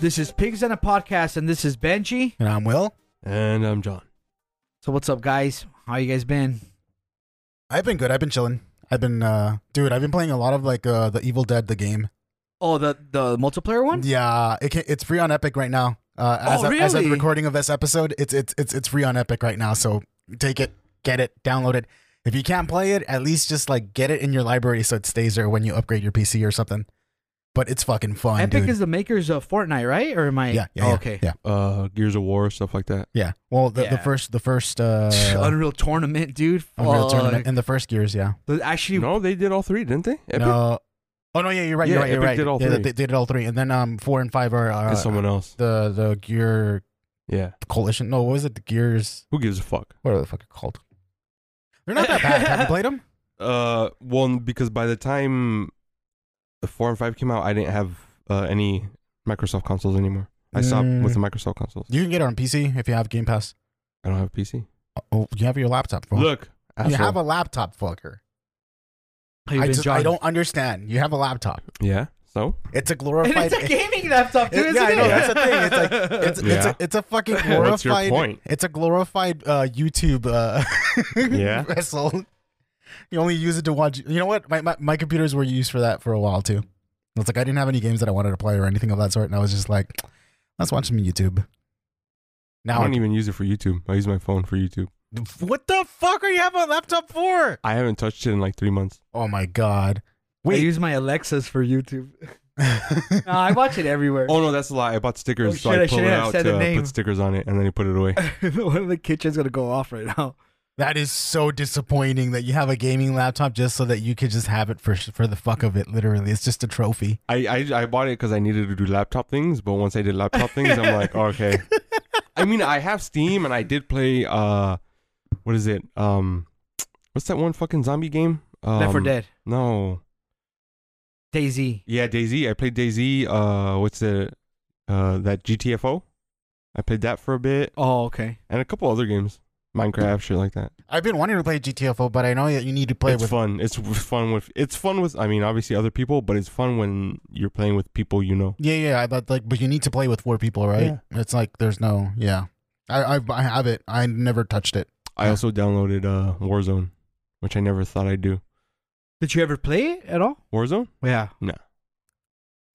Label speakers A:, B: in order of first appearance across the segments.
A: This is Pigs on a Podcast, and this is Benji.
B: And I'm Will.
C: And I'm John.
A: So what's up, guys? How you guys been?
B: I've been good. I've been chilling. I've been, uh, dude. I've been playing a lot of like uh, the Evil Dead the game.
A: Oh, the the multiplayer one.
B: Yeah, it can, it's free on Epic right now. Uh, as,
A: Oh,
B: of, as of the
A: really?
B: recording of this episode, it's it's it's it's free on Epic right now. So take it, get it, download it. If you can't play it, at least just like get it in your library so it stays there when you upgrade your PC or something. But it's fucking fun,
A: Epic
B: dude.
A: is the makers of Fortnite, right? Or am I?
B: yeah, yeah,
A: Oh,
B: yeah,
A: okay.
B: yeah,
C: Uh, Gears of War, stuff like that.
B: yeah. Well, the, the
A: Yeah.
B: first, the first, uh,
A: Unreal Tournament, dude.
B: Unreal
A: Fuck.
B: tournament and the first Gears, yeah.
A: Th- Actually,
C: No, they did all three, didn't they? Epic?
B: No. Oh no, yeah, you're right.
C: Yeah,
B: you're right. You're
C: Epic
B: right.
C: did all
B: Yeah,
C: three.
B: they did all three, and then um, four and five are, are
C: It's someone else.
B: the the gear
C: Yeah.
B: coalition. No, what was it? The gears.
C: Who gives a fuck?
B: What are the fuck are called? They're not that bad. Have you played them?
C: Uh, well, because by the time the four and five came out, I didn't have uh, any Microsoft consoles anymore. I stopped
B: Mm.
C: with the Microsoft consoles.
B: You can get it on PC if you have Game Pass.
C: I don't have a PC.
B: Oh, you have your laptop. Fuck.
C: Look,
B: you
C: asshole.
B: have a laptop, fucker.
A: how you
B: I
A: been,
B: just
A: John?
B: I don't understand. You have a laptop.
C: yeah. So
B: It's a
A: And
B: glorified.
A: it's a gaming laptop,
B: it-
A: dude.
B: yeah,
A: isn't
B: I know.
A: it?
B: That's the thing. It's like it's, it's,
C: Yeah.
B: a, it's a fucking glorified.
C: What's your point?
B: It's a glorified uh, YouTube uh,
C: Yeah.
B: vessel. You only use it to watch. You know what? My, my my computers were used for that for a while too. It's like I didn't have any games that I wanted to play or anything of that sort, and I was just like, let's watch some YouTube.
C: I
B: Now,
C: don't even use it for YouTube. I use my phone for YouTube.
B: what the fuck are you have a laptop for?
C: I haven't touched it in like three months.
B: Oh my god!
A: I
B: Wait.
A: use my Alexas for YouTube. no, I watch it everywhere.
C: Oh no, that's a lie. I bought stickers,
A: Oh,
C: so
A: shit,
C: I
A: I
C: pulled
A: shouldn't
C: it
A: have
C: out
A: said the
C: to uh,
A: name.
C: put stickers on it, and then I put it away.
A: One of the kitchen's gonna go off right now.
B: that is so disappointing that you have a gaming laptop just so that you could just have it for for the fuck of it. Literally, it's just a trophy.
C: I, I I bought it because I needed to do laptop things, but once I did laptop things, I'm like, okay. I mean, I have Steam, and I did play. Uh, what is it? Um, what's that one fucking zombie game? Um,
A: Left 4 Dead,
C: No.
A: Daisy.
C: Yeah, Daisy. I played Daisy. Uh, what's it? Uh, that GTFO. I played that for a bit,
A: Oh, okay.
C: and a couple other games, Minecraft, shit like that.
B: I've been wanting to play GTFO, but I know that you need to play
C: it's
B: with
C: fun. It's w- fun with. It's fun with. I mean, obviously other people, but it's fun when you're playing with people you know.
B: Yeah, yeah, I- but like, but you need to play with four people, right? It's like there's no, yeah. I, I, I have it. I never touched it.
C: I also downloaded uh Warzone, which I never thought I'd do.
A: Did you ever play it at all?
C: Warzone,
A: Yeah.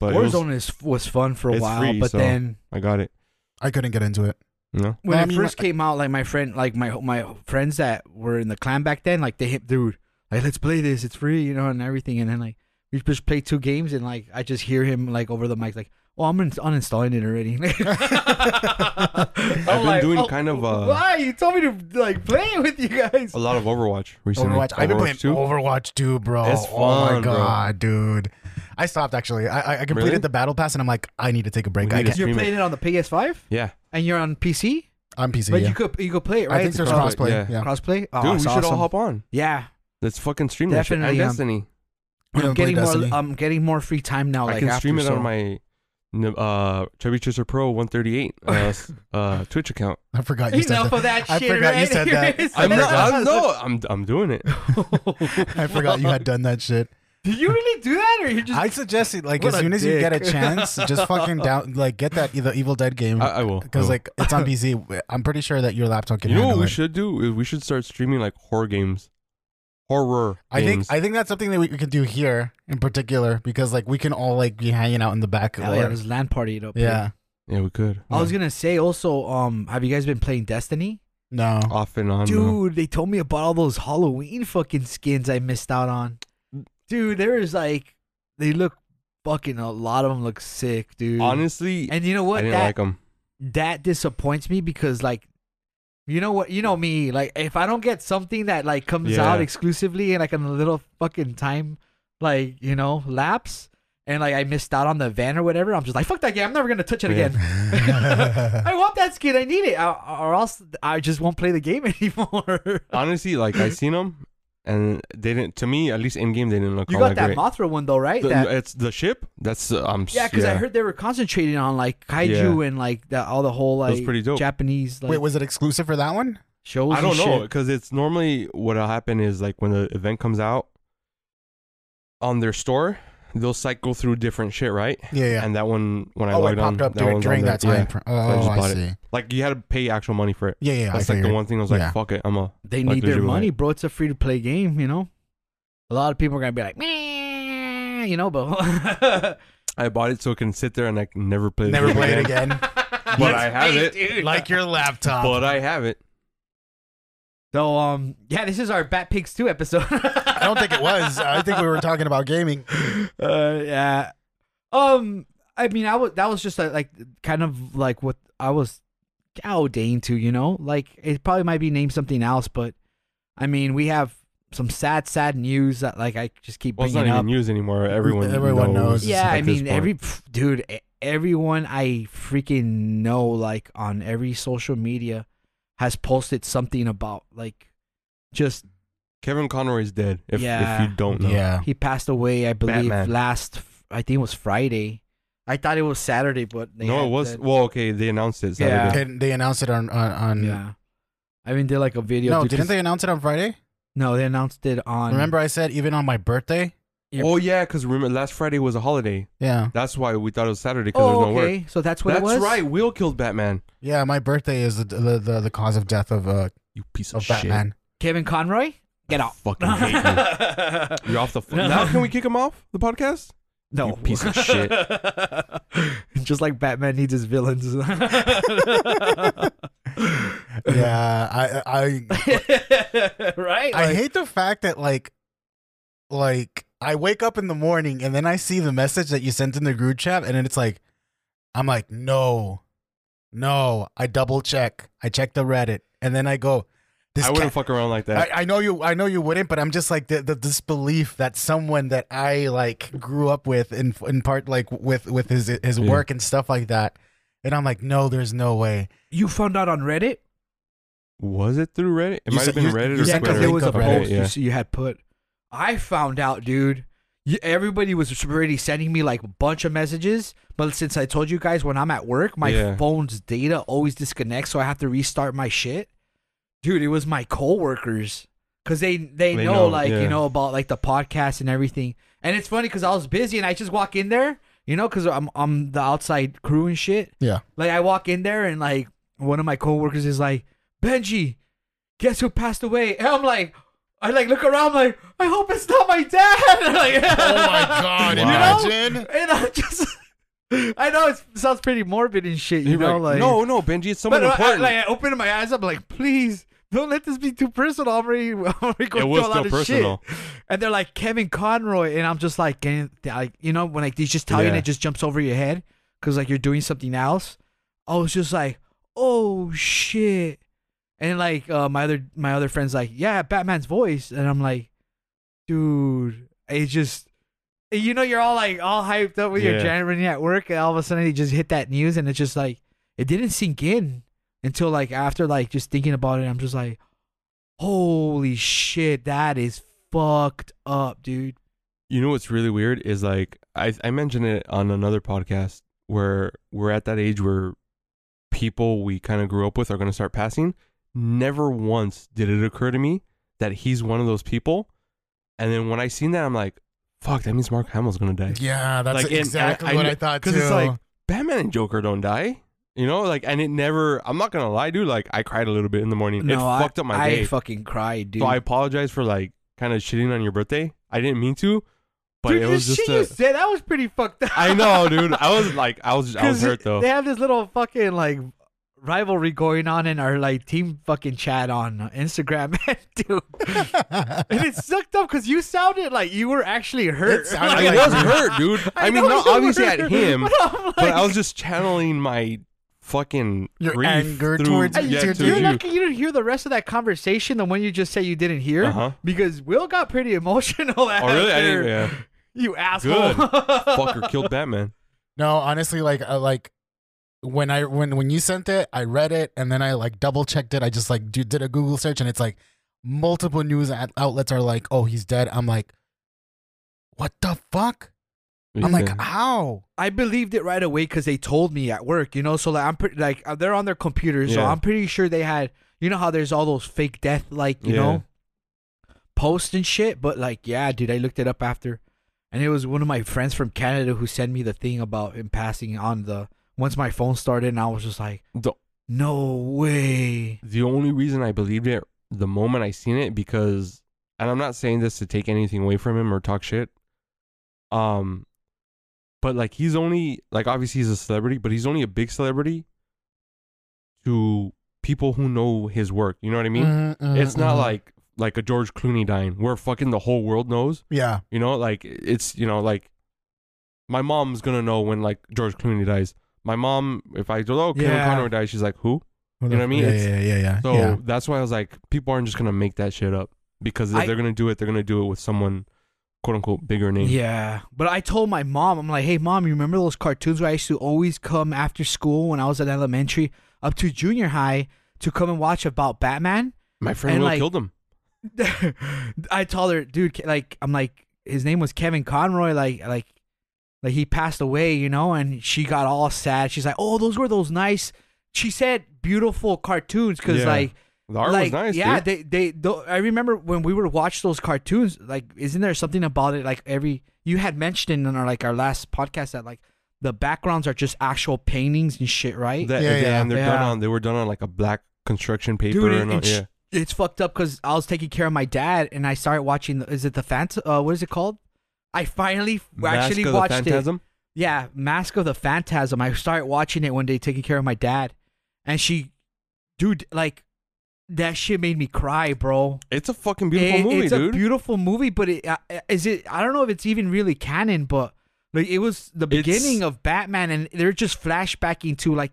C: but it was-
A: Warzone is, was fun for a
C: It's
A: while,
C: free,
A: but
C: so-
A: then
C: I got it.
B: I couldn't get into it.
C: No,
A: when
B: No, I
A: it
B: mean,
A: first came out, like my friend, like my my friends that were in the clan back then, like they hit dude, like let's play this, it's free, you know, and everything, and then like we just play two games, and like I just hear him like over the mic, like, oh, I'm un- uninstalling it already. I've
B: Oh
C: I've been doing kind of, uh,
A: oh, why you told me to like play it with you guys.
C: a lot of Overwatch recently.
B: Overwatch. I've been playing
C: too.
B: Overwatch too, bro.
C: It's
B: oh my
C: fun, bro.
B: god, dude. I stopped actually. I, I- I completed
C: Really?
B: the battle pass, and I'm like, I need to take a break.
C: We
B: I
C: need to
B: can't.
C: stream
A: You're
C: it.
A: playing it on the PS5
C: yeah,
A: and you're on PC,
B: I'm PC.
A: but
B: yeah.
A: you could you could play it right.
B: I think
A: It's
B: there's
C: cross-
B: crossplay.
C: yeah.
B: Yeah.
A: crossplay. Oh,
C: dude, we
A: it's
C: should all
A: awesome.
C: hop on.
A: Yeah,
C: Let's fucking stream that shit. And
A: Definitely, um,
C: Destiny.
B: We
A: I'm
B: don't play
A: getting more.
B: Destiny.
A: I'm getting more free time
B: oh,
A: now.
C: I
A: like
C: can
A: after,
C: stream it
A: so.
C: on my n- uh Chubby Chaser Pro 138 uh, s- uh Twitch account.
B: I forgot you said that.
A: of that
B: I forgot you said that. I
C: I'm not,
B: forgot.
C: I'm, no, I'm I'm doing it.
B: I forgot you had done that shit.
A: Did you really do that, or you just?
B: I suggest it like
A: What
B: as
A: a
B: soon as you get a
A: dick.
B: chance, just fucking down, like get that the Evil Dead game
C: I, I will. I
B: because
C: will.
B: Mm-hmm. like it's on PC. I'm pretty sure that your laptop can
C: you know
B: handle
C: what we
B: it.
C: should do? Is We should start streaming like horror games, horror.
B: I think
C: games.
B: I think that's something that we, we could do here in particular because like we can all like be hanging out in the back.
A: Hell
B: or-
A: Oh, yeah, there's land party it up. here.
B: yeah.
C: yeah, we could
A: I was gonna say also, um, have you guys been playing Destiny?
B: No.
C: off and on.
A: Dude,
C: though.
A: they told me about all those Halloween fucking skins I missed out on. Dude, there is like, they look fucking a lot of them look sick, dude.
C: honestly,
A: and you know
C: I
A: what?
C: didn't
A: That
C: like them.
A: that disappoints me because like you know what you know me like if i don't get something that like comes
C: Yeah.
A: out exclusively in like in a little fucking time like you know lapse and like i missed out on the event or whatever i'm just like fuck that game i'm never gonna touch it
C: Yeah.
A: again i want that skin i need it I, or else i just won't play the game anymore
C: honestly, like I seen them, and they didn't. To me, at least in game, they didn't look.
A: you
C: all
A: got that
C: great.
A: mothra one though right
C: Oh, The-
A: that
C: it's the ship. That's uh, I'm. s-
A: yeah because i heard they were concentrating on like kaiju and like the, all the whole
C: That was
A: like
C: pretty dope.
A: japanese like
B: Wait, was it exclusive for that one?
A: shows
C: I don't
A: and
C: know
A: shit.
C: because it's normally what'll happen is like when the event comes out on their store, they'll cycle through different shit, right?
B: Yeah, yeah.
C: And that one when I
B: oh,
C: logged
B: it popped
C: on,
B: up
C: that
B: during,
C: one's
B: during
C: on there.
B: that time.
C: Yeah.
B: fr-
C: I
B: Oh,
C: just
B: I,
C: bought it.
B: see.
C: Like you had to pay actual money for it.
B: Yeah, yeah.
C: That's
B: I
C: like the
B: figured.
C: one thing I was like,
B: Yeah.
C: fuck it, I'm a.
A: They
C: Like
A: need
C: the
A: their
C: Jubilee.
A: money, bro. It's a free to play game, you know? A lot of people are going to be like, meh, you know, but.
C: I bought it so it can sit there and I can never play. the
B: Never
C: game
B: play it again.
C: But I have it.
B: like your laptop.
C: But I have it.
A: So, um, yeah, this is our Bat Pigs 2 episode.
B: I don't think it was. I think we were talking about gaming.
A: uh, yeah. Um, I mean, I was that was just uh, like kind of like what I was ordained to, you know. Like it probably might be named something else, but I mean, we have some sad, sad news that like I just keep
C: Well, it's not
A: bringing
C: even
A: up.
C: news anymore. Everyone,
B: Everyone knows.
A: Yeah,
C: at
A: I
C: this
A: mean,
C: point.
A: every pff, dude, e- everyone I freaking know, like on every social media, has posted something about like just
C: Kevin Conroy is dead. If,
A: Yeah.
C: if you don't know,
B: Yeah.
A: He passed away, I believe,
C: Batman.
A: last. I think it was Friday. I thought it was Saturday, but they
C: no,
A: had
C: it was
A: that-
C: well. Okay, they announced it. Saturday.
A: Yeah.
B: And they announced it on on. on
C: mm.
A: yeah. I mean, they like a video.
B: No,
A: dude,
B: didn't
A: 'cause-
B: they announce it on Friday?
A: No, they announced it on.
B: Remember, I said even on my birthday.
A: Yeah.
C: Oh yeah, because remember last Friday was a holiday.
B: Yeah,
C: That's why we thought it was Saturday because
A: Oh,
C: there was no
A: okay.
C: work.
A: So that's what
C: That's
A: it was.
C: right. Will killed Batman.
B: yeah. My birthday is the the, the, the cause of death of uh
C: You piece of,
B: of
C: shit.
B: Batman.
A: Kevin Conroy, get
C: I
A: out.
C: Fucking hate you. You're off the. Fu-
A: No.
C: Now can we kick him off the podcast?
A: no
C: You piece of shit.
A: Just like Batman needs his villains.
B: yeah, I I
A: right?
B: I
A: Like-
B: hate the fact that like like I wake up in the morning and then I see the message that you sent in the group chat and then it's like I'm like no. No, I double check. I check the Reddit and then I go this
C: I wouldn't
B: cat-
C: fuck around like that.
B: I, I know you I know you wouldn't but I'm just like the, the disbelief that someone that I like grew up with in in part like with with his his
C: Yeah.
B: work and stuff like that. And I'm like no, there's no way.
A: you found out on Reddit?
C: was it through Reddit? It
B: You
C: might
B: said-
C: have been
B: you-
C: Reddit
B: you
C: or
A: yeah,
B: sent
A: because
B: a
C: Twitter.
A: there
B: link
A: was a
B: of
C: Reddit,
A: post
C: yeah.
A: you, see- you had put. I found out, dude. You, everybody was already sending me like a bunch of messages, but since I told you guys when I'm at work, my
C: Yeah.
A: phone's data always disconnects, so I have to restart my shit. Dude, it was my coworkers because they, they
C: They
A: know,
C: know,
A: like
C: yeah.
A: you know about like the podcast and everything. And it's funny because I was busy and I just walk in there, you know, because I'm I'm the outside crew and shit.
B: Yeah.
A: Like I walk in there and like one of my coworkers is like, Benji, guess who passed away? And I'm like, I like look around, like, I hope it's not my dad. like,
C: Oh Wow.
A: You know? And I'm just, I know it sounds pretty morbid and shit, you
C: You'd be
A: know,
C: like,
A: like,
C: no, no, Benji, it's
A: but
C: someone
A: I- I,
C: important.
A: like I opened my eyes up, like, please. Don't let this be too personal. I'm already, I'm already going
C: it
A: through
C: was
A: a lot
C: still
A: of
C: personal.
A: shit. And they're like Kevin Conroy, and I'm just like, getting- like you know, when like they just tell you and
C: Yeah.
A: it just jumps over your head because like you're doing something else. I was just like, oh shit, and like uh, my other my other friends like, yeah, Batman's voice, and I'm like, dude, it just. You know, you're all like all hyped up with your
C: Yeah.
A: adrenaline at work, and all of a sudden you just hit that news, and it's just like it didn't sink in until like after like just thinking about it. I'm just like, Holy shit, that is fucked up, dude.
C: You know what's really weird is like I I mentioned it on another podcast where we're at that age where people we kind of grew up with are going to start passing. Never once did it occur to me that he's one of those people. And then when I seen that, I'm like, fuck, that means Mark Hamill's going to die.
B: Yeah, that's
C: Like, and I-
B: exactly
C: I
B: what
C: kn-
B: I thought too.
C: Because it's like Batman and Joker don't die. You know, like, and it never, I'm not going to lie, dude. Like, I cried a little bit in the morning. it
A: I,
C: fucked up my
A: I
C: day.
A: fucking cried, dude.
C: So I apologize for like kind of shitting on your birthday. I didn't mean to, but
A: dude,
C: it
A: the
C: was just.
A: shit
C: A,
A: you said, that was pretty fucked up.
C: I know, dude. I was like, I was, I was
A: 'Cause
C: hurt though.
A: They have this little fucking like rivalry going on in our like team fucking chat on Instagram, dude. And it sucked up because you sounded like you were actually hurt.
B: It sounded
C: I
B: like-
C: was hurt, dude. I, mean,
A: know
C: not
A: you
C: obviously
A: were,
C: at him,
A: but, I'm like,
C: but I was just channeling my fucking
B: Your
C: grief
B: anger
C: through,
B: towards-
C: yeah,
B: your-
C: to
B: your
A: You're
C: you.
A: lucky you didn't hear the rest of that conversation, the one you just said you didn't hear,
C: Uh-huh.
A: because Will got pretty emotional.
C: Oh really? I
A: after.
C: didn't. Yeah.
A: You asshole.
C: Good. Fucker killed Batman.
B: no, honestly, like uh, like when I when when you sent it, I read it and then I like double checked it. I just like do, did a Google search and it's like multiple news out- outlets are like, "Oh, he's dead." I'm like, "What the fuck?" I'm like,
C: Yeah.
B: "How?"
A: I believed it right away because they told me at work, you know. So like I'm pretty like uh, they're on their computer, so
C: Yeah.
A: I'm pretty sure they had you know how there's all those fake death like you
C: Yeah.
A: know posts and shit. But like yeah, dude, I looked it up after, and it was one of my friends from Canada who sent me the thing about him passing on the once my phone started and I was just like
C: The-
A: no way
C: The only reason I believed it the moment I seen it because and I'm not saying this to take anything away from him or talk shit. Um but like he's only like obviously he's a celebrity, but he's only a big celebrity to people who know his work. You know what I
B: Mm-hmm,
C: mean? It's not like like a George Clooney dying where fucking the whole world knows.
B: yeah,
C: You know, like it's you know like my mom's gonna know when like George Clooney dies. My mom, if I oh Kevin
A: Yeah.
C: Conroy dies, she's like who? know what I mean?
B: Yeah,
C: It's-
B: yeah, yeah, yeah.
C: So
B: yeah.
C: that's why I was like, people aren't just gonna make that shit up because if
A: I-
C: they're gonna do it, they're gonna do it with someone quote unquote bigger name.
A: yeah but I told my mom I'm like hey mom you remember those cartoons where I used to always come after school when I was at elementary up to junior high to come and watch about Batman
C: My friend
A: And,
C: Will
A: like-
C: killed him.
A: I told her, dude, Ke- like I'm like his name was Kevin Conroy, like like like he passed away, you know, and she got all sad. She's like, "Oh, those were those nice." She said beautiful cartoons cuz
C: Yeah.
A: like
C: The art
A: like
C: was nice.
A: yeah,
C: dude.
A: they they tho- I remember when we would watch those cartoons, like isn't there something about it like every you had mentioned in our like our last podcast that like the backgrounds are just actual paintings and shit, right?
C: That-
B: Yeah,
C: yeah,
B: yeah.
C: and they're done
A: Yeah.
C: on. They were done on like a black construction paper.
A: Dude, it-
C: and all,
A: it's,
C: yeah,
A: it's fucked up because I was taking care of my dad and I started watching. the- Is it the Phantom? Uh, what is it called? I finally f-
C: Mask
A: actually
C: of the
A: watched it.
C: Phantasm?
A: Yeah, Mask of the Phantasm. I started watching it one day, taking care of my dad, and she, dude, like that shit made me cry, bro.
C: It's a fucking beautiful
A: It-
C: movie,
A: it's a
C: dude.
A: beautiful movie, but it, uh, is it? I don't know if it's even really canon, but like it was the
C: It's-
A: beginning of Batman, and they're just flashbacking to like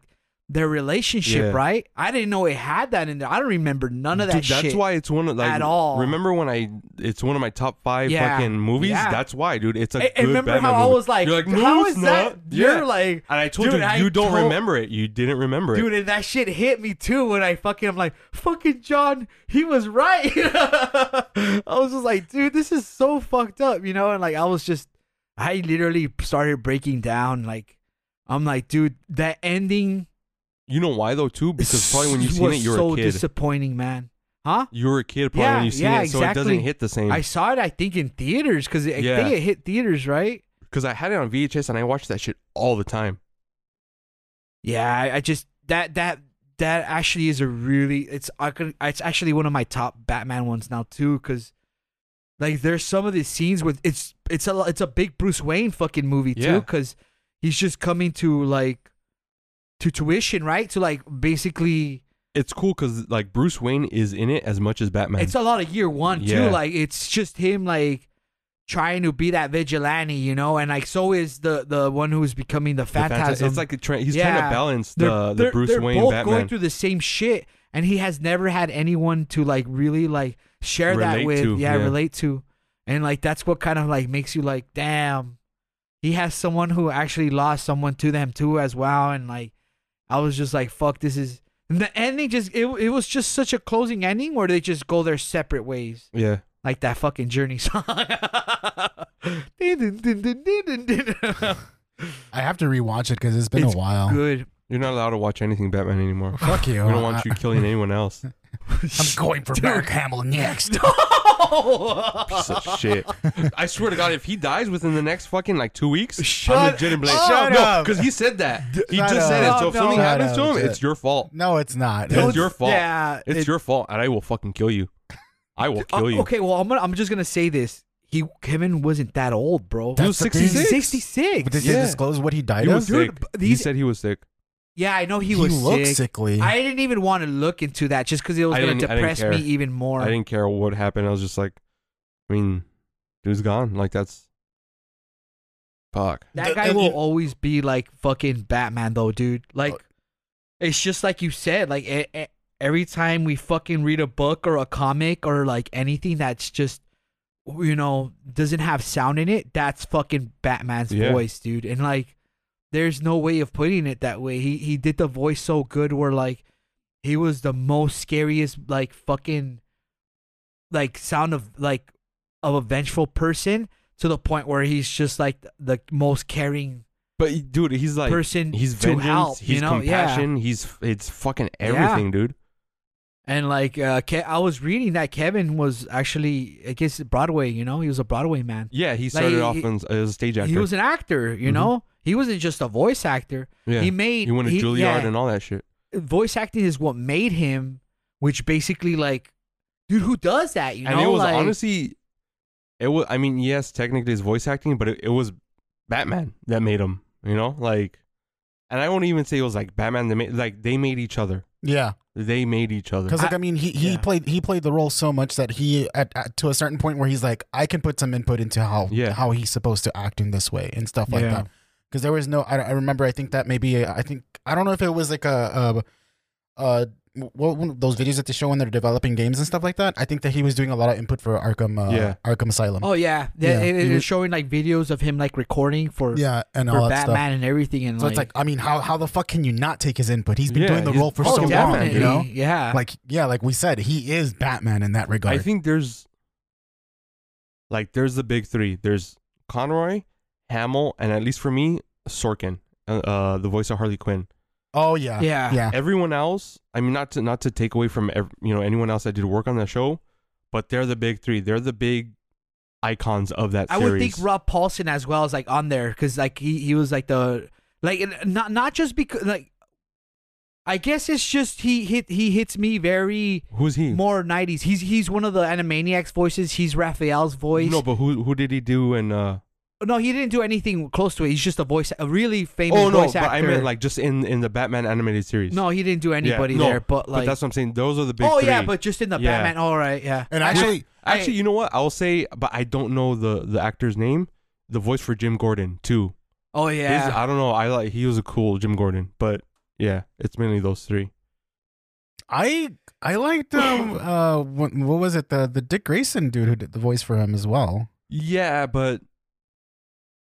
A: their relationship,
C: Yeah.
A: right? I didn't know it had that in there. I don't remember none of that
C: Dude,
A: shit.
C: that's why it's one of like
A: at all.
C: Remember when I? It's one of my top five
A: Yeah.
C: fucking movies.
A: Yeah.
C: That's why, dude. It's a
A: I,
C: good
A: remember
C: Batman
A: how
C: movie.
A: I was like,
C: You're like, no,
A: how
C: it's
A: is that?
C: not. Yeah.
A: You're like,
C: and I told
A: dude,
C: you,
A: I
C: you don't
A: told-
C: remember it. You didn't remember it.
A: Dude, and that shit hit me too when I fucking, I'm like, fucking John, he was right. I was just like, dude, this is so fucked up, you know? And like, I was just, I literally started breaking down. Like, I'm like, dude, that ending
C: You know why though too? Because probably when you seen
A: was
C: it, you were
A: so
C: a kid.
A: disappointing, man. Huh?
C: you were a kid probably
A: Yeah,
C: when you seen
A: yeah,
C: it, so it doesn't
A: exactly.
C: hit the same.
A: I saw it, I think, in theaters because I
C: Yeah.
A: think it hit theaters, right?
C: Because I had it on VHS and I watched that shit all the time.
A: Yeah, I, I just that that that actually is a really it's I could it's actually one of my top Batman ones now too because like there's some of these scenes with it's it's a it's a big Bruce Wayne fucking movie
C: Yeah.
A: too because he's just coming to like to tuition right to like basically
C: It's cool because like Bruce Wayne is in it as much as Batman.
A: it's a lot of year one
C: Yeah.
A: too like it's just him like trying to be that vigilante you know and like so is the the one who's becoming the
C: The Phantas-
A: phantasm
C: It's like a tra- he's trying
A: Yeah.
C: to balance
A: they're,
C: the, the
A: they're-
C: Bruce
A: they're
C: Wayne
A: both
C: Batman.
A: going through the same shit, and he has never had anyone to like really like share that
C: Relate
A: with,
C: to,
A: yeah,
C: yeah.
A: relate to, and like that's what kind of like makes you like, damn, he has someone who actually lost someone to them too as well, and like I was just like, fuck, this is and the ending. Just it, it was just such a closing ending where they just go their separate ways,
C: yeah.
A: like that fucking journey song.
B: I have to rewatch it because it's been
A: It's
B: a while.
A: Good.
C: You're not allowed to watch anything Batman anymore.
B: Fuck you.
C: we don't want you killing anyone else.
B: I'm going for Mark Hamill next.
C: Piece of shit. I swear to God, if he dies within the next fucking like two weeks, I'm
A: Shut
C: legitimately
A: up.
B: Shut up.
C: because he said that. He
B: Shut
C: just said it.
A: up.
C: So if
A: No,
C: something
A: no.
C: happens
B: Shut
C: to
B: up.
C: him, it's your fault.
B: no, it's not.
C: It's
A: Don't-
C: your fault.
A: Yeah,
C: It's
A: it-
C: your fault, and I will fucking kill you. I will kill
A: Uh,
C: you.
A: Okay, well, I'm gonna, I'm just gonna say this. He Kevin wasn't that old, bro.
B: That's
C: He was
B: the thing.
C: 66?
A: Sixty
B: But
A: six.
B: did they
C: Yeah.
B: disclose what he died
C: He
B: of?
C: was
A: Dude,
C: sick.
A: but
C: he
A: these-
C: said he was sick.
A: Yeah, I know he, was
B: looked
A: sick.
B: sickly.
A: I didn't even want to look into that just because it was
C: I
A: gonna
C: didn't- I didn't
A: depress me
C: care.
A: even more.
C: I didn't care what happened. I was just like, I mean, dude's gone. Like that's fuck.
A: that
B: Th-
A: guy
B: and
A: will
B: you- Uh,
A: always be like fucking Batman, though, dude. Like, it's just like you said. Like e- e- every time we fucking read a book or a comic or like anything that's just you know doesn't have sound in it, that's fucking Batman's
C: Yeah.
A: voice, dude. And like, there's no way of putting it that way. He he did the voice so good where like he was the most scariest like fucking like sound of like of a vengeful person to the point where he's just like the most caring
C: But he- dude, he's like
A: Person
C: he's
A: to
C: vengeance.
A: help, you
C: he's
A: know? Yeah.
C: compassion. He's it's fucking everything, dude.
A: And like uh, Ke- I was reading that Kevin was actually I guess Broadway. You know, he was a Broadway man.
C: Yeah, he started
A: he-
C: off
A: he-
C: in- as a stage actor.
A: He was an actor. You
C: Mhm.
A: know, he wasn't just a voice actor.
C: yeah.
A: He made
C: He went to Juilliard
A: yeah.
C: and all that shit.
A: voice acting is what made him, which basically like, dude, who does that? You
C: and
A: know,
C: it was
A: like,
C: honestly, it was. I mean, yes, technically it's voice acting, but it, it was Batman that made him. You know, like, and I won't even say it was like Batman. They made like they made each other.
B: Yeah,
C: They made each other.
B: because like I mean, he he
A: yeah.
B: played he played the role so much that he at, at- to a certain point where he's like, I can put some input into how
C: Yeah.
B: how he's supposed to act in this way and stuff like
A: Yeah.
B: that. Because there was no, I, I remember, I think that maybe I think I don't know if it was like a, a, a what one of those videos that they show when they're developing games and stuff like that. I think that he was doing a lot of input for Arkham uh,
C: Yeah.
B: Arkham Asylum.
A: oh yeah, they,
B: Yeah,
A: it,
B: he
A: it was
B: was-
A: showing like videos of him like recording for
B: yeah, and
A: for
B: all
A: Batman
B: that stuff.
A: and everything, and
B: So
A: like,
B: it's like, I mean, how how the fuck can you not take his input? He's been
C: Yeah,
B: doing the
C: he's
B: role for
C: fucking
B: so
A: oh,
B: long,
A: definitely,
B: you know.
A: yeah,
B: Like yeah, like we said, he is Batman in that regard.
C: I think there's like there's the big three. There's Conroy, Hamill, and at least for me, Sorkin, uh, uh, the voice of Harley Quinn.
B: oh yeah,
A: yeah,
B: yeah.
C: Everyone else, I mean, not to not to take away from ev- you know anyone else that did work on that show, but they're the big three. They're the big icons of that.
A: I
C: series.
A: would think Rob Paulson as well is like on there because like he, he was like the like and not not just because like I guess it's just he hit he hits me very
C: Who's he?
A: more nineties. He's he's one of the Animaniacs voices. He's Raphael's voice.
C: No, but who who did he do in? Uh,
A: No, he didn't do anything close to it. He's just a voice, a really famous
C: oh no,
A: voice
C: but
A: actor.
C: I meant like just in in the Batman animated series.
A: no, he didn't do anybody
C: no,
A: there. But like,
C: but that's what I'm saying. Those are the big.
A: oh yeah,
C: three.
A: but just in the
C: Yeah.
A: Batman. All right, yeah.
B: And actually,
C: Actually,
A: I-
C: you know what? I'll say, but I don't know the the actor's name. The voice for Jim Gordon too.
A: Oh
C: His- uh,
A: yeah.
C: I don't know. I like he was a cool Jim Gordon, but yeah, it's mainly those three.
B: I I liked um uh what, what was it the the Dick Grayson dude who did the voice for him as well.
C: Yeah, but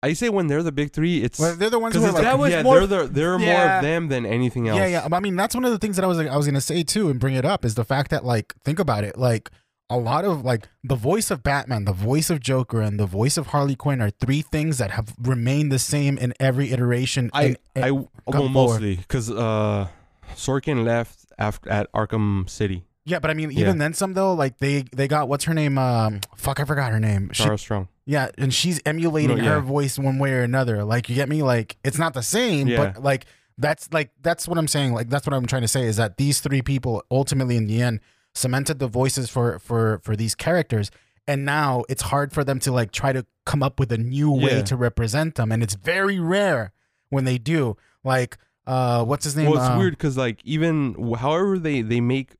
C: I say when they're the big three, it's
B: Well, they're the ones who
C: because
B: are
C: it's
B: like.
A: That was
C: yeah,
A: more-
C: they're the, they're more
A: Yeah.
C: of them than anything else.
B: yeah, yeah. um, I mean, that's one of the things that I was like, I was gonna say too, and bring it up is the fact that like, think about it, like a lot of like the voice of Batman, the voice of Joker, and the voice of Harley Quinn are three things that have remained the same in every iteration.
C: I
B: and- and-
C: I well
B: forward.
C: mostly because uh, Sorkin left after at Arkham City.
B: Yeah, but I mean,
C: Yeah.
B: even then, some though, like they they got what's her name? Um, fuck, I forgot her name. She,
C: Tara Strong.
B: yeah, and she's emulating
C: No, yeah.
B: her voice one way or another. Like, you get me? Like, it's not the same,
C: Yeah.
B: but like that's like that's what I'm saying. Like, that's what I'm trying to say is that these three people ultimately, in the end, cemented the voices for for for these characters, and now it's hard for them to like try to come up with a new way
C: Yeah.
B: to represent them, and it's very rare when they do. Like, uh, what's his name?
C: Well, it's
B: Uh,
C: weird because like even wh- however they they make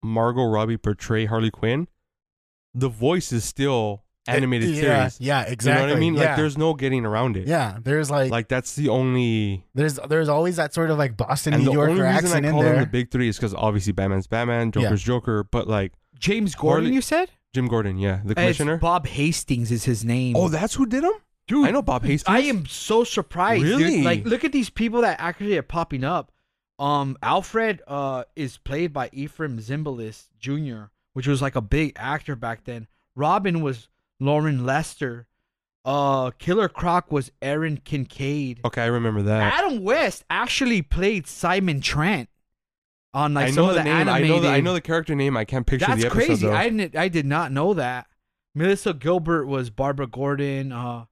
C: Margot Robbie portray Harley Quinn, the voice is still animated
B: Eh, yeah,
C: series.
B: Yeah, exactly.
C: You know what I mean?
B: Yeah.
C: Like there's no getting around it.
B: Yeah, there's like,
C: Like that's the only
B: there's there's always that sort of like Boston,
C: and
B: New
C: the only
B: Yorker
C: reason
B: accent
C: I
B: in
C: call them
B: there.
C: the big three is because obviously Batman's Batman,
B: Yeah.
C: Joker's Joker, but like
A: James Gordon,
C: Harley-
A: you said?
C: Jim Gordon, yeah, the
A: Uh, it's
C: commissioner.
A: Bob Hastings is his name.
C: oh, that's who did him, dude. I know Bob Hastings.
A: I am so surprised. dude.
C: Really?
A: Like, look at these people that actually are popping up. Um, Alfred uh is played by Ephraim Zimbalist Jr., which was like a big actor back then. Robin was Lauren Lester. Uh, Killer Croc was Aaron Kincaid.
C: Okay, I remember that.
A: Adam West actually played Simon Trent on like
C: I
A: some
C: know
A: of
C: the
A: the,
C: name. I
A: animated.
C: know the I know the character name. I can't picture
A: That's
C: the episode
A: crazy.
C: though.
A: I didn't. I did not know that. Melissa Gilbert was Barbara Gordon. Uh,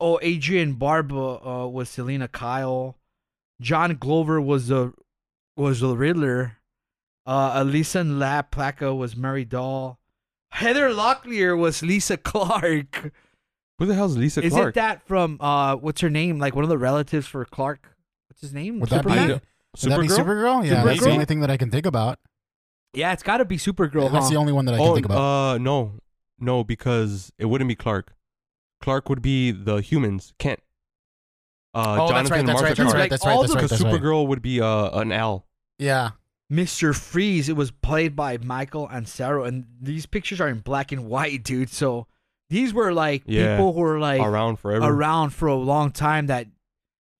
A: oh, Adrian Barba uh, was Selena Kyle. John Glover was the was the Riddler. Uh, Elisa La Placa was Mary Doll. Heather Locklear was Lisa Clark.
C: Who the hell's Lisa
A: Isn't
C: Clark?
A: that from uh, what's her name? Like one of the relatives for Clark. What's his name?
B: Would that be-
C: I
A: Superman?
C: don't-
B: Would that be
C: Supergirl?
B: Supergirl? Yeah, that's the
C: Supergirl?
B: only thing that I can think about.
A: Yeah, it's got to be Supergirl.
B: that's
A: huh?
B: the only one that I can
C: oh,
B: think about.
C: uh, no, no, because it wouldn't be Clark. Clark would be the humans. Kent. Uh,
B: oh, that's right.
C: Jonathan
B: That's right.
C: Martha
B: That's
A: Clark.
B: right.
A: Like,
B: That's
A: all
B: right. That's
A: the-
B: right.
C: Because
B: That's right.
C: Supergirl would be uh, an L.
B: Yeah.
A: Mr. Freeze. It was played by Michael Ansaro, and these pictures are in black and white, dude. So these were like
C: Yeah.
A: people who were like around,
C: around forever.
A: for a long time that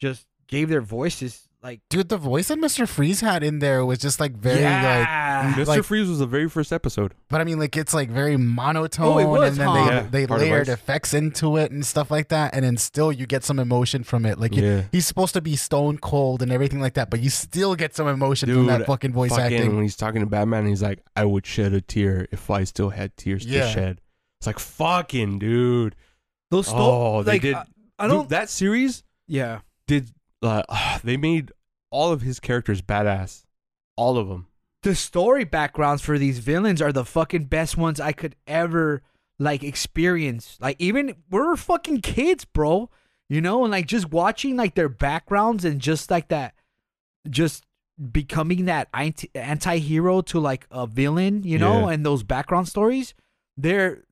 A: just gave their voices like
B: Dude, the voice that Mr. Freeze had in there was just like very like.
A: yeah.
C: Mr.
B: Like-
C: Freeze was the very first episode.
B: But I mean, like it's like very monotone,
A: Oh, it was,
B: and then
A: huh?
B: they
C: Yeah,
B: they
C: part of
B: layered
C: us.
B: effects into it and stuff like that, and then still you get some emotion from it. Like you-
C: Yeah.
B: he's supposed to be stone cold and everything like that, but you still get some emotion from that
C: Dude,
B: fucking voice
C: Fucking
B: acting.
C: when he's talking to Batman, he's like, "I would shed a tear if I still had tears
B: Yeah.
C: to shed." It's like fucking dude.
A: those sto-
C: Oh, they
A: like,
C: did-
A: I, I
C: Dude,
A: don't
C: that series
A: yeah
C: did. Uh, they made all of his characters badass. All of them.
A: the story backgrounds for these villains are the fucking best ones I could ever like experience. Like even we're fucking kids, bro. You know, and like just watching like their backgrounds and just like that, just becoming that anti- anti-hero to like a villain, you know,
C: Yeah.
A: and those background stories, they're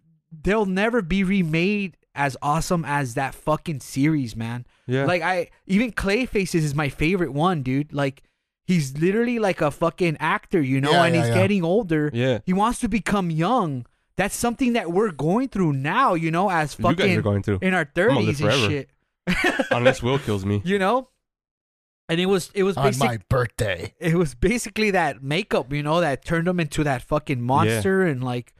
A: they'll never be remade as awesome as that fucking series, man.
C: Yeah.
A: Like I even Clayface's is my favorite one, dude. Like he's literally like a fucking actor, you know,
B: Yeah,
A: and
B: yeah,
A: he's
B: yeah.
A: getting older.
C: Yeah.
A: He wants to become young. That's something that we're going through now, you know, as
C: You guys
A: fucking
C: are going through.
A: in our
C: gonna live
A: thirties and
C: forever.
A: shit.
C: Unless Will kills me.
A: You know? And it was it was
B: On
A: basic,
B: my birthday,
A: it was basically that makeup, you know, that turned him into that fucking monster and like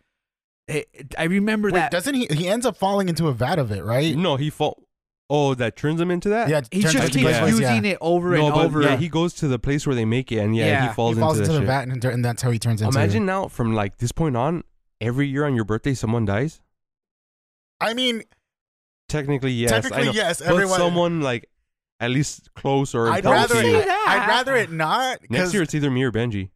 A: it, it- I remember
B: Wait,
A: that
B: doesn't he? He ends up falling into a vat of it, right?
C: No, he fall. Oh, that turns him into that.
B: Yeah,
A: he
B: turns
A: just
B: out to
A: keeps
B: be
C: Yeah.
B: Clayface,
A: using
B: yeah.
A: it over
C: no,
A: and
C: but
A: over.
C: yeah, he goes to the place where they make it, and yeah,
A: Yeah.
C: he falls
B: he falls
C: into,
B: into,
C: that
B: the
C: shit.
B: vat, and, and that's how he turns into.
C: Imagine now, from like this point on, every year on your birthday, someone dies.
B: I mean,
C: Technically, yes. I
B: Technically,
C: know.
B: yes,
C: But
B: everyone-
C: someone like at least close or
B: I'd
C: important
B: rather
C: to
A: say
C: you.
A: it-
B: it,
A: that.
B: I'd rather it not.
C: Next
B: 'cause
C: year, it's either me or Benji.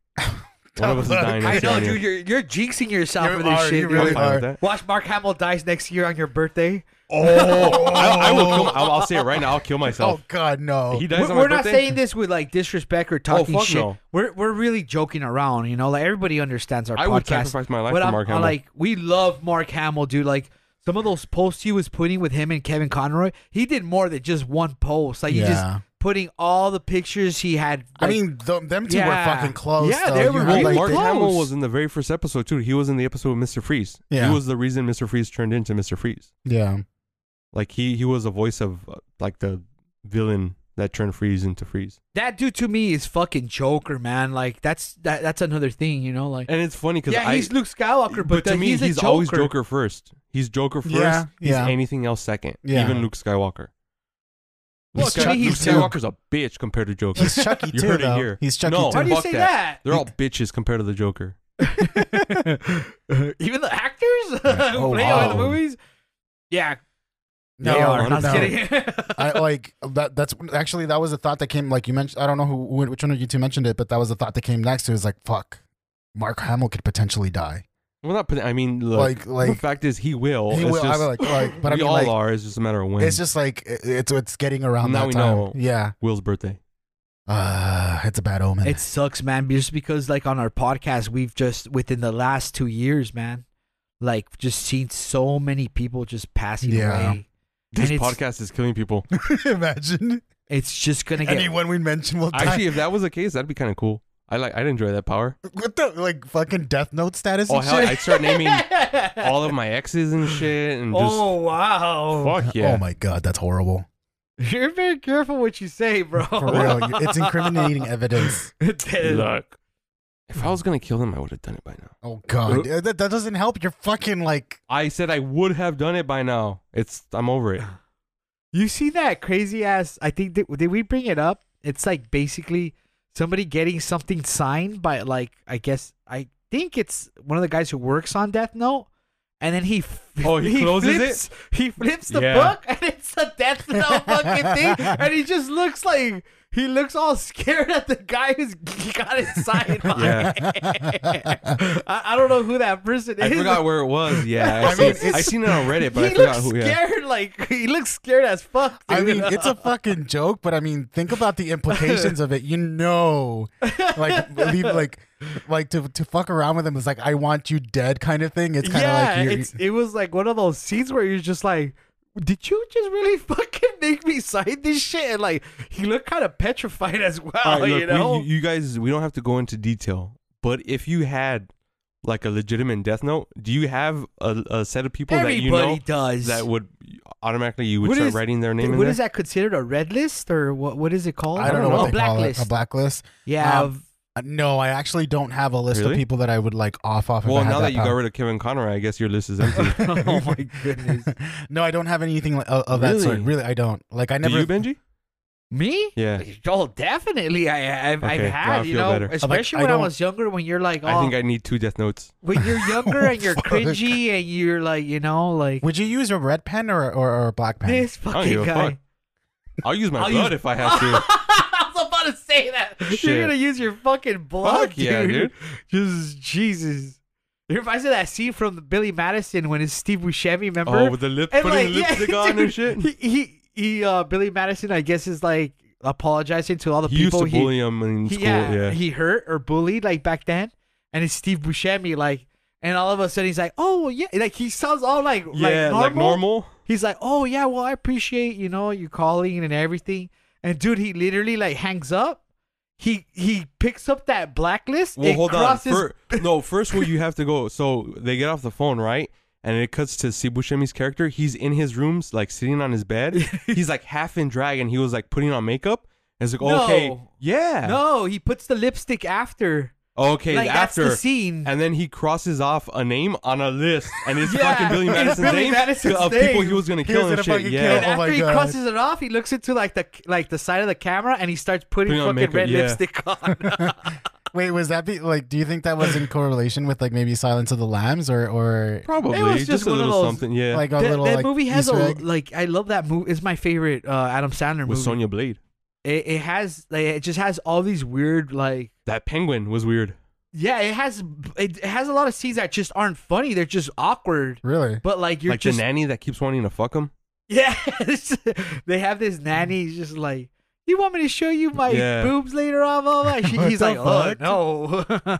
C: One of us is
B: Look,
C: dying.
A: I
C: next year
A: know,
C: on you.
A: dude. You're you're jinxing yourself
B: You
A: for this
B: are,
A: shit.
B: you
A: dude.
C: I'm
B: really
C: fine with
B: are.
C: that.
A: Watch Mark Hamill dies next year on your birthday.
C: Oh, I, I will kill. my- I'll, I'll say it right now. I'll kill myself.
B: Oh God, no.
C: He dies
A: We're,
C: on my
A: we're not
C: birthday? Oh,
A: saying this with like disrespect or talking
C: fuck
A: shit.
C: no.
A: We're we're really joking around, you know. Like everybody understands our
C: I
A: podcast.
C: would sacrifice my life
A: but
C: for
A: I'm-
C: Mark
A: I'm
C: Hamill.
A: Like we love Mark Hamill, dude. Like some of those posts he was putting with him and Kevin Conroy, he did more than just one post. Like he
B: Yeah.
A: just putting all the pictures he had.
B: I
A: like-
B: mean, th- them two
A: Yeah.
B: were fucking close.
A: Yeah,
B: though.
A: they
B: You
A: were
B: had,
A: really
C: Well,
B: like,
C: Mark
B: the-
A: close.
C: Hamill was in the very first episode too. He was in the episode with Mr. Freeze.
B: Yeah.
C: He was the reason Mr. Freeze turned into Mr. Freeze.
B: Yeah,
C: Like he he was the voice of uh, like the villain that turned Freeze into Freeze.
A: that dude to me is fucking Joker, man. Like that's that that's another thing, you know. Like
C: And it's funny because
A: yeah,
C: I
A: he's Luke Skywalker, but,
C: but to
A: the-
C: me
A: he's,
C: he's,
A: a Joker.
C: always Joker first. He's Joker first.
B: Yeah,
C: he's
B: yeah.
C: anything else second.
B: Yeah.
C: Even Luke Skywalker.
A: Well,
C: Luke,
A: to me,
C: Luke
A: he's
C: Skywalker's a bitch compared to Joker.
B: he's Chucky
C: You
B: too.
C: heard it
B: though.
C: here.
B: He's Chucky
C: No.
A: Why
B: too.
A: do you
C: Fuck
A: say
C: that.
A: that?
C: They're all bitches compared to the Joker.
A: Even the actors who
B: Oh,
A: play all the
B: wow.
A: movies. Yeah,
B: No,
A: they are.
C: no,
A: I'm
C: no.
A: just kidding.
B: I like that. That's actually that was a thought that came. Like you mentioned, I don't know who who- which one of you two mentioned it, but that was the thought that came next. It was like, fuck, Mark Hamill could potentially die.
C: Well, not. I mean, look,
B: Like-
C: the
B: like-
C: fact is he will.
B: He
C: It's
B: will. I
C: just-
B: was like, like, but I
C: we
B: mean,
C: all
B: like,
C: are. It's just a matter of when.
B: it's just like it- it's it's getting around
C: Now
B: that
C: we
B: time.
C: know.
B: Yeah,
C: Will's birthday.
B: uh, it's a bad omen.
A: it sucks, man. Just because, like, on our podcast, we've just within the last two years, man, like, just seen so many people just passing
B: Yeah.
A: away.
C: This
A: And it's-
C: podcast is killing people.
B: Imagine
A: It's just gonna get.
B: anyone we mention will die.
C: Actually, if that was the case, that'd be kind of cool. I like. I'd enjoy that power.
B: what the like fucking Death Note status?
C: Oh
B: and
C: hell,
B: shit?
C: I'd start naming all of my exes and shit, and just
A: oh wow!
C: fuck yeah.
B: Oh my god, that's horrible.
A: You're very careful what you say, bro.
B: For real, you- it's incriminating evidence.
C: Look, if I was gonna kill them, I would have done it by now.
B: Oh god, Uh, that, that doesn't help. You're fucking like
C: I said I would have done it by now. It's I'm over it.
A: You see that crazy ass? I think did, did we bring it up? It's like basically somebody getting something signed by like I guess I think it's one of the guys who works on Death Note, and then he f-
C: Oh, he closes
A: flips, it. He flips the
C: Yeah.
A: book and it's a Death Note fucking thing, and he just looks like he looks all scared at the guy who's got it signed. by
C: Yeah.
A: it. I, I don't know who that person
C: I
A: is.
C: forgot where it was. Yeah, I,
B: I
C: see
B: mean,
C: it.
B: it's-
C: I seen it on Reddit, but
A: he
C: I forgot
A: looks
C: who. Yeah.
A: scared, like he looks scared as fuck.
B: I
A: dude.
B: mean, it's a fucking joke, but I mean, think about the implications of it. You know, like leave, like like to to fuck around with him is like I want you dead kind of thing. It's kind of
A: yeah,
B: like you're,
A: it's, it was like one of those scenes where you're just like, did you just really fucking make me sign this shit? And like, he looked kind of petrified as well,
C: All right,
A: you
C: look, we-
A: know?
C: you guys, we don't have to go into detail, but if you had like a legitimate Death Note? Do you have a, a set of people
A: Everybody
C: that you know
A: does.
C: that would automatically you would
A: What
C: start
A: is-
C: writing their name
A: Th-
C: in
A: what
C: there?
A: is that considered? A red list or what? What is it called?
B: I don't, know,
A: A
B: what they
A: blacklist.
B: call it. A blacklist.
A: yeah,
B: Um,
A: of-
B: Uh, No, I actually don't have a list
C: Really?
B: of people that I would like off off. if I
C: Well,
B: had
C: now that,
B: that
C: you got rid of Kevin Conroy, I guess your list is empty.
B: power.
A: oh my goodness.
B: no, I don't have anything like, of, of that sort.
C: Really?
B: Really, I don't. Like I
C: Do
B: never.
C: you, Benji?
A: Me?
C: Yeah.
A: Oh, definitely. I, I've,
C: Okay,
A: I've
C: now
A: had,
C: I
A: you
C: feel
A: know,
C: better.
A: especially
B: I
A: when I,
B: don't-
A: was younger. When you're like, oh,
C: I think I need two Death Notes.
A: when you're younger and you're
B: Fuck.
A: cringy and you're like, you know, like
B: Would you use a red pen or or, or a black pen?
A: this
C: give
A: fucking
C: a
A: guy.
C: fuck. I'll use my
A: I'll
C: blood
A: use-
C: if I have to.
A: I was about to say that.
C: Shit.
A: You're gonna use your fucking blood,
C: Fuck yeah, dude.
A: Just Jesus. It reminds me of that scene from Billy Madison when it's Steve Buscemi, remember?
C: Oh, with the lip,
A: And, like,
C: putting the lipstick
A: yeah,
C: on
A: dude,
C: and shit.
A: He, he, he uh, Billy Madison, I guess, is like apologizing to all the
C: He used
A: people
C: to
A: he,
C: bully him in
A: he-
C: school.
A: yeah,
C: Yeah.
A: he hurt or bullied like back then, and it's Steve Buscemi, like, and all of a sudden he's like, oh yeah, like he sounds all like
C: Yeah, like normal.
A: He's like, oh yeah, well I appreciate you know you calling and everything, and dude, he literally like hangs up. He he picks up that blacklist.
C: Well,
A: it
C: hold
A: crosses,
C: on. Fir- no, first where you have to go. So they get off the phone, right? And it cuts to Sibushemi's character. He's in his rooms, like sitting on his bed. He's like half in drag, and he was like putting on makeup. And it's like,
A: No.
C: okay, yeah,
A: No, he puts the lipstick after.
C: okay,
A: like
C: after.
A: that's the scene.
C: and then he crosses off a name on a list, and it's
A: Yeah,
C: fucking Billy
A: it's
C: Madison's
A: Billy
C: name
A: Madison's
C: of people
A: name.
C: he was gonna
B: He
C: kill
B: was
C: and
B: gonna
C: shit.
B: fucking
C: Yeah,
A: And
B: Oh
A: after
B: my
A: he
B: God.
A: crosses it off, he looks into like the like the side of the camera and he starts putting
C: Putting on
A: fucking
C: makeup,
A: red
C: yeah.
A: lipstick on.
B: Wait, was that be, like? Do you think that was in correlation with like maybe Silence of the Lambs or or
C: probably
A: It was
C: just,
A: just
C: a
A: one of
C: little
A: those,
C: something. Yeah,
B: like a
A: that
B: little
A: that
B: like,
A: movie has
B: Easter
A: a
B: egg?
A: like I love that movie. It's my favorite uh, Adam Sandler
C: with
A: movie.
C: Sonya Blade.
A: It, it has like, it just has all these weird like
C: That penguin was weird.
A: yeah it has it, it has a lot of scenes that just aren't funny. They're just awkward.
B: really.
A: But like you're
C: like
A: just
C: the nanny that keeps wanting to fuck him.
A: yeah it's- they have this nanny who's just like. You want me to show you my
C: Yeah.
A: boobs later on? Blah, blah. blah." She,
B: What
A: he's
B: the
A: like, oh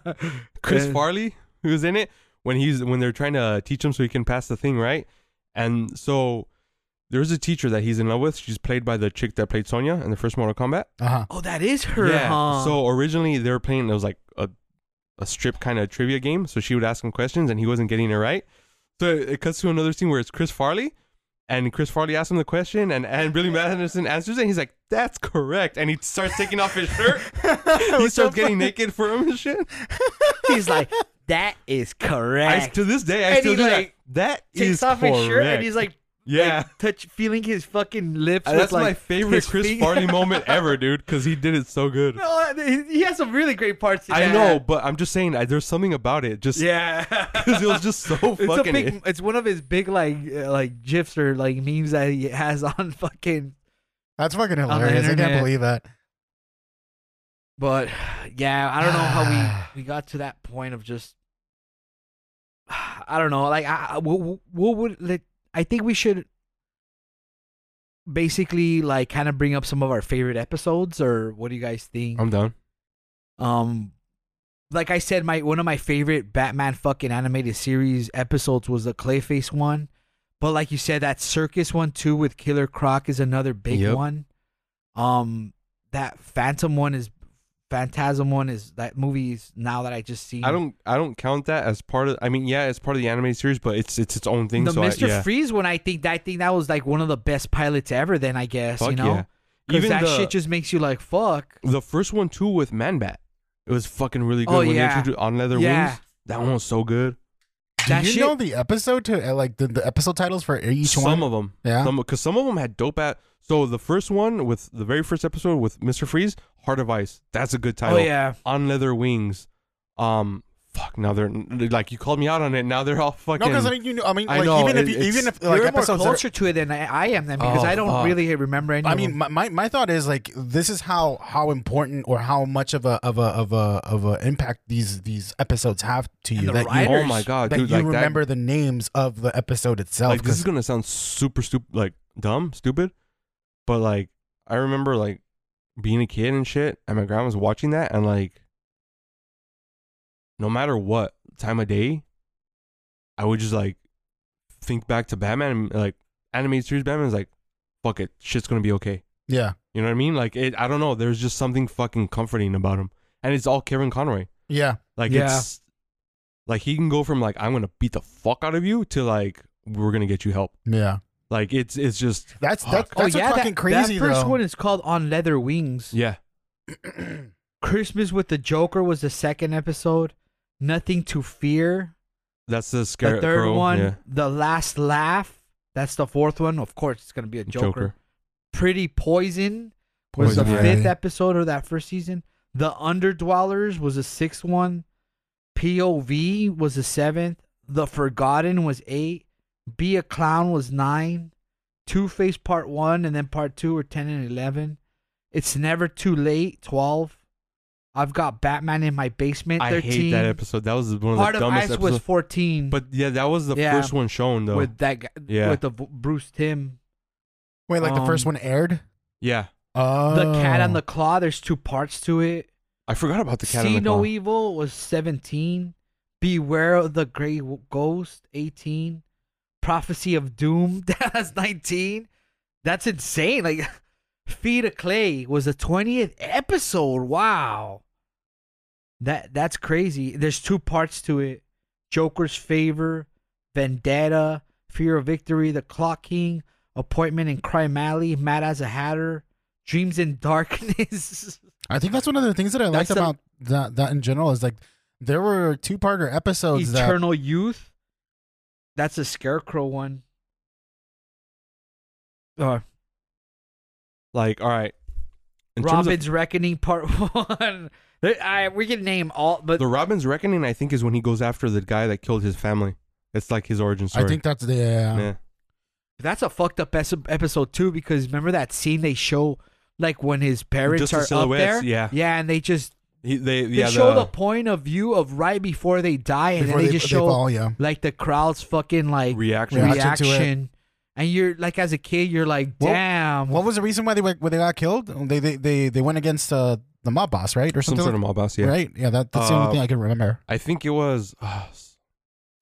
A: no.
C: Chris
A: Yeah.
C: Farley, who's in it, when he's when they're trying to teach him so he can pass the thing, right? And so there's a teacher that he's in love with. She's played by the chick that played Sonya in the first Mortal Kombat.
B: Uh huh.
A: Oh, that is her,
C: yeah.
A: huh?
C: So originally they were playing it was like a a strip kind of trivia game. So she would ask him questions and he wasn't getting it right. So it cuts to another scene where it's Chris Farley. And Chris Farley asks him the question, and, and Billy Madison answers it. And he's like, "That's correct," and he starts taking off his shirt. he starts getting naked for him and shit.
A: He's like, that is
C: I,
A: correct.
C: to this day, I
A: And
C: still
A: he,
C: do
A: like,
C: that. That
A: Takes
C: is
A: off his shirt
C: correct.
A: and he's like,
C: yeah.
A: like, touch, feeling his fucking lips.
C: And
A: with,
C: that's
A: like,
C: my favorite
A: his
C: Chris
A: finger.
C: Farley moment ever, dude, because he did it so good.
A: No, he- he has some really great parts. In
C: I
A: that.
C: know, but I'm just saying, I, there's something about it. Just
A: Yeah,
C: because it was just so
A: it's a
C: fucking.
A: big. It's one of his big like uh, like gifs or like memes that he has on fucking.
B: That's fucking hilarious. I can't
A: internet.
B: believe that.
A: But yeah, I don't know how we we got to that point of just. I don't know. Like, I, I- what, what would like? I think we should basically like kind of bring up some of our favorite episodes, or what do you guys think?
C: I'm down.
A: Um, like I said, my one of my favorite Batman fucking animated series episodes was the Clayface one, but like you said, that circus one too with Killer Croc is another big
C: Yep.
A: one. Um, that Phantom one is Phantasm one is that movie is now that I just see.
C: I don't. I don't count that as part of. I mean, yeah, it's part of the animated series, but it's it's its own thing.
A: the
C: so
A: Mister
C: I, yeah.
A: Freeze one. I think that I think that was like one of the best pilots ever. Then I guess
C: Fuck
A: you know
C: yeah.
A: because
C: Even
A: that
C: the-
A: shit just makes you like fuck.
C: The first one too with Man Bat, it was fucking really good
A: Oh,
C: when they
A: yeah.
C: introduced on leather
A: Yeah.
C: wings. That one was so good.
B: Do
A: That
B: you
A: shit- Oh,
B: know the episode to uh, like the, the episode titles for each
C: Some
B: one?
C: of them.
B: yeah.
C: Some because some of them had dope at. So the first one with the very first episode with Mister Freeze, Heart of Ice. That's a good title.
A: Oh yeah,
C: On leather wings. Um, fuck. Now they're like you called me out on it. Now they're all
B: no,
C: fucking.
B: because I mean, you know, I mean,
C: I
B: like,
C: know,
B: even if
C: it-
B: you,
C: it's-
B: even if like
A: you're more
B: episodes are,
A: closer to it than I, I am then because
C: Oh,
A: I don't
C: fuck.
A: really remember any.
B: I
A: of
B: mean,
A: them.
B: my, my, my thought is like this is how how important or how much of a of a of a of a impact these these episodes have to you
A: the
B: that you,
A: writers,
C: oh my god,
B: that
C: dude!
B: you
C: like
B: remember the names of the episode
C: that.
B: itself.
C: Like this is
B: 'cause-
C: gonna sound super stupid, like dumb, stupid, but like I remember like being a kid and shit, and my grandma's watching that, and like, no matter what time of day, I would just like think back to Batman, and, like animated series Batman is like, fuck it, shit's gonna be okay.
B: yeah,
C: You know what I mean? Like it, I don't know. There's just something fucking comforting about him, and it's all Kevin Conroy.
B: yeah.
C: Like
A: Yeah.
C: it's Like he can go from like I'm gonna beat the fuck out of you to like we're gonna get you help.
B: Yeah,
C: Like it's it's just
B: that's
C: Fuck.
B: that's, that's
C: Oh,
B: what's
A: that-
B: fucking crazy
A: That first
B: though.
A: one is called On Leather Wings.
C: yeah.
A: Christmas with the Joker was the second episode. Nothing to Fear.
C: That's the
A: The
C: scary
A: third
C: crow,
A: one,
C: yeah.
A: The Last Laugh. That's the fourth one. Of course, it's gonna be a Joker.
C: Joker.
A: Pretty Poison was
B: Poison
A: the
B: Ivy.
A: fifth episode of that first season. The Underdwellers was the sixth one. POV was the seventh. The Forgotten was eight. Be a Clown was nine. Two Face Part One and then Part Two were ten and eleven. It's Never Too Late twelve. I've got Batman in my basement.
C: I
A: 13.
C: hate that episode. That was one of
A: Heart
C: the
A: of
C: dumbest
A: Ice
C: episodes.
A: was fourteen.
C: but yeah, that was the
A: Yeah.
C: first one shown though.
A: with that guy,
C: Yeah.
A: with the v- Bruce Tim,
B: Wait, like the first
A: Um,
B: one aired?
C: yeah.
B: Oh,
A: the Cat on the Claw. There's two parts to it.
C: I forgot about the cat
A: See
C: in the
A: No
C: Claw.
A: Evil was 17. Beware of the Grey W- Ghost, 18. Prophecy of Doom, that's 19. That's insane. Like, Feet of Clay was the 20th episode. Wow. That That's crazy. There's two parts to it Joker's Favor, Vendetta, Fear of Victory, The Clock King, Appointment in Crime Alley, Mad as a Hatter, Dreams in Darkness.
B: Oh. I think that's one of the things that I
A: That's
B: liked
A: the-
B: about that that in general is like there were two parter episodes that
A: Eternal Youth. That's a Scarecrow one. Uh,
C: Like, all right. In terms of
A: Robin's Reckoning Part One. There- I, we can name all, but
C: the Robin's Reckoning, I think, is when he goes after the guy that killed his family. It's like his origin story.
B: I think uh, that's the yeah.
C: Yeah.
A: that's a fucked up es- episode too because remember that scene they show like when his parents
C: Just the
A: are up
C: silhouettes,
A: there,
C: yeah.
A: yeah, and they just
C: He, they
A: they
C: yeah,
A: show the
C: the-
A: point of view of right before they die, and then
B: Before
A: they,
B: they,
A: just
B: they
A: show
B: fall, yeah.
A: like the crowd's fucking like
C: reaction.
B: Yeah.
A: reaction,
B: Reaction to it.
A: and you're like as a kid you're like
B: Well,
A: damn,
B: What was the reason why they were, why they got killed? They they they, they went against uh, the mob boss, right, or
C: Some
B: something,
C: sort of
B: like-
C: mob boss, yeah.
B: right? Yeah, that, that's the only
C: Uh,
B: thing I can remember.
C: I think it was uh, s-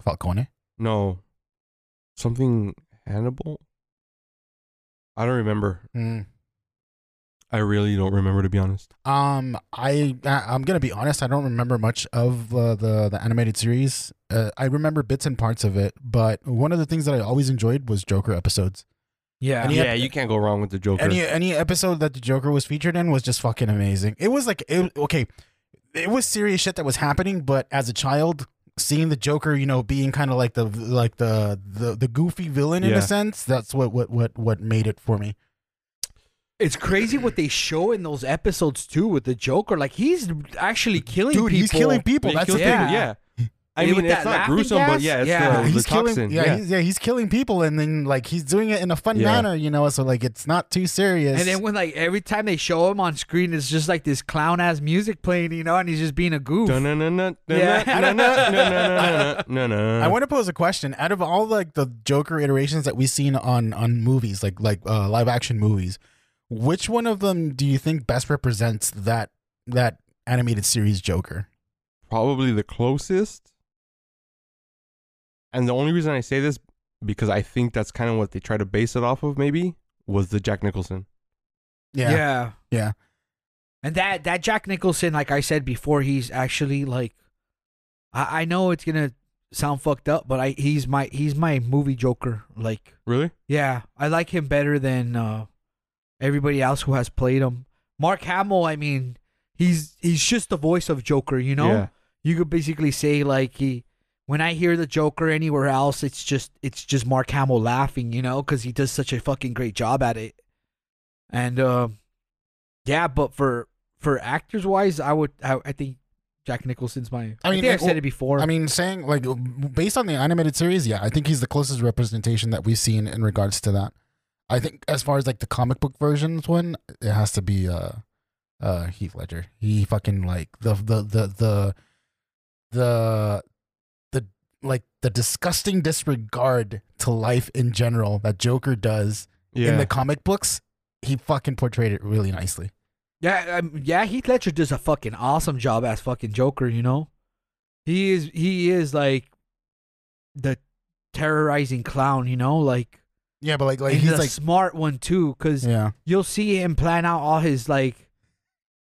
B: Falcone.
C: no something Hannibal. I don't remember.
B: Mm.
C: I really don't remember to be honest.
B: Um, I I- I'm gonna be honest. I don't remember much of uh, the the animated series. Uh, I remember bits and parts of it, but one of the things that I always enjoyed was Joker episodes.
A: yeah,
B: And he
C: yeah,
B: had-
C: you can't go wrong with the Joker.
B: Any any episode that the Joker was featured in was just fucking amazing. It was like it, okay, it was serious shit that was happening, but as a child, seeing the Joker, you know, being kind of like the like the the, the goofy villain in
C: Yeah.
B: a sense, that's what what what what made it for me.
A: It's crazy what they show in those episodes too with the Joker. Like he's actually killing
B: Dude,
A: people.
B: he's killing people.
C: He
B: That's
C: kills
B: the
A: kills
B: thing.
A: thing.
C: people, yeah. I
A: Yeah,
C: mean,
A: with
C: it's
A: that
C: not
A: laughing
C: gruesome, but
A: gas?
C: yeah, it's
A: Yeah.
C: the, the
B: he's killing,
C: toxin.
B: yeah,
C: yeah.
B: He's, yeah, he's killing people, and then like he's doing it in a fun
C: Yeah.
B: manner, you know. So like, it's not too serious.
A: And then when like every time they show him on screen, it's just like this clown ass music playing, you know, and he's just being a goof.
C: Dun-dun-dun-dun,
A: Yeah.
C: dun-dun-dun-dun-dun-dun-dun-dun-dun.
B: I
C: Uh-huh.
B: want to pose a question. Out of all like the Joker iterations that we've seen on on movies, like like uh, live action movies, which one of them do you think best represents that that animated series Joker?
C: probably the closest. And the only reason I say this because I think that's kind of what they try to base it off of. Maybe was the Jack Nicholson.
B: Yeah, yeah, yeah.
A: And that that Jack Nicholson, like I said before, he's actually like, I, I know it's gonna sound fucked up, but I he's my he's my movie Joker. Like
C: Really?
A: Yeah, I like him better than uh, everybody else who has played him. Mark Hamill, I mean, he's he's just the voice of Joker, you know.
C: Yeah.
A: You could basically say like he. When I hear the Joker anywhere else, it's just it's just Mark Hamill laughing, you know, because he does such a fucking great job at it. And uh, yeah, but for for actors wise, I would I, I think Jack Nicholson's my. I,
B: mean,
A: think I've
B: like,
A: said it before.
B: I mean, saying like based on the animated series, yeah, I think he's the closest representation that we've seen in regards to that. I think as far as like the comic book versions one, it has to be uh uh Heath Ledger. He fucking like the the the the the the like the disgusting disregard to life in general that Joker does
C: Yeah.
B: in the comic books. He fucking portrayed it really nicely.
A: Yeah, um, yeah, Heath Ledger does a fucking awesome job as fucking Joker. You know, he is he is like the terrorizing clown. You know, like,
B: Yeah, but like like
A: and
B: he's
A: a
B: like
A: smart one too, because
B: yeah.
A: you'll see him plan out all his like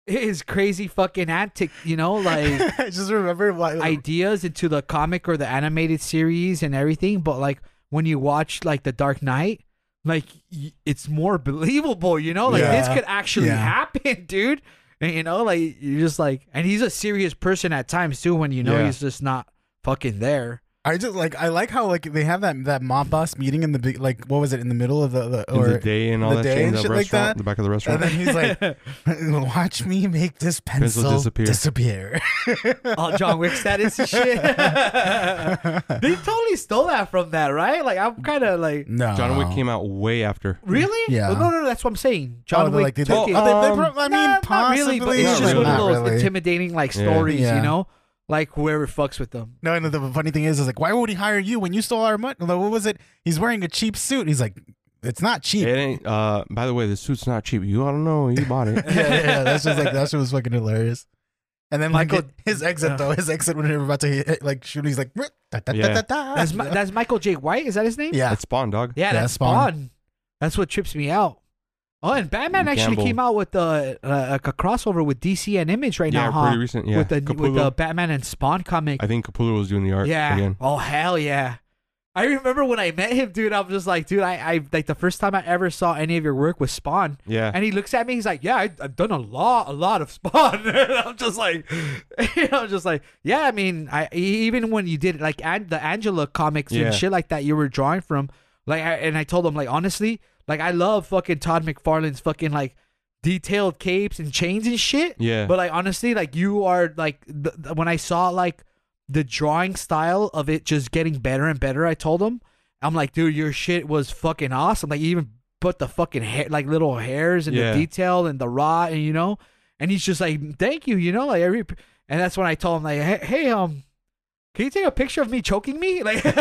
A: his crazy fucking antic, you know, like
B: I just remember why.
A: ideas into the comic or the animated series and everything. But like when you watch like The Dark Knight, like y- it's more believable, you know, like this
B: Yeah.
A: could actually
B: Yeah.
A: happen, dude. And, you know, like you're just like, and he's a serious person at times too. When you know
C: Yeah.
A: he's just not fucking there.
B: I just like I like how like they have that that mob boss meeting in the big like what was it in the middle of the, the
C: in
B: or
C: the day and all
B: the
C: that
B: day
C: shit, in
B: and
C: the
B: shit like
C: restaurant,
B: that.
C: the back of the
B: and
C: restaurant.
B: then he's like watch me make this pencil,
C: disappear."
B: disappear.
A: Oh, John Wick status and shit. they totally stole that from that, right? Like I'm kind of like,
B: no, Oh,
C: John Wick came out way after.
A: really?
B: Mm. Yeah.
A: Well, no, no, no, that's what I'm saying. John
B: oh, they're
A: Wick
B: like, did they,
A: took it.
B: oh, they, they
C: Um,
B: prob- I mean,
A: Nah, not really,
B: possibly,
A: but it's
C: not
A: just one of
B: Not
A: those
B: really.
A: intimidating like
C: Yeah.
A: stories,
B: Yeah.
A: you know, like whoever fucks with them.
B: No, and the funny thing is, is like, why would he hire you when you stole our money? Like, what was it? He's wearing a cheap suit. He's like, it's not
C: It
B: cheap.
C: ain't. Uh, by the way, the suit's not cheap. You, I don't know. You bought it.
B: yeah, yeah, yeah. That's just like that shit was fucking hilarious. And then Michael,
A: Michael-
B: his exit
A: yeah.
B: though, his exit when they were about to hit, like shoot, he's like, "Ruh, da, da, da,
C: Yeah.
B: da, da."
A: That's Mi- that's Michael Jake White. Is that his name?
B: Ah, yeah,
C: That's Spawn, dog.
A: yeah,
B: Yeah,
A: that's
B: Spawn.
A: Spawn. That's what trips me out. Oh, and Batman actually
C: Gamble.
A: came out with uh, uh, like a crossover with DC and Image right
C: yeah,
A: now, huh?
C: pretty recent. Yeah,
A: With the with the
C: Capullo.
A: Batman and Spawn comic.
C: I think Capullo was doing the art.
A: yeah.
C: Again.
A: Oh hell yeah. I remember when I met him, dude. I'm just like, dude, I, I like the first time I ever saw any of your work was Spawn.
C: Yeah.
A: And he looks at me. He's like, "Yeah, I, I've done a lot, a lot of Spawn." and I'm just like, you know, just like, yeah. I mean, I e, even when you did like an, the Angela comics
C: Yeah.
A: and shit like that, you were drawing from. Like, I, and I told him like honestly, like I love fucking Todd McFarlane's fucking like detailed capes and chains and shit.
C: Yeah.
A: But like honestly, like you are like the, the- when I saw like the drawing style of it just getting better and better, I told him, I'm like, dude, your shit was fucking awesome. Like you even put the fucking hair, like little hairs and
C: Yeah.
A: the detail and the raw, and you know. And he's just like, thank you, you know, like every. And that's when I told him like, hey, hey um. Can you take a picture of me choking me? Like,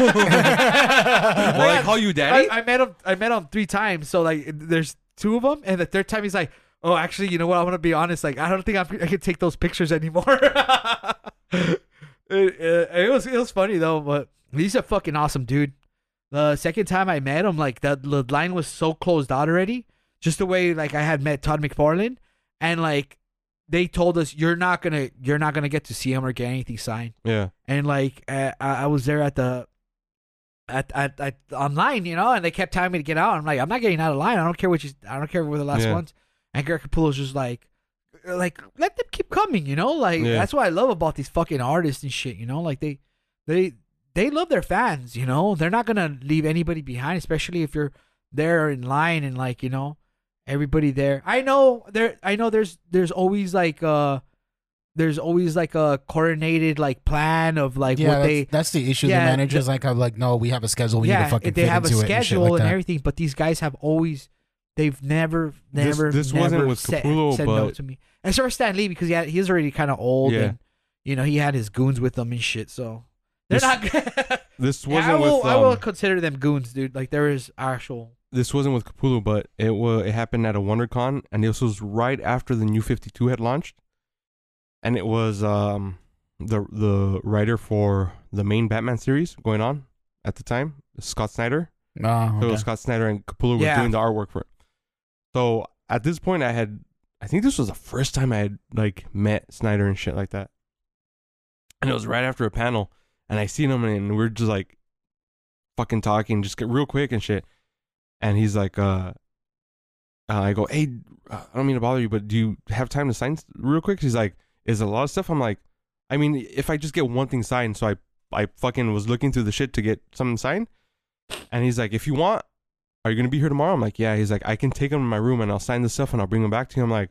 C: Will I
A: Like,
C: call you daddy?
A: I, I met him. I met him three times. So like, there's two of them, and the third time he's like, "Oh, actually, you know what? I want to be honest. Like, I don't think I'm, I can take those pictures anymore." it, it- it was it was funny though, but he's a fucking awesome dude. The second time I met him, like the, the line was so closed out already. Just the way like I had met Todd McFarlane, and like they told us, "You're not gonna you're not gonna get to see him or get anything signed."
C: yeah.
A: and like uh, I, I was there at the at, at at online, you know, and they kept telling me to get out. I'm like, I'm not getting out of line. I don't care what you. I don't care where the last
C: Yeah.
A: ones. And Greg Capullo's just like, uh, like let them keep coming, you know. Like
C: Yeah.
A: that's what I love about these fucking artists and shit, you know. Like they they they love their fans, you know. They're not gonna leave anybody behind, especially if you're there in line and like you know everybody there. I know there. I know there's there's always like uh there's always like a coordinated like plan of like
B: yeah.
A: what
B: That's,
A: they
B: that's the issue.
A: yeah,
B: the managers like, I'm like, no, we have a schedule. We need
A: yeah
B: to fucking
A: they
B: fit
A: have a
B: into it and shit
A: schedule
B: like
A: and,
B: that.
A: everything. But these guys have always they've never
C: This-
A: never
C: this
A: never
C: wasn't with
A: said,
C: Capullo,
A: said no
C: but-
A: to me. Except for Stan Lee because he had, he's already kind of old
C: Yeah.
A: and you know he had his goons with him and shit. So they're not.
C: This
A: Yeah,
C: This
A: I
C: wasn't
A: will
C: with.
A: I will
C: um,
A: consider them goons, dude. Like there is actual.
C: this wasn't with Capullo, but it was. It happened at a WonderCon, and this was right after the New Fifty Two had launched, and it was um the the writer for the main Batman series going on at the time, Scott Snyder.
B: Oh,
C: So
B: okay.
C: Scott Snyder and Capullo
A: Yeah.
C: were doing the artwork for it. So at this point, I had, I think this was the first time I had like met Snyder and shit like that. And it was right after a panel, and I seen him, and we're just like fucking talking, just get real quick and shit. And he's like, uh, uh, I go, hey, uh, I don't mean to bother you, but do you have time to sign s- real quick? He's like, is it a lot of stuff? I'm like, I mean, if I just get one thing signed, so I, I fucking was looking through the shit to get something signed. And he's like, if you want, are you gonna be here tomorrow? I'm like, yeah. He's like, I can take him to my room and I'll sign the stuff and I'll bring him back to you. I'm like,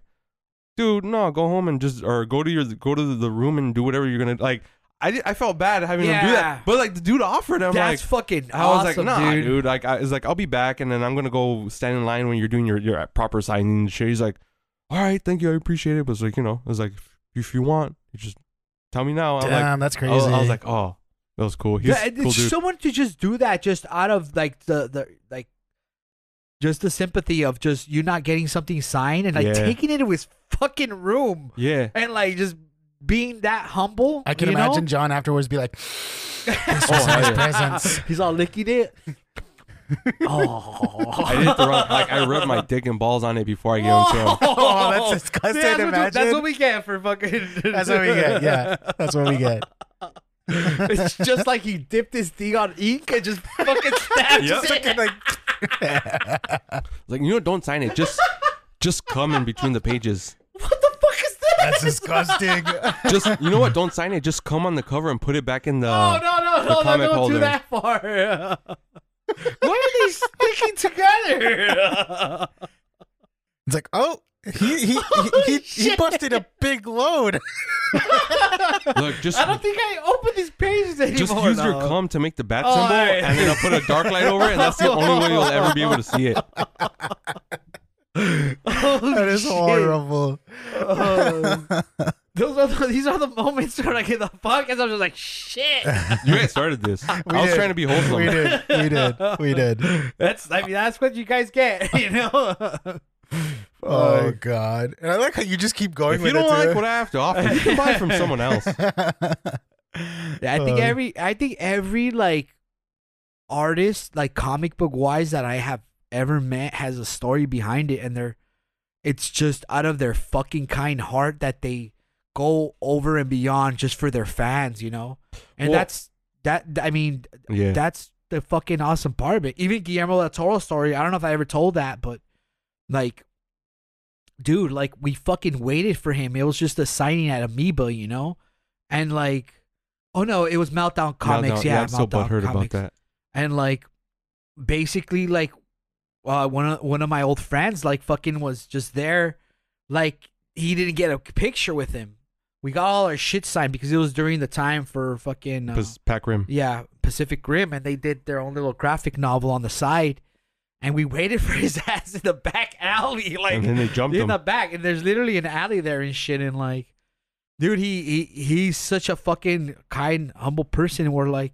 C: dude, no, go home and just or go to your go to the room and do whatever you're gonna like. I, did- I felt bad having him do
A: Yeah.
C: that, but like the dude offered. I'm like,
A: That's fucking.
C: I was like,
A: awesome,
C: nah, dude.
A: dude.
C: Like, I was like, I'll be back, and then I'm gonna go stand in line when you're doing your your proper signing and shit. He's like, all right, thank you, I appreciate it. But it's like, you know, I was like, if, if you want, you just tell me now. I'm like,
B: Damn, that's
C: I
B: crazy.
C: was, I was like, oh, that was cool. He's
A: Yeah,
C: a
A: and
C: cool
A: it's
C: dude.
A: someone to just do that just out of like the, the like just the sympathy of just you not getting something signed and like
C: Yeah.
A: taking it to his fucking room
C: yeah,
A: and like just being that humble.
B: I can
A: you know? Oh,
B: imagine John afterwards be like, this was
C: hell
B: his
C: Oh, yeah.
B: presence.
A: He's all licking it. oh.
C: I did it the wrong. Like I rubbed my dick and balls on it before I gave them to him.
B: Oh, that's disgusting.
A: Damn, that's, what,
B: imagine.
A: that's what we get for fucking.
B: That's what we get. Yeah, that's what we get.
A: it's just like he dipped his thing on ink and just fucking stabbed
C: Yep.
A: it.
C: Like you know, don't sign it. Just, just come in between the pages.
A: What the fuck is that?
B: That's disgusting.
C: Just you know what? Don't sign it. Just come on the cover and put it back in the.
A: Oh no no
C: uh, the
A: no no!
C: comic
A: Don't
C: holder.
A: do that far. Why are they sticking together?
B: It's like, oh, he he he, he, he
A: shit.
B: busted a big load.
C: Look, just
A: I don't think I open these pages anymore.
C: just use your
A: though.
C: cum to make the bat
A: Oh,
C: symbol,
A: alright.
C: and then I'll put a dark light over it, and that's the only way you'll ever be able to see it.
A: Oh,
B: That is
A: shit.
B: horrible.
A: Oh. those are the, these are the moments when I get the podcast. I'm just like shit.
C: You guys started this. I was
B: did.
C: trying to be
B: We
C: wholesome.
B: did. We did. We did.
A: That's I mean that's what you guys get. You know.
B: Oh God! And I like how you just keep going
C: If
B: with
C: you don't
B: it.
C: like
B: too.
C: what I have to offer, you can buy from someone else.
A: Yeah, I think
B: Uh,
A: every I think every like artist, like comic book wise that I have ever met has a story behind it and they're it's just out of their fucking kind heart that they go over and beyond just for their fans, you know? And
C: Well-
A: that's that I mean
C: Yeah.
A: that's the fucking awesome part of it. Even Guillermo del Toro story, I don't know if I ever told that, but like dude, like we fucking waited for him. It was just a signing at Amoeba, you know? And like oh no, it was Meltdown Comics,
C: Meltdown-
A: yeah.
C: I'm so
A: Meltdown
C: butthurt about
A: Comics.
C: that.
A: And like basically like uh one of one of my old friends like fucking was just there like he didn't get a picture with him. We got all our shit signed because it was during the time for fucking uh,
C: Pas- Pac Rim.
A: yeah, Pacific Rim, and they did their own little graphic novel on the side. And we waited for his ass in the back alley, like
C: And then they jumped
A: in
C: him.
A: the back, and there's literally an alley there and shit. And like, dude, he he he's such a fucking kind, humble person. We're like,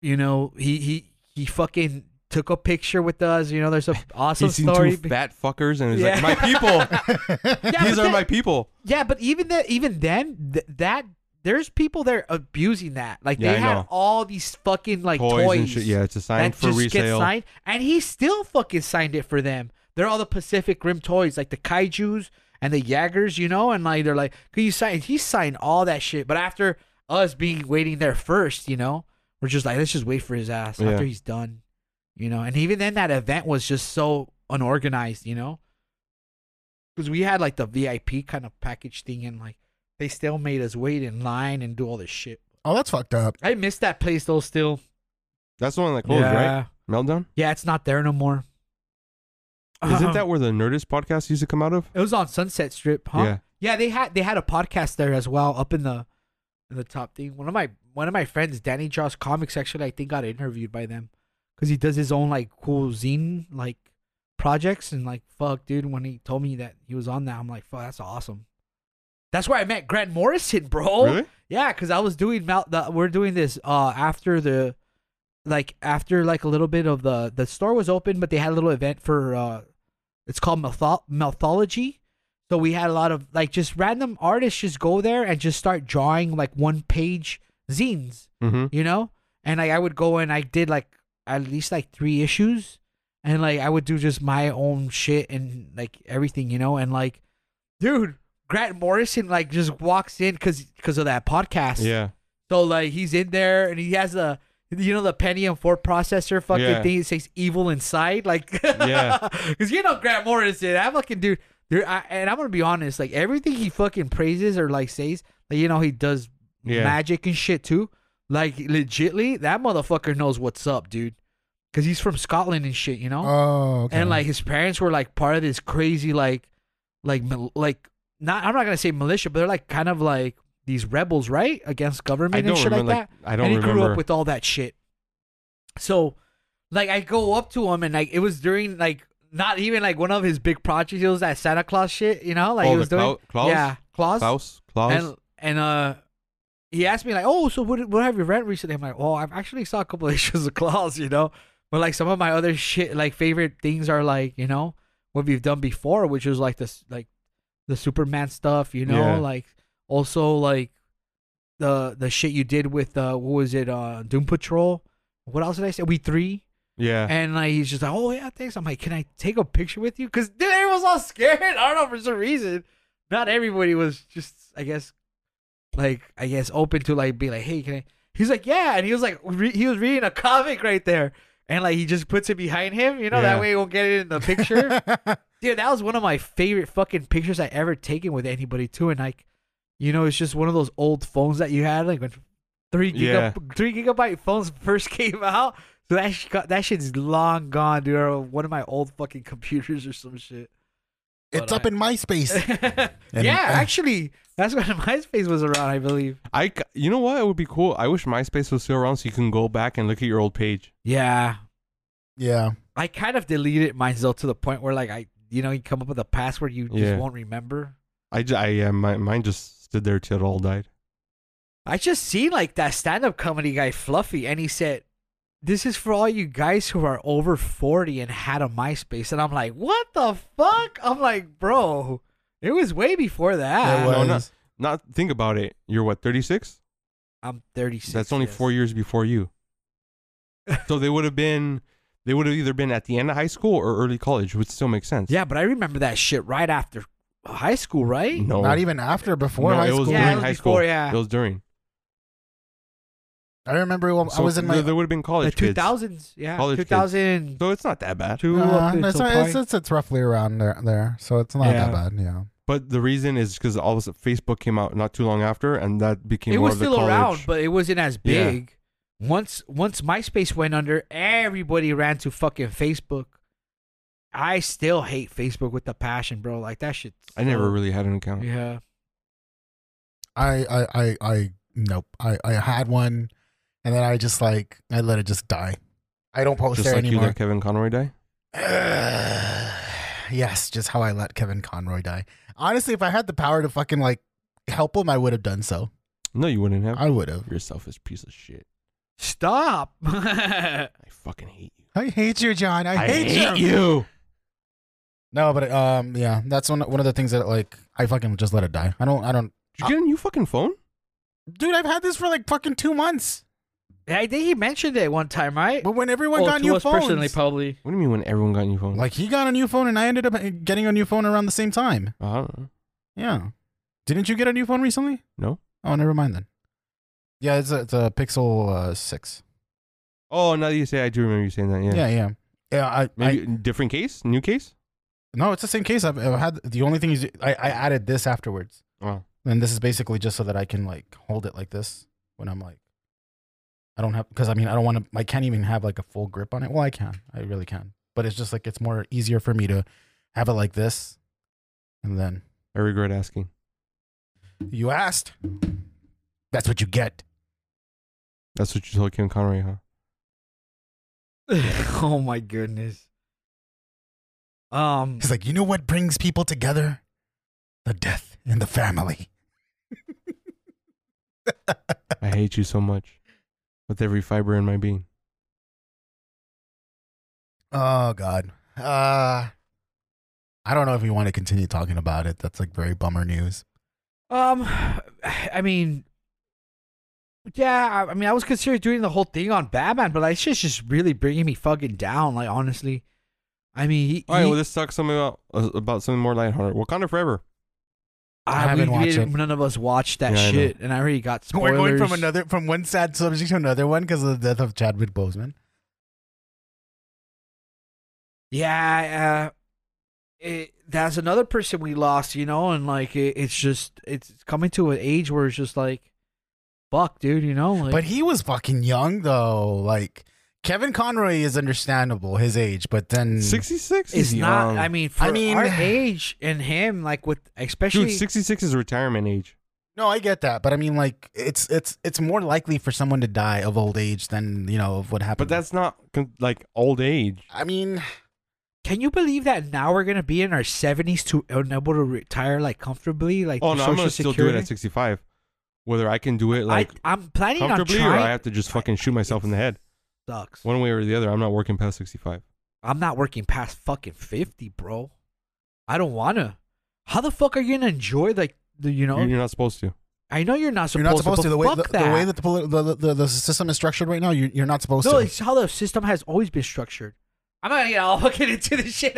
A: you know, he he he fucking took a picture with us. You know, there's a awesome
C: He's seen
A: story.
C: two fat fuckers, and he's
A: Yeah.
C: like, "My people,
A: Yeah,
C: these
A: but
C: are
A: that-
C: my people."
A: yeah, but even that, even then, th- that there's people there abusing that. Like
C: Yeah, I
A: they had
C: know.
A: all these fucking like toys,
C: toys, and shit. Yeah, it's a sign
A: that
C: for
A: just
C: resale.
A: get signed, and he still fucking signed it for them. They're all the Pacific Rim toys, like the kaiju's and the Jaggers, you know, and like they're like, "Can you sign?" He signed all that shit, but after us being waiting there first, you know, we're just like, let's just wait for his ass
C: Yeah.
A: after he's done, you know. And even then, that event was just so unorganized, you know, because we had like the VIP kind of package thing, and like they still made us wait in line and do all this shit.
B: oh, that's fucked up.
A: I miss that place though. Still,
C: That's the one that closed, right? Meltdown.
A: yeah, it's not there no more. Uh-huh. Um,
C: Isn't that where the Nerdist podcast used to come out of?
A: It was on Sunset Strip, huh?
C: Yeah.
A: they had they had a podcast there as well, up in the in the top thing. One of my one of my friends, Danny Joss Comics, actually I think got interviewed by them because he does his own like cool zine like projects and like fuck, dude. When he told me that he was on that, I'm like, fuck, that's awesome. That's where I met Grant Morrison, bro.
C: Really?
A: Yeah, because I was doing Mount. The, we're doing this uh after the, like after like a little bit of the the store was open, but they had a little event for uh, it's called Mytho- Mythology. So we had a lot of like just random artists just go there and just start drawing like one page zines,
C: Mm-hmm.
A: you know. And like I would go and I did like at least like three issues, and like I would do just my own shit and like everything, you know. And like, dude, Grant Morrison like just walks in because because of that podcast.
C: Yeah.
A: So like he's in there and he has a you know the Pentium four processor fucking
C: Yeah.
A: thing. It says evil inside, like
C: Yeah.
A: because you know Grant Morrison. I fucking dude, dude I, and I'm gonna be honest. Like everything he fucking praises or like says, like you know he does
C: Yeah.
A: magic and shit too. Like legitly, that motherfucker knows what's up, dude. Cause he's from Scotland and shit, you know
B: Oh, okay.
A: and like his parents were like part of this crazy like like mil- like not I'm not gonna say militia, but they're like kind of like these rebels, right, against government
C: I
A: and
C: don't
A: shit
C: remember.
A: like
C: Like,
A: that.
C: I don't
A: and he
C: remember.
A: grew up with all that shit. So, like, I go up to him and like it was during like not even like one of his big projects. It was that Santa Claus shit, you know, like
C: Oh,
A: he
C: the
A: was doing
C: Clau- Claus?
A: yeah, Claus,
C: Klaus. Klaus.
A: and and uh. He asked me like, "Oh, so what, what have you read recently?" I'm like, "Oh, I've actually saw a couple of issues of Claus, you know." But like some of my other shit, like favorite things are like you know what we've done before, which is like this like the Superman stuff, you know,
C: Yeah.
A: like also like the the shit you did with uh what was it uh Doom Patrol? What else did I say? We three,
C: Yeah.
A: And like he's just like, oh yeah, thanks. I'm like, can I take a picture with you? Because dude, everyone was all scared. I don't know for some reason. Not everybody was just, I guess, like I guess open to like be like, hey, can I? He's like, yeah, and he was like, re- he was reading a comic right there, and like he just puts it behind him, you know,
C: Yeah.
A: that way we'll get it in the picture. Dude, that was one of my favorite fucking pictures I ever taken with anybody too, and like, you know, it's just one of those old phones that you had, like when three giga, three gigabyte phones first came out. So that sh- that shit's long gone, dude. Or one of my old fucking computers or some shit.
B: it's
A: But
B: up
A: I-
B: in MySpace. And-
A: yeah, actually, that's when MySpace was around, I believe.
C: I c- you know what? It would be cool. I wish MySpace was still around so you can go back and look at your old page.
A: Yeah,
B: yeah.
A: I kind of deleted mine though to the point where like I, you know, you come up with a password you just
C: Yeah.
A: won't remember.
C: I j- I uh, my, mine just stood there till it all died.
A: I just seen like that stand up comedy guy Fluffy, and he said, "This is for all you guys who are over forty and had a MySpace." And I'm like, "What the fuck?" I'm like, "Bro, it was way before that."
B: It
C: Ah, no,
B: was.
C: no. Not think about it. You're what 36?
A: I'm 36.
C: That's only
A: yes.
C: four years before you. so they would have been, they would have either been at the end of high school or early college, which still makes sense.
A: Yeah, but I remember that shit right after high school, right?
C: No,
B: Not even after, before
C: no,
B: high
C: it was
B: school.
A: Yeah,
C: during
A: it was
C: high
A: before,
C: school.
A: yeah.
C: It was during.
B: I remember when I
C: So
B: was in my. uh,
C: there, there would have been
A: the
C: college kids.
A: 2000s. Yeah,
C: College kids.
A: 2002
C: So it's not that
A: up
C: bad.
B: Uh,
A: until
B: it's, not- it's,
A: probably-
B: it's, it's roughly around there, there, so it's not
A: Yeah.
B: that bad. Yeah.
C: But the reason is because all of a sudden Facebook came out not too long after, and that became
A: it
C: more
A: was
C: of the
A: still
C: college.
A: around, but it wasn't as
C: Yeah.
A: big. Once once MySpace went under, everybody ran to fucking Facebook. I still hate Facebook with the passion, bro. Like that shit.
C: I never really had an account.
A: Yeah.
B: I, I, I, I, nope. I, I had one, and then I just like I let it just die. I don't post
C: Just
B: there
C: like you
B: anymore.
C: let Kevin Conroy die.
B: yes, just how I let Kevin Conroy die. Honestly, if I had the power to fucking like help him, I would have done so.
C: No, you wouldn't have.
B: I would have.
C: You're a selfish piece of shit.
A: Stop. I
C: I fucking hate you.
B: I hate you, John. I, hate, you.
C: you.
B: No, but um, yeah, that's one one of the things that like I fucking just let it die. I don't. I don't.
C: Did you get a new fucking phone?
B: Dude, I've had this for like fucking two months.
A: think he mentioned it one time, right?
B: But when everyone
D: Well,
B: got
D: to
B: new
D: us
B: phones,
D: personally, probably.
C: What do you mean when everyone got a new phone?
B: like he got a new phone and I ended up eh, getting a new phone around the same time.
C: I don't know.
B: Yeah. Didn't you get a new phone recently?
C: No.
B: Oh, never mind then. Yeah, it's a, it's a Pixel uh, six.
C: Oh, now that you say, I do remember you saying that. Yeah.
B: Yeah, yeah, yeah. I, I
C: Maybe different case, new case.
B: no, it's the same case. I've, I've had the only thing is I, I added this afterwards,
C: Oh,
B: and this is basically just so that I can like hold it like this when I'm like, I don't have because I mean I don't want to. I can't even have like a full grip on it. Well, I can. I really can. But it's just like it's more easier for me to have it like this, and then
C: I regret asking.
B: You asked. That's what you get.
C: That's what you told Kevin Conroy, huh?
A: oh my goodness. Um
B: He's like, you know what brings people together? The death in the family.
C: I hate you so much, with every fiber in my being.
B: Oh God. Uh I don't know if we want to continue talking about it. That's like very bummer news.
A: Um, I mean, yeah, I, I mean, I was considering doing the whole thing on Batman, but like, shit's just really bringing me fucking down. Like, honestly, I mean, he,
C: All right,
A: he-
C: well, let's talk something about uh, about something more lighthearted. Wakanda Forever.
A: I,
B: I haven't
A: we
B: watched
A: didn't-
B: it.
A: None of us watched that
C: Yeah, I know.
A: shit, and I already got spoilers.
B: We're going from another from one sad subject to another one because of the death of Chadwick Boseman.
A: Yeah, uh, it, that's another person we lost, you know, and like, it, it's just it's coming to an age where it's just like, fuck, dude, you know, like,
B: But he was fucking young though. Like Kevin Conroy is understandable his age, but then
C: Sixty six
A: it's
C: is
A: not.
C: young.
A: I mean, for
B: mean-
A: our age and him, like, with especially
C: dude, sixty six is retirement age.
B: No, I get that, but I mean, like, it's it's it's more likely for someone to die of old age than you know of what happened.
C: But that's not con- like old age.
B: I mean,
A: Can you believe that now we're gonna be in our seventies to unable to retire like comfortably, like
C: Oh
A: through
C: no, I'm
A: social
C: gonna still
A: security?
C: do it at sixty five. Whether I can do it like
A: I, I'm planning on
C: comfortably,
A: trying.
C: or I have to just fucking shoot myself in the head,
A: Sucks.
C: one way or the other. I'm not working past sixty five.
A: I'm not working past fucking fifty, bro. I don't wanna. How the fuck are you gonna enjoy like the you know?
C: You're not supposed to.
A: I know you're not supposed,
B: You're not supposed
A: but
B: to. The way
A: fuck
B: the,
A: that.
B: the way that the, poli- the, the the- the system is structured right now, you, you're not supposed
A: no,
B: to.
A: it's how the system has always been structured. I'm not gonna get all fucking into this shit.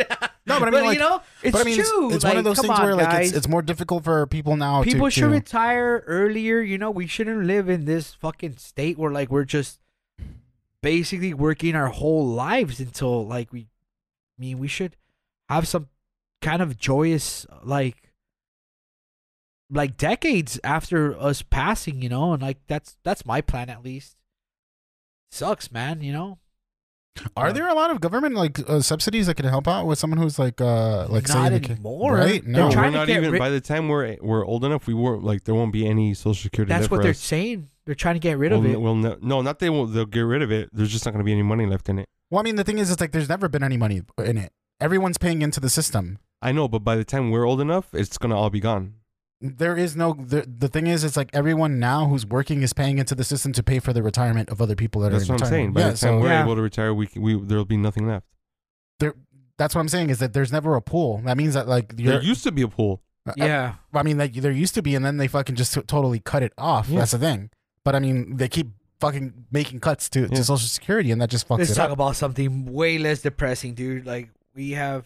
A: no, but
B: I mean, like-
A: you know, it's
B: but I mean, it's-
A: true.
B: it's, one of
A: Like,
B: those
A: come
B: things
A: on,
B: where like
A: guys.
B: it's, it's more difficult for people now. to-
A: people
B: to,
A: should retire earlier. You know, we shouldn't live in this fucking state where like we're just basically working our whole lives until like we. I mean, we should have some kind of joyous like like decades after us passing. You know, and like that's that's my plan at least. Sucks, man. You know,
B: Are there a lot of government like uh, subsidies that can help out with someone who's like uh
A: Not
B: like say, like,
A: anymore.
B: Right?
A: They're
B: No.
C: No, we're
A: trying to
C: not
A: get
C: even.
A: rid-
C: by the time we're we're old enough, we won't like there won't be any social security.
A: that's
C: left
A: what
C: for
A: they're
C: us.
A: saying. They're trying to get rid of
C: We'll-
A: it.
C: we'll ne- no, not they will. They'll get rid of it. There's just not going to be any money left in it.
B: Well, I mean, the thing is, it's like there's never been any money in it. Everyone's paying into the system.
C: I know, but by the time we're old enough, it's going to all be gone.
B: There is no the, the thing is, it's like everyone now who's working is paying into the system to pay for the retirement of other people that
C: That's
B: are in
C: what I'm
B: retirement.
C: saying. By
B: yeah,
C: the time
B: so
C: we're
A: Yeah.
C: able to retire, we, c- we there'll be nothing left.
B: that's what I'm saying is that there's never a pool. That means that like you're,
C: there used to be a pool.
A: yeah.
B: I mean, like there used to be, and then they fucking just totally cut it off.
C: Yeah.
B: That's the thing. But I mean, they keep fucking making cuts to,
C: Yeah.
B: to Social Security, and that just fucks
A: Let's
B: it
A: talk
B: up.
A: about something way less depressing, dude. Like we have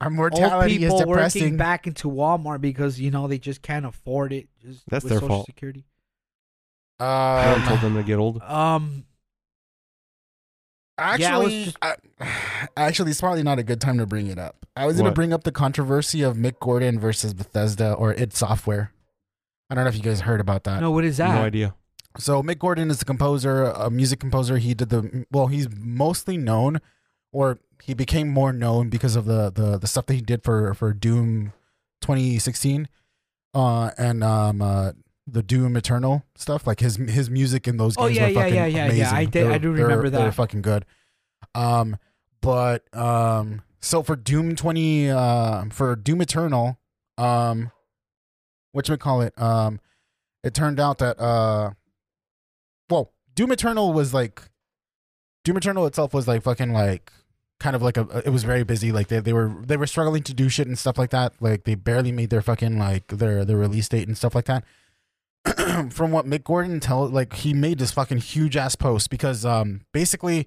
B: Our
A: old
B: mortality is
A: people
B: depressing.
A: working back into Walmart because you know they just can't afford it. Just
C: That's
A: with
C: their
A: Social
C: fault.
A: Security.
C: I haven't
B: Um,
C: told them to get old.
A: Um,
B: Actually,
A: Yeah, I was just-
B: I- actually, it's probably not a good time to bring it up. I was going to
C: What?
B: bring up the controversy of Mick Gordon versus Bethesda or id Software. I don't know if you guys heard about that.
A: no, what is
C: No
A: that?
C: idea.
B: So Mick Gordon is a composer, a music composer. He did the well. He's mostly known, or he became more known because of the the, the stuff that he did for for Doom, 2016, uh, and um uh, the Doom Eternal stuff. Like his his music in those
A: Oh,
B: games
A: yeah,
B: were
A: yeah,
B: fucking
A: yeah, yeah,
B: amazing.
A: yeah. I did-
B: They were-
A: I do
B: they were-
A: remember
B: They were
A: that.
B: fucking good. Um, but um, so for Doom 20, uh, for Doom Eternal, um, what you call it? Um, it turned out that uh, well, Doom Eternal was like, Doom Eternal itself was like fucking like kind of like a uh, it was very busy like they, they were they were struggling to do shit and stuff like that like they barely made their fucking like their their release date and stuff like that from what Mick Gordon tell like he made this fucking huge ass post because um basically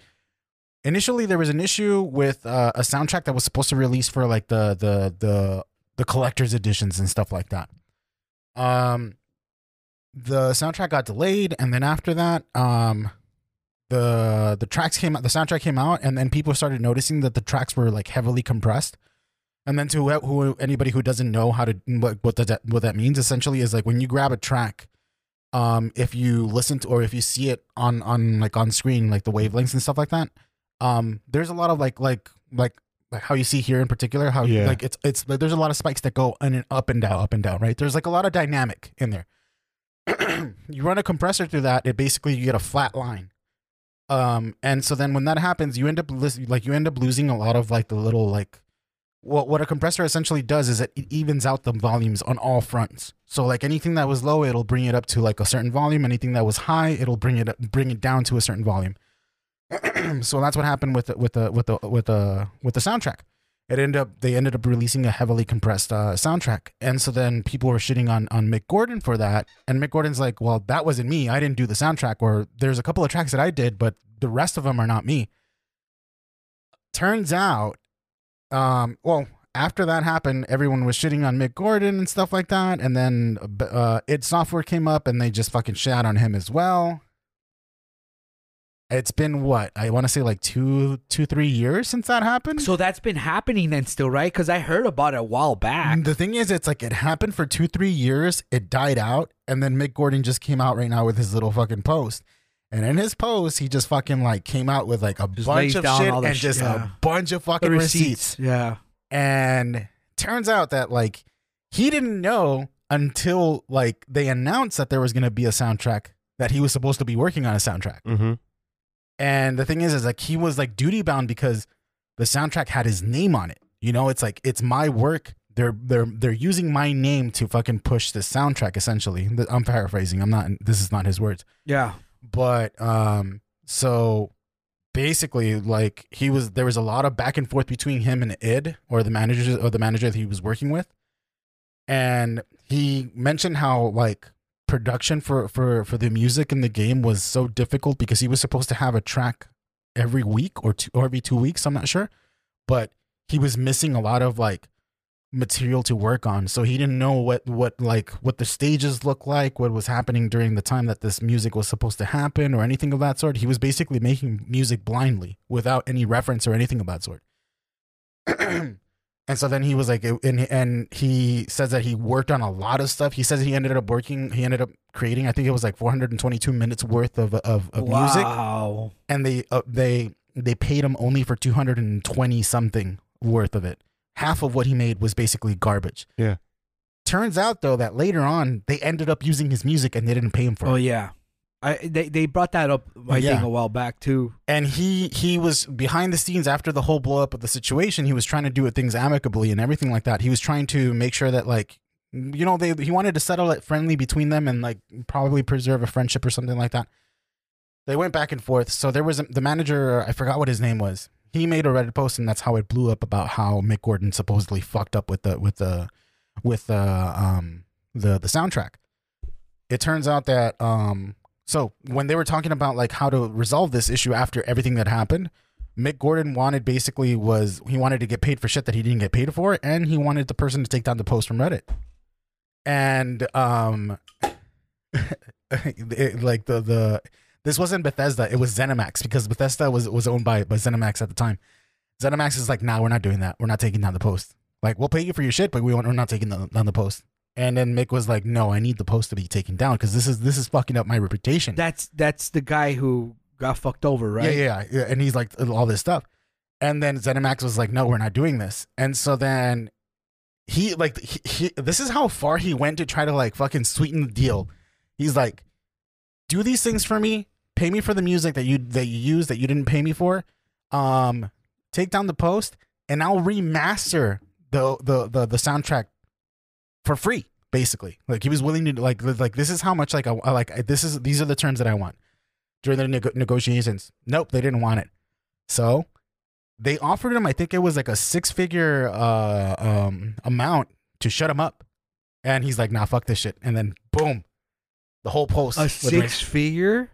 B: initially there was an issue with uh, a soundtrack that was supposed to release for like the the the the collector's editions and stuff like that. Um the soundtrack got delayed and then after that um the the tracks came out the soundtrack came out and then people started noticing that the tracks were like heavily compressed and then to who, who anybody who doesn't know how to what what that what that means essentially is like when you grab a track, um, if you listen to or if you see it on on like on screen like the wavelengths and stuff like that, um, there's a lot of like like like like how you see here in particular how
C: Yeah.
B: like it's it's like there's a lot of spikes that go in and up and down up and down right there's like a lot of dynamic in there. you run a compressor through that, it basically you get a flat line. Um, and so then when that happens, you end up lis- like you end up losing a lot of like the little like what what a compressor essentially does is it evens out the volumes on all fronts. So like anything that was low, it'll bring it up to like a certain volume. Anything that was high, it'll bring it up, bring it down to a certain volume. so that's what happened with the, with the with the with the with the soundtrack. It ended up they ended up releasing a heavily compressed uh, soundtrack, and so then people were shitting on on Mick Gordon for that. And Mick Gordon's like, "Well, that wasn't me. I didn't do the soundtrack. Or there's a couple of tracks that I did, but the rest of them are not me." Turns out um well after that happened everyone was shitting on mick gordon and stuff like that and then uh, b- uh id software came up and they just fucking shat on him as well it's been what i want to say like two two three years since that happened
A: So that's been happening then still, right? Because I heard about it a while back.
B: the thing is it's like it happened for two three years it died out and then mick gordon just came out right now with his little fucking post and in his post he just fucking like came out with like a
A: Just
B: bunch
A: lays
B: of
A: down
B: shit
A: all
B: and
A: the sh-
B: just
A: yeah.
B: a bunch of fucking
A: The
B: receipts.
A: yeah.
B: and turns out that like he didn't know until like they announced that there was going to be a soundtrack that he was supposed to be working on a soundtrack
C: Mm-hmm.
B: and the thing is is like he was like duty bound because the soundtrack had his name on it you know it's like it's my work they're they're they're using my name to fucking push this soundtrack essentially i'm paraphrasing i'm not this is not his words
A: Yeah.
B: but um so basically like he was there was a lot of back and forth between him and id or the manager or the manager that he was working with and he mentioned how like production for for for the music in the game was so difficult because he was supposed to have a track every week or two or every two weeks i'm not sure but he was missing a lot of like material to work on so he didn't know what what like what the stages looked like what was happening during the time that this music was supposed to happen or anything of that sort he was basically making music blindly without any reference or anything of that sort and so then he was like and, and he says that he worked on a lot of stuff he says he ended up working he ended up creating i think it was like 422 minutes worth of of, of music
A: wow.
B: and they uh, they they paid him only for 220 something worth of it half of what he made was basically garbage
C: Yeah.
B: turns out though that later on they ended up using his music and they didn't pay him for
A: Oh
B: it
A: yeah. I they they brought that up I
B: Yeah.
A: think a while back too.
B: and he he was behind the scenes after the whole blow up of the situation he was trying to do things amicably and everything like that he was trying to make sure that like you know they he wanted to settle it friendly between them and like probably preserve a friendship or something like that they went back and forth so there was a, the manager i forgot what his name was he made a reddit post and that's how it blew up about how mick gordon supposedly fucked up with the with the with the um the the soundtrack it turns out that um so when they were talking about like how to resolve this issue after everything that happened, Mick Gordon wanted basically was he wanted to get paid for shit that he didn't get paid for, and he wanted the person to take down the post from Reddit. And um, it- like the the this wasn't Bethesda, it was ZeniMax because Bethesda was was owned by by ZeniMax at the time. ZeniMax is like, nah, we're not doing that. We're not taking down the post. Like we'll pay you for your shit, but we won't, we're not taking down- down the post. And then Mick was like, no, I need the post to be taken down because this is this is fucking up my reputation.
A: That's that's the guy who got fucked over, right?
B: Yeah, yeah, yeah. And he's like all this stuff. And then ZeniMax was like, "No, we're not doing this." And so then he like he, he this is how far he went to try to like fucking sweeten the deal. He's like, "Do these things for me. Pay me for the music that you that you use that you didn't pay me for. Um, take down the post, and I'll remaster the the the, the soundtrack for free." Basically, like he was willing to like like this is how much like I I like this is these are the terms that I want during the neg- negotiations. Nope, they didn't want it. So they offered him, I think it was like a six figure uh, um, amount to shut him up. And he's like, nah, fuck this shit. And then boom, the whole post.
A: A
B: was
A: six figure?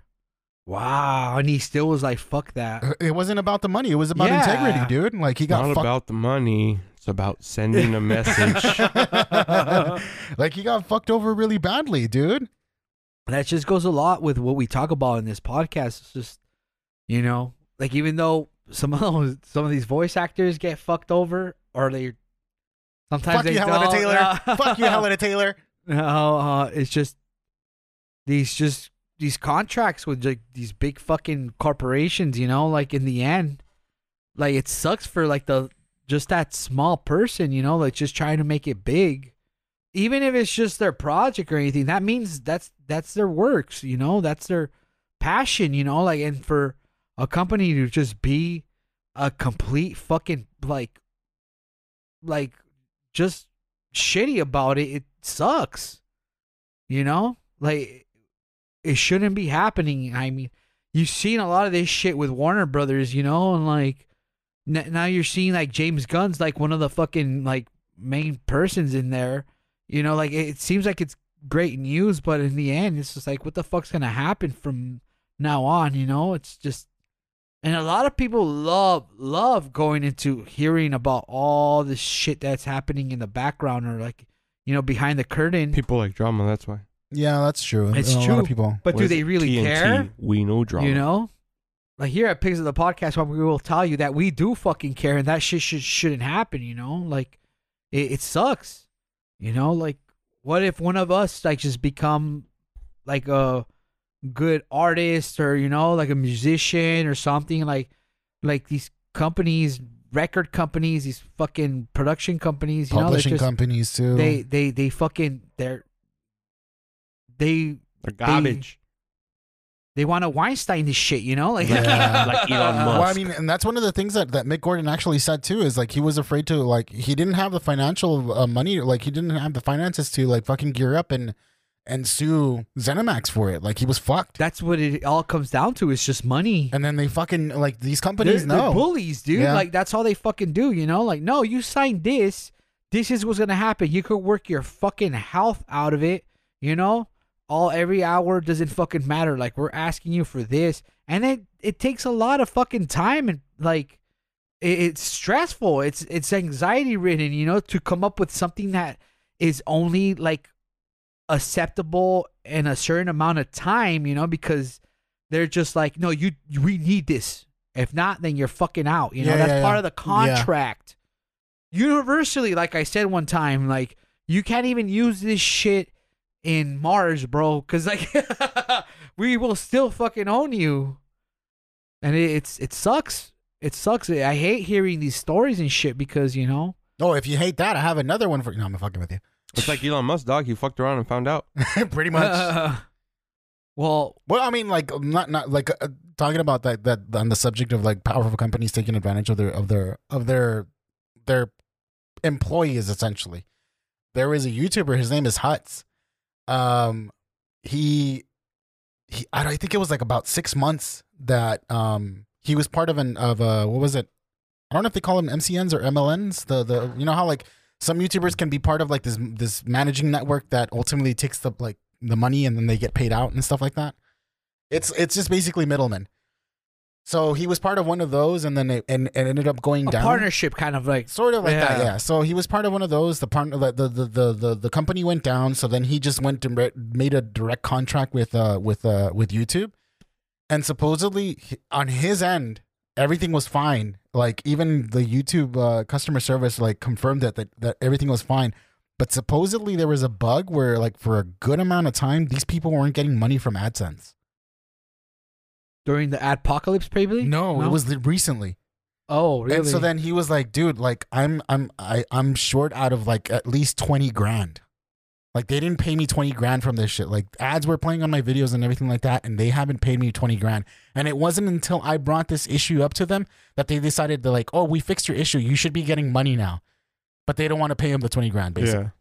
A: Wow. And he still was like, fuck that.
B: ra- It wasn't about the money. It was about
A: Yeah.
B: integrity, dude. Like he got
C: Not
B: fucked.
C: about the money. It's about sending a message.
B: like he got fucked over really badly, dude.
A: that just goes a lot with what we talk about in this podcast. It's just, you know, like even though some of those, some of these voice actors get fucked over, or they sometimes
B: Fuck
A: they
B: you, Helena
A: don't.
B: Taylor.
A: No.
B: Fuck you, Helena Taylor.
A: No, uh, it's just these just these contracts with like these big fucking corporations. You know, like in the end, like it sucks for like the just that small person. You know, like just trying to make it big. Even if it's just their project or anything, that means that's that's their works, you know, that's their passion, you know, like and for a company to just be a complete fucking like like just shitty about it, it sucks. You know? Like it shouldn't be happening. I mean, you've seen a lot of this shit with Warner Brothers, you know, and like n- now you're seeing like James Gunn's like one of the fucking like main persons in there. You know, like it, it seems like it's great news, but in the end, it's just like what the fuck's gonna happen from now on? You know, it's just. And a lot of people love love going into hearing about all this shit that's happening in the background or like, you know, behind the curtain.
C: People like drama. That's why.
B: Yeah, that's true.
A: It's
B: a lot
A: true.
B: of people.
A: but
C: What
A: do
C: is
A: they
C: it?
A: really
C: TNT,
A: care?
C: We know drama.
A: You know, like here at Pigs of the Podcast, what we will tell you that we do fucking care, and that shit should, shouldn't happen. You know, like it, it sucks. You know, like what if one of us like just become like a good artist or you know like a musician or something like like these companies, record companies, these fucking production companies, you
B: Publishing
A: know, they just
B: companies too.
A: they they they fucking they're they
C: They're garbage.
A: they want to Weinstein this shit, you know? Like,
B: Yeah.
C: like Elon Musk.
B: Well, I mean, and that's one of the things that, that Mick Gordon actually said too is like he was afraid to like he didn't have the financial uh, money, like he didn't have the finances to like fucking gear up and and sue ZeniMax for it. Like he was fucked.
A: that's what it all comes down to. It's just money.
B: And then they fucking like these
A: They're,
B: companies
A: they're
B: know.
A: bullies, dude.
B: Yeah.
A: Like, that's all they fucking do, you know? Like, no, you signed this. This is what's going to happen. You could work your fucking health out of it, you know? all every hour doesn't fucking matter. Like we're asking you for this, and it it takes a lot of fucking time and like it, it's stressful. It's it's anxiety ridden, you know, to come up with something that is only like acceptable in a certain amount of time, you know, because they're just like, no, you we need this. If not, then you're fucking out. You know,
B: Yeah,
A: that's
B: yeah,
A: part
B: yeah.
A: of the
B: Yeah.
A: contract. Universally, like I said one time, like you can't even use this shit in Mars, bro, because like we will still fucking own you, and it, it's it sucks. It sucks. I hate hearing these stories and shit because you know.
B: Oh, if you hate that, I have another one for you. No, I'm fucking with you.
C: It's like Elon Musk, dog. He fucked around and found out.
B: Pretty much.
A: well,
B: well, I mean, like not not like uh, talking about that that on the subject of like powerful companies taking advantage of their of their of their their employees essentially. There was a YouTuber. His name is Huts. Um, he he. I, don't- I think it was like about six months that um he was part of an of a what was it? I don't know if they call them MCNs or MLNs. The the you know how like some YouTubers can be part of like this this managing network that ultimately takes the like the money and then they get paid out and stuff like that. It's it's just basically middlemen. So he was part of one of those and then it and, and ended up going
A: a
B: down.
A: partnership kind of like
B: Sort of like that,
A: Yeah.
B: yeah. So he was part of one of those. The partner, the the the the, the, the company went down. So then he just went direct, made a direct contract with uh with uh with YouTube, and supposedly h- on his end everything was fine. Like even the YouTube uh, customer service like confirmed that, that that everything was fine. But supposedly there was a bug where like for a good amount of time these people weren't getting money from AdSense.
A: during the apocalypse, probably.
B: it was li- recently.
A: Oh, really?
B: And so then he was like, dude, like I'm I'm I, I'm short out of like at least 20 grand. Like they didn't pay me 20 grand from this shit. Like ads were playing on my videos and everything like that, and they haven't paid me 20 grand. And it wasn't until I brought this issue up to them that they decided they're like, oh, we fixed your issue. You should be getting money now. But they don't want to pay him the 20 grand, basically.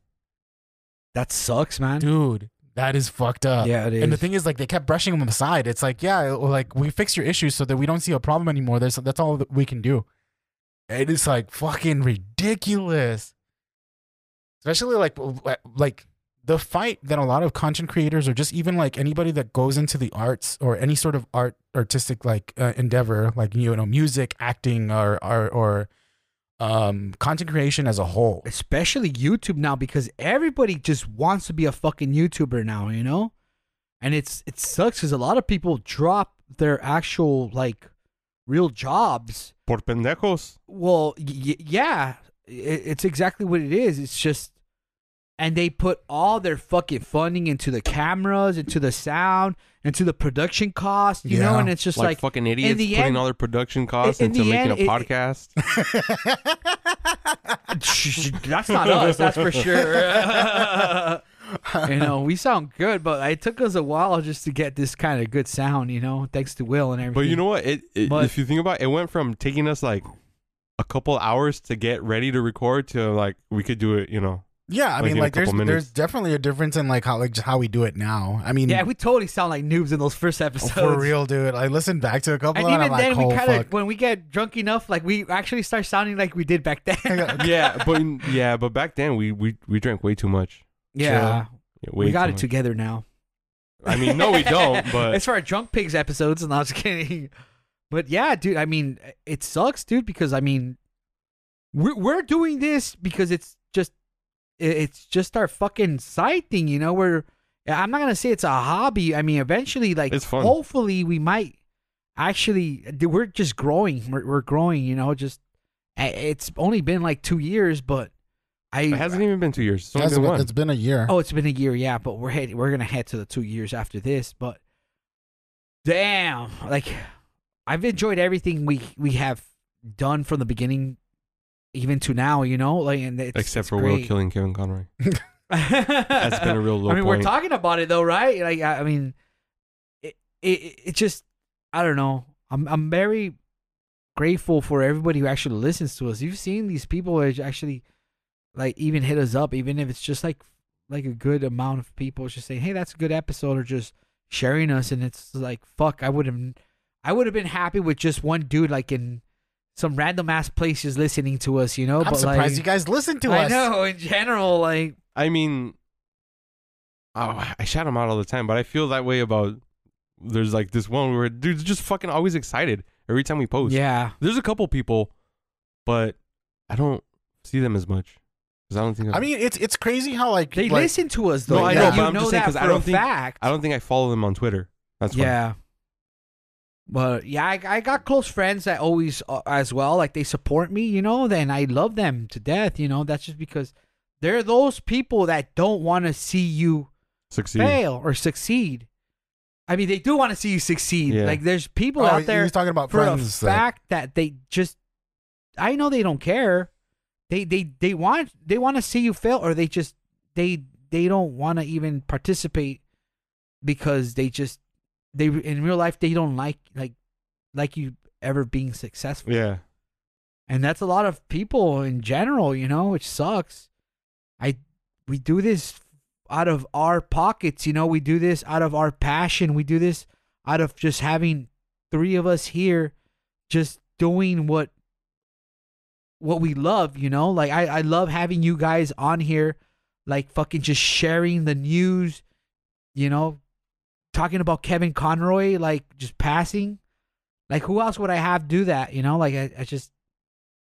A: that sucks, man.
B: Dude, that is fucked up.
A: yeah, it is.
B: And the thing is, like, they kept brushing them aside. It's like, yeah, well, like we fix your issues so that we don't see a problem anymore. That's that's all that we can do. It is like fucking ridiculous, especially like w- w- like the fight that a lot of content creators or just even like anybody that goes into the arts or any sort of art artistic like uh, endeavor, like you know, music, acting, or or or um, content creation as a whole.
A: especially YouTube now because everybody just wants to be a fucking YouTuber now, you know? And it's it sucks cuz a lot of people drop their actual like real jobs.
C: Por pendejos.
A: Well, y- y- yeah, i it's exactly what it is. It's just and they put all their fucking funding into the cameras, into the sound, into the production cost, you know,
B: Yeah.
A: and it's just
C: like,
A: like,
C: fucking idiots
A: the
C: putting
A: end-
C: all their production costs
A: in
C: into
A: the
C: making
A: end,
C: a
A: it-
C: podcast.
A: that's not us, that's for sure. you know, we sound good, but it took us a while just to get this kind of good sound, you know, thanks to Will and everything.
C: But you know what? It, it
A: But-
C: if you think about it, it went from taking us like a couple hours to get ready to record to like we could do it, you know.
B: Yeah, I
C: Like,
B: mean,
C: in a
B: like there's
C: couple minutes.
B: there's definitely a difference in like how like just how we do it now. I mean,
A: yeah, we totally sound like noobs in those first episodes.
B: Oh, for real, dude. I listened back to a couple,
A: And even
B: and, and I'm like,
A: then, we
B: oh
A: kind
B: fuck.
A: of, when we get drunk enough, like we actually start sounding like we did back then.
C: Yeah, but yeah, but back then we we we drank way too much.
A: yeah,
C: Yeah, way
A: we got
C: too
A: it
C: much.
A: together now.
C: I mean, no, we don't. But
A: it's for our drunk pigs episodes, and I was kidding. But yeah, dude, I mean, it sucks, dude, because I mean, we're we're doing this because it's just it- it's just our fucking side thing, you know. We're I'm not gonna say it's a hobby. I mean, eventually, like,
C: It's fun.
A: hopefully, we might actually. dude, We're just growing. We're, we're growing, you know. Just I- it's only been like two years, but I
C: it hasn't even been two years. It's only
B: That's
C: been
B: what-
C: one.
B: it's been a year.
A: Oh, it's been a year, yeah, but we're head, we're gonna head to the two years after this. But damn, like I've enjoyed everything we we have done from the beginning, even to now. You know, like and it's,
C: Except
A: it's
C: for Will
A: great.
C: killing Kevin Conroy.
A: That's
C: That's been a real low
A: I mean, we're
C: point.
A: talking about it though, right? Like, I, I mean, it, it it just I don't know. I'm I'm very grateful for everybody who actually listens to us. You've seen these people who actually like even hit us up, even if it's just like like a good amount of people just saying, "Hey, that's a good episode," or just sharing us, and it's like, fuck, I would have I would have been happy with just one dude like in some random ass place just listening to us, you know.
B: I'm
A: but
B: surprised
A: like,
B: you guys listened to
A: I
B: us.
A: know in general, like.
C: I mean, oh, I shout him out all the time, but I feel that way about. There's like this one where dude's just fucking always excited every time we post.
A: Yeah.
C: There's a couple people, but I don't see them as much because I don't think
B: I mean, it's it's crazy how like
A: They
B: like,
A: listen to us
C: No,
A: though.
B: I
A: yeah.
B: know, but
A: you
C: I'm
A: know
C: just saying,
A: that
C: 'cause
A: for
C: I don't
A: a
C: think-
A: fact.
C: I don't think I follow them on Twitter. That's why.
A: yeah. But yeah, I, I got close friends that always uh, as well. Like they support me, you know. Then I love them to death. You know, that's just because they're those people that don't want to see you
C: succeed.
A: fail or succeed. I mean, they do want to see you succeed.
C: Yeah.
A: Like there's people
B: oh,
A: out there
B: He's talking about
A: for a
B: friends. that-
A: fact that they just I know they don't care. They they they want they want to see you fail or they just they they don't want to even participate because they just they in real life they don't like like like you ever being successful.
C: Yeah.
A: And that's a lot of people in general, you know, which sucks. I we do this out of our pockets, you know, we do this out of our passion. We do this out of just having three of us here just doing what what we love, you know? Like I I love having you guys on here like fucking just sharing the news, you know, talking about Kevin Conroy like just passing. Like who else would I have do that, you know? Like I, I just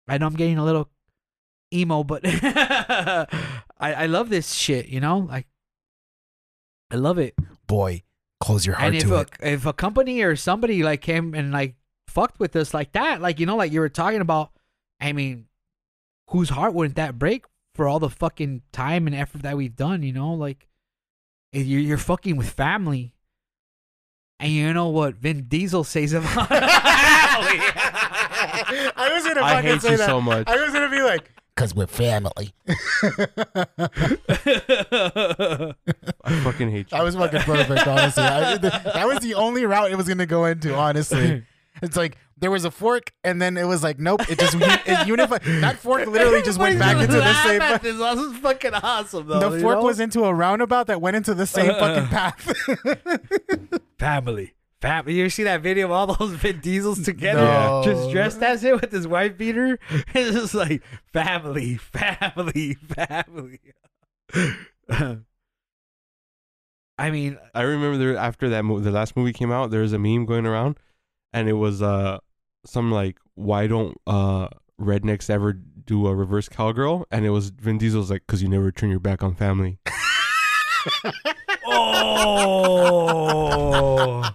A: I know I'm getting a little emo, but I, I love this shit, you know? Like I love it.
B: Boy, close your heart
A: and if
B: to
A: a
B: it.
A: if a company or somebody like came and like fucked with us like that, like you know, like you were talking about, I mean, whose heart wouldn't that break for all the fucking time and effort that we've done? You know, like if you're you're fucking with family, and you know what Vin Diesel says about.
B: Oh, I was gonna
C: I
B: fucking
C: hate
B: say
C: you
B: that.
C: so much.
B: I was gonna be like, because we're family.
C: I fucking hate you.
B: I was fucking perfect, honestly. I, th- that was the only route it was gonna go into, honestly. It's like there was a fork, and then it was like, nope, it just it unified. That fork literally just went back into the same.
A: Laugh at This This is fucking awesome though.
B: the
A: Oh, you
B: fork
A: know?
B: was into a roundabout that went into the same fucking path.
A: family. Family. You ever see that video of all those Vin Diesels together,
B: No.
A: just dressed as it with his wife beater? It's just like family, family, family. I mean,
C: I remember there after that movie, the last movie came out, there was a meme going around, and it was uh some like why don't uh rednecks ever do a reverse cowgirl? And it was Vin Diesel's like because you never turn your back on family.
A: oh,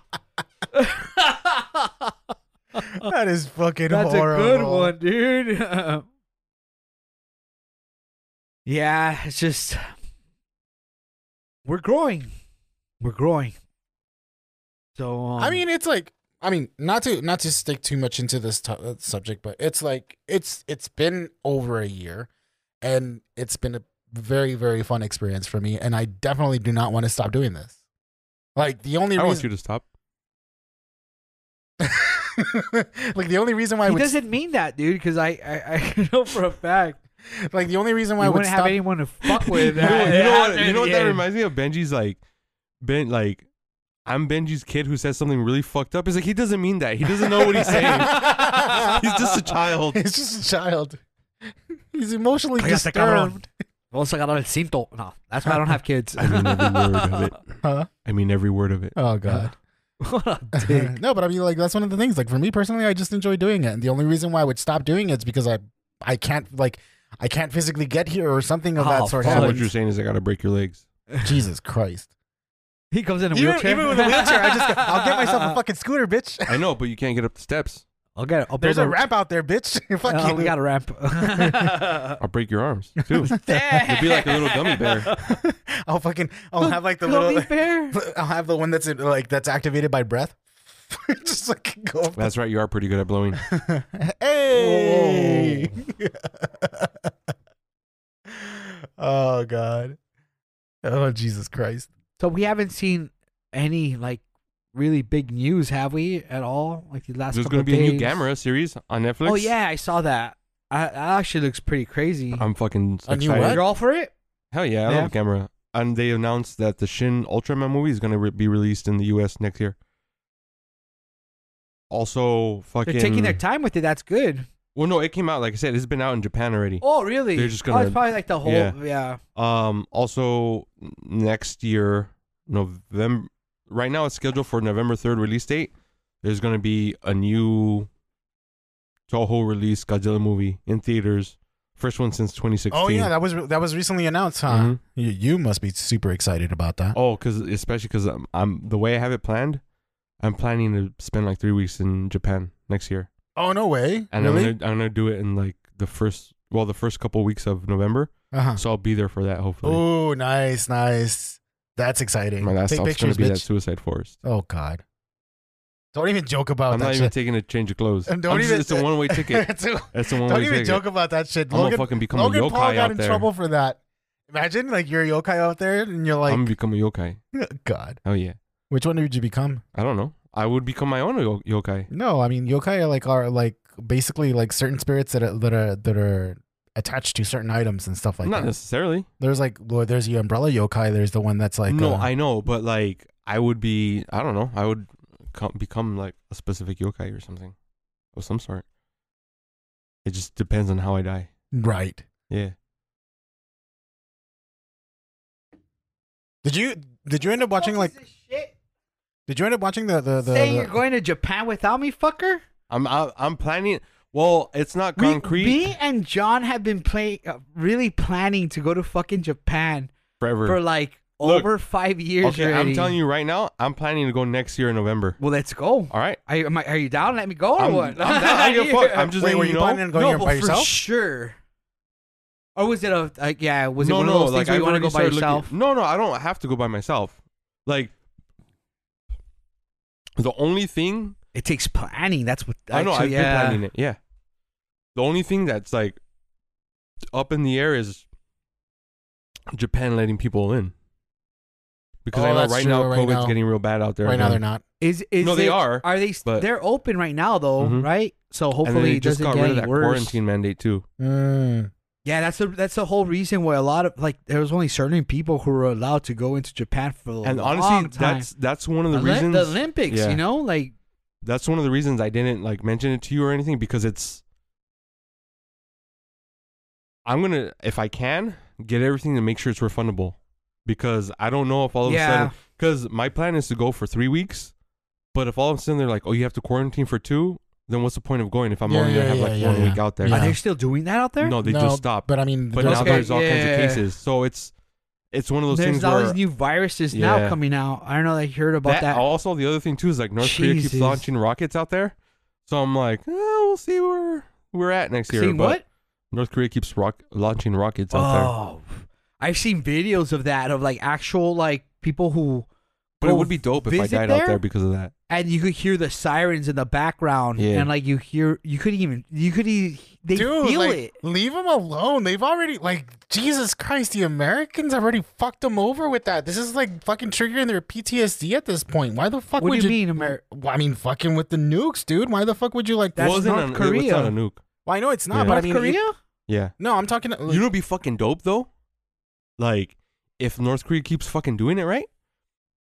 B: that is fucking
A: that's
B: horrible.
A: a good one, dude. yeah, it's just we're growing, we're growing. So um,
B: I mean, it's like I mean, not to not to stick too much into this t- uh, subject, but it's like it's it's been over a year, and it's been a very very fun experience for me, and I definitely do not want to stop doing this. Like the only
C: I want
B: reason,
C: you to stop.
B: like the only reason why I
A: he
B: would,
A: doesn't mean that, dude. Because I, I, I know for a fact
B: like the only reason
A: you
B: why I would
A: wouldn't have
B: stop.
A: anyone to fuck with.
C: you know,
A: that-
C: you know what?
A: that-
C: You know what that
A: yeah.
C: reminds me of? Benji's like Ben like. I'm Benji's kid who says something really fucked up. He's like, he doesn't mean that. He doesn't know what he's saying. he's just a child.
B: He's just a child. He's emotionally
A: Cállate,
B: disturbed.
A: cabrón. Vamos a agarrar el cinto. No, that's why I don't have kids.
C: I mean every word of it.
B: Huh?
C: I mean every word of it.
B: Oh god.
A: what a dick.
B: no, but I mean, like that's one of the things. Like for me personally, I just enjoy doing it, and the only reason why I would stop doing it is because I, I can't like, I can't physically get here or something of
A: Oh,
B: that
A: fuck.
B: sort.
C: So what
B: happens.
C: you're saying is I gotta break your legs.
B: Jesus Christ!
A: He comes in a
B: Even,
A: wheelchair.
B: even with a wheelchair, I just, I'll get myself a fucking scooter, bitch.
C: I know, but you can't get up the steps.
A: I'll get it. I'll
B: There's
A: build
B: a ramp out there, bitch. Fuck
A: Uh,
B: you.
A: we got a ramp.
C: I'll break your arms too.
A: Damn.
C: You'll be like a little gummy bear.
B: I'll fucking, I'll have like the little,
A: Gummy bear.
B: I'll have the one that's in, like that's activated by breath. just like go. up
C: That's right. You are pretty good at blowing.
B: hey. oh God. Oh Jesus Christ.
A: So we haven't seen any like really big news, have we? At all? Like the last.
C: There's
A: couple
C: gonna be a new
A: days?
C: Gamera series on Netflix.
A: Oh yeah, I saw that. I, that actually looks pretty crazy.
C: I'm fucking so
B: A new
C: excited.
B: what?
A: You're all for it?
C: Hell yeah, I
A: Yeah.
C: love Gamera. And they announced that the Shin Ultraman movie is gonna re- be released in the U.S. next year. Also, fucking.
A: They're taking their time with it. That's good.
C: Well, no, it came out like I said. It's been out in Japan already.
A: Oh, really?
C: They're just
A: Oh,
C: gonna-
A: it's probably like the whole.
C: yeah.
A: Yeah.
C: Um. Also, n- Um, next year November. Right now, it's scheduled for November third release date. There's gonna be a new Toho release Godzilla movie in theaters. First one since 2016.
B: Oh yeah, that was re- that was recently announced, huh?
C: Mhm.
B: You, you must be super excited about that.
C: Oh, because especially because I'm, I'm the way I have it planned. I'm planning to spend like three weeks in Japan next year,
B: Oh no way!
C: and
B: really?
C: I'm gonna I'm gonna do it in like the first well the first couple weeks of November.
B: Uh-huh.
C: So I'll be there for that hopefully.
B: Oh, nice, nice. That's exciting.
C: My last
B: Take
C: stop's
B: pictures,
C: gonna be that
B: bitch.
C: Suicide Forest.
B: Oh god. Don't even joke about
C: I'm
B: that
C: not even
B: shit.
C: taking a change of clothes.
B: And don't
C: I'm just-
B: even-
C: it's a one way ticket.
B: Don't-
C: It's a one
B: Don't
C: way
B: even
C: ticket.
B: joke about that shit.
C: I'm gonna
B: Logan,
C: fucking become a
B: Logan
C: yokai
B: Paul got
C: out
B: in
C: there.
B: trouble for that. Imagine like you're a yokai out there and you're like,
C: I'm gonna become a yokai.
B: God,
C: Oh yeah.
B: which one would you become?
C: I don't know. I would become my own yo- yokai.
B: No, I mean yokai are like are like basically like certain spirits that are, that are that are attached to certain items and stuff like
C: not
B: that.
C: necessarily.
B: There's like well, there's the umbrella yokai. There's the one that's like
C: no,
B: uh,
C: I know, but like I would be, I don't know, I would co- become like a specific yokai or something of some sort. It just depends on how I die.
B: right.
C: Yeah.
B: Did you did you end up watching like did you end up watching the the the,
A: saying
B: the-
A: you're going to Japan without me, fucker.
C: I'm I, I'm planning. Well, it's not
A: We-
C: concrete
A: me and John have been play, uh, really planning to go to fucking Japan
C: forever.
A: for like
C: Look,
A: over five years.
C: okay,
A: already.
C: I'm telling you right now, I'm planning to go next year in November.
A: Well, let's go.
C: All right.
A: Are you, am I- are you down? Let me go or
C: I'm,
A: what?
C: I'm down. I give a fuck. I'm just
B: wait
C: letting
B: were
C: you
B: you
C: know.
B: planning on going
A: no,
B: there
A: but
B: by
A: for
B: yourself?
A: sure. Or was it a like yeah? Was
C: no,
A: it one
C: no,
A: of those
C: like
A: things where
C: I've
A: you want to
C: already
A: go by
C: started looking-
A: yourself?
C: no, no, I don't have to go by myself. Like the only thing
A: It takes planning. That's what
C: I know I've
A: actually, yeah.
C: been planning it. Yeah. The only thing that's like up in the air is Japan letting people in. Because
B: Oh,
C: I know
B: that's
C: right
B: true,
C: now
B: right
C: COVID's
B: now.
C: getting real bad out there.
B: Right now
C: again.
B: they're not.
A: Is is
C: No, they
A: it-
C: are,
A: Are they?
C: but-
A: they're open right now though,
C: Mhm.
A: right? So
C: And then
A: hopefully
C: they
A: it
C: just
A: doesn't
C: got
A: get
C: rid of
A: any
C: that
A: worse.
C: quarantine mandate too.
B: Mm.
A: Yeah, that's the that's the whole reason why a lot of like there was only certain people who were allowed to go into Japan for a
C: And
A: long
C: honestly,
A: time.
C: that's that's one of the
A: Oli-
C: reasons.
A: the Olympics,
C: Yeah.
A: you know, like
C: that's one of the reasons I didn't like mention it to you or anything because it's. I'm gonna if I can get everything to make sure it's refundable, because I don't know if all of a
A: yeah,
C: sudden Because my plan is to go for three weeks, but if all of a sudden they're like, "Oh, you have to quarantine for two, then what's the point of going if I'm
B: Yeah,
C: only gonna
B: yeah,
C: have
B: yeah,
C: like
B: yeah,
C: one
B: yeah.
C: week out there?"
B: Yeah.
A: are they still doing that out there?
C: No, they
B: No,
C: just stopped. But,
B: But I mean,
C: now
B: there's-
A: Okay,
C: there's all kinds of
A: yeah.
C: cases, so it's it's one of those
A: There's
C: things
A: all
C: where
A: these new viruses
C: Yeah.
A: now coming out. I don't know. I heard about
C: that,
A: that.
C: Also, the other thing too is like North Korea keeps
A: Jesus.
C: launching rockets out there, so I'm like, eh, we'll see where we're at next year.
A: Seeing
C: but
A: what?
C: North Korea keeps rock- launching rockets out there,
A: Oh, I've seen videos of that of like actual like people who
C: but it
A: go
C: would be dope if I
A: visit
C: died out there
A: there?
C: because of that.
A: and you could hear the sirens in the background
C: Yeah.
A: and like you hear you couldn't even you could e- they
B: dude,
A: feel
B: like,
A: it.
B: leave them alone. They've already like Jesus Christ. The Americans already fucked them over with that. This is like fucking triggering their PTSD at this point. Why the fuck
A: What do
B: would
A: you mean, Amer-
B: Well, I mean, fucking with the nukes, dude. Why the fuck would you like that?
A: That's
C: Wasn't
A: North
C: a- It's
A: Korea.
C: not a nuke.
B: Well, I know it's not,
C: Yeah.
B: but I
A: North
B: mean,
A: Korea?
B: you-
C: Yeah.
B: no, I'm talking.
C: You know, what'd be fucking dope though. Like, if North Korea keeps fucking doing it right,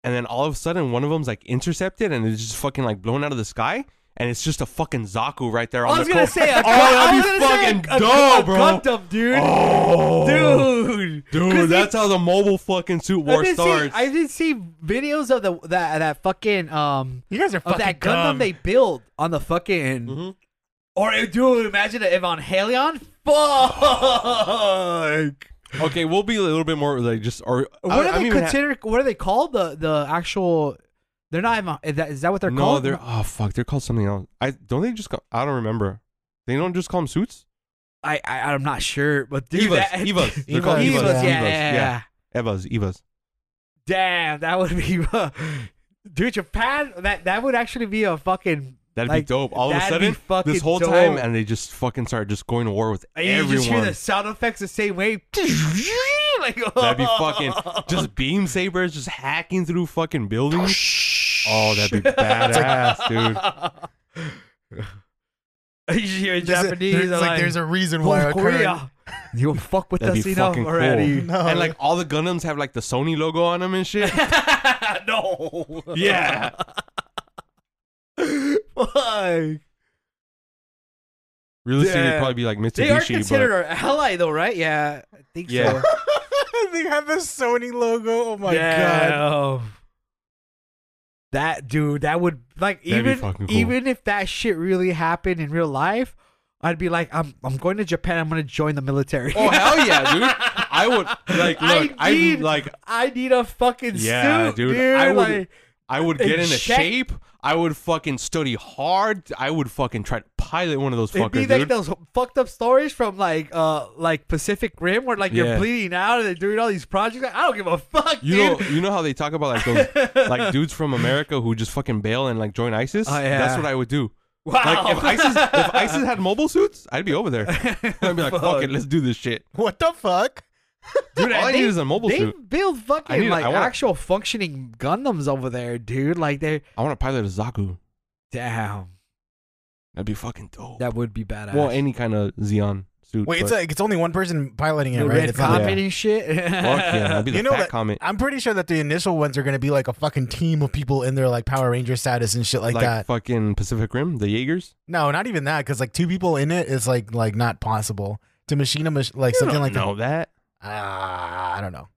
C: and then all of a sudden one of them's like intercepted and it's just fucking like blown out of the sky, and it's just a fucking Zaku right there.
A: I
C: on
A: was
C: the
A: gonna
C: coast.
A: say a
C: oh,
A: gu-
C: that'd be
A: I was gonna say a-
C: fucking
A: a-
C: dope,
A: a
C: bro.
A: Gundam, dude.
C: Oh,
A: Dude,
C: dude,
A: 'Cause
C: that's
A: they-
C: how the mobile fucking suit war
A: I did
C: starts.
A: See, I did see videos of the that that fucking um
B: you guys are
A: of
B: fucking
A: that Gundam
B: dumb.
A: they build on the fucking
C: Mhm.
A: or uh, dude, imagine if on Halion, fuck.
C: Okay, we'll be a little bit more like just. Or I-
A: What are
C: I'm
A: they
C: even ha-
A: considered? What are they called? The the actual. They're not even. Is that, is that what they're
C: no,
A: called?
C: they're oh fuck, they're called something else. I don't they just call, I don't remember. They don't just call them suits.
A: I, I I'm not sure, but dude,
C: Evas,
A: that,
C: Evas. They're called
A: Evas,
C: Evas.
A: yeah, yeah,
C: Evas,
A: yeah.
C: Evas, Evas.
A: Damn, that would be. dude, Japan. That that would actually be a fucking.
C: That'd
A: like,
C: be dope. All of a
A: that'd be
C: sudden,
A: fucking
C: this whole time,
A: dope.
C: and they just fucking start just going to war with
A: And you just hear
C: everyone.
A: the sound effects the same way. like,
C: That'd be fucking just beam sabers just hacking through fucking buildings. Oh, that'd be badass, dude.
A: you just hear in
B: There's a-
A: Japanese.
B: there's,
A: they're
B: like, there's a reason why
A: North
B: our current-
A: Korea. You don't fuck with
C: That'd
A: us
C: be
A: enough
C: fucking cool.
A: already.
B: No,
C: And like all the Gundams have like the Sony logo on them and shit.
A: no.
C: yeah.
A: Fuck.
C: Realistically, it'd
A: Yeah.
C: probably be like
A: They are
C: Mitsubishi,
A: considered
C: but
A: our ally, though, right? Yeah, I think
C: Yeah.
A: so.
B: they have the Sony logo. Oh my god.
A: Damn. That dude, that would like
C: That'd be
A: even
C: fucking cool.
A: even if that shit really happened in real life, I'd be like, I'm I'm going to Japan. I'm gonna join the military.
C: Oh hell yeah, dude! I would like look.
A: I
C: I
A: need-
C: would like
A: I need a fucking
C: yeah,
A: suit,
C: dude. I would.
A: like,
C: I would
A: and
C: get into
A: check-
C: shape. I would fucking study hard. I would fucking try to pilot one of those
A: It'd be
C: fuckers,
A: like
C: dude.
A: those fucked up stories from like uh like Pacific Rim where like you're
C: Yeah.
A: bleeding out and they're doing all these projects. Like, I don't give a fuck,
C: You
A: dude.
C: know, you know how they talk about like those like dudes from America who just fucking bail and like join ISIS.
A: Oh, yeah.
C: That's what I would do.
A: wow.
C: Like if ISIS, if ISIS had mobile suits, I'd be over there. I'd be like, fuck it, let's do this shit.
B: What the fuck?
A: dude,
C: All I
A: they-
C: need is a mobile
A: They
C: suit.
A: build fucking
C: I need-
A: like
C: I wanna-
A: actual functioning Gundams over there, dude. Like they're
C: I want to pilot a Zaku.
A: damn.
C: That'd be fucking dope.
A: That would be badass.
C: well, any kind of Xeon suit.
B: Wait,
C: but-
B: it's like it's only one person piloting it,
A: the
B: right?
A: red
B: It's not-
A: comet and shit.
C: Fuck yeah, that'd be the
B: You know
C: fat
B: that-
C: comment.
B: I'm pretty sure that the initial ones are gonna be like a fucking team of people in their like Power Ranger status and shit like,
C: Like,
B: that.
C: fucking Pacific Rim, the Jaegers.
B: No, not even that, because like two people in it is like like not possible. To machine a mach- like something like
C: know that.
B: that. Ah, I don't know.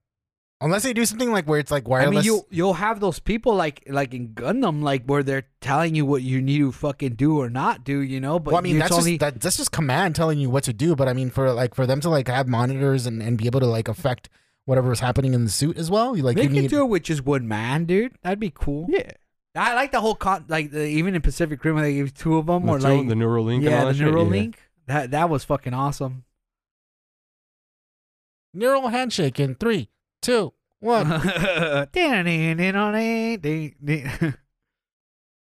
B: Unless they do something like where it's like
A: I
B: wireless.
A: mean, you you'll have those people like like in Gundam, like where they're telling you what you need to fucking do or not do, you know. But
B: well, I mean
A: it's
B: that's
A: only
B: just that, that's just command telling you what to do. But I mean, for like for them to like have monitors and, and be able to like affect whatever is happening in the suit as well. you, Like
A: they
B: you
A: can
B: need
A: do it with just one man, dude. That'd be cool.
C: Yeah.
A: I like the whole con like the, even in Pacific Rim, when they gave two of them or
C: The,
A: like
C: the neural link.
A: yeah,
C: and all
A: the
C: that shit,
A: neural
C: yeah.
A: link. That that was fucking awesome.
B: neural handshake in three, two, one.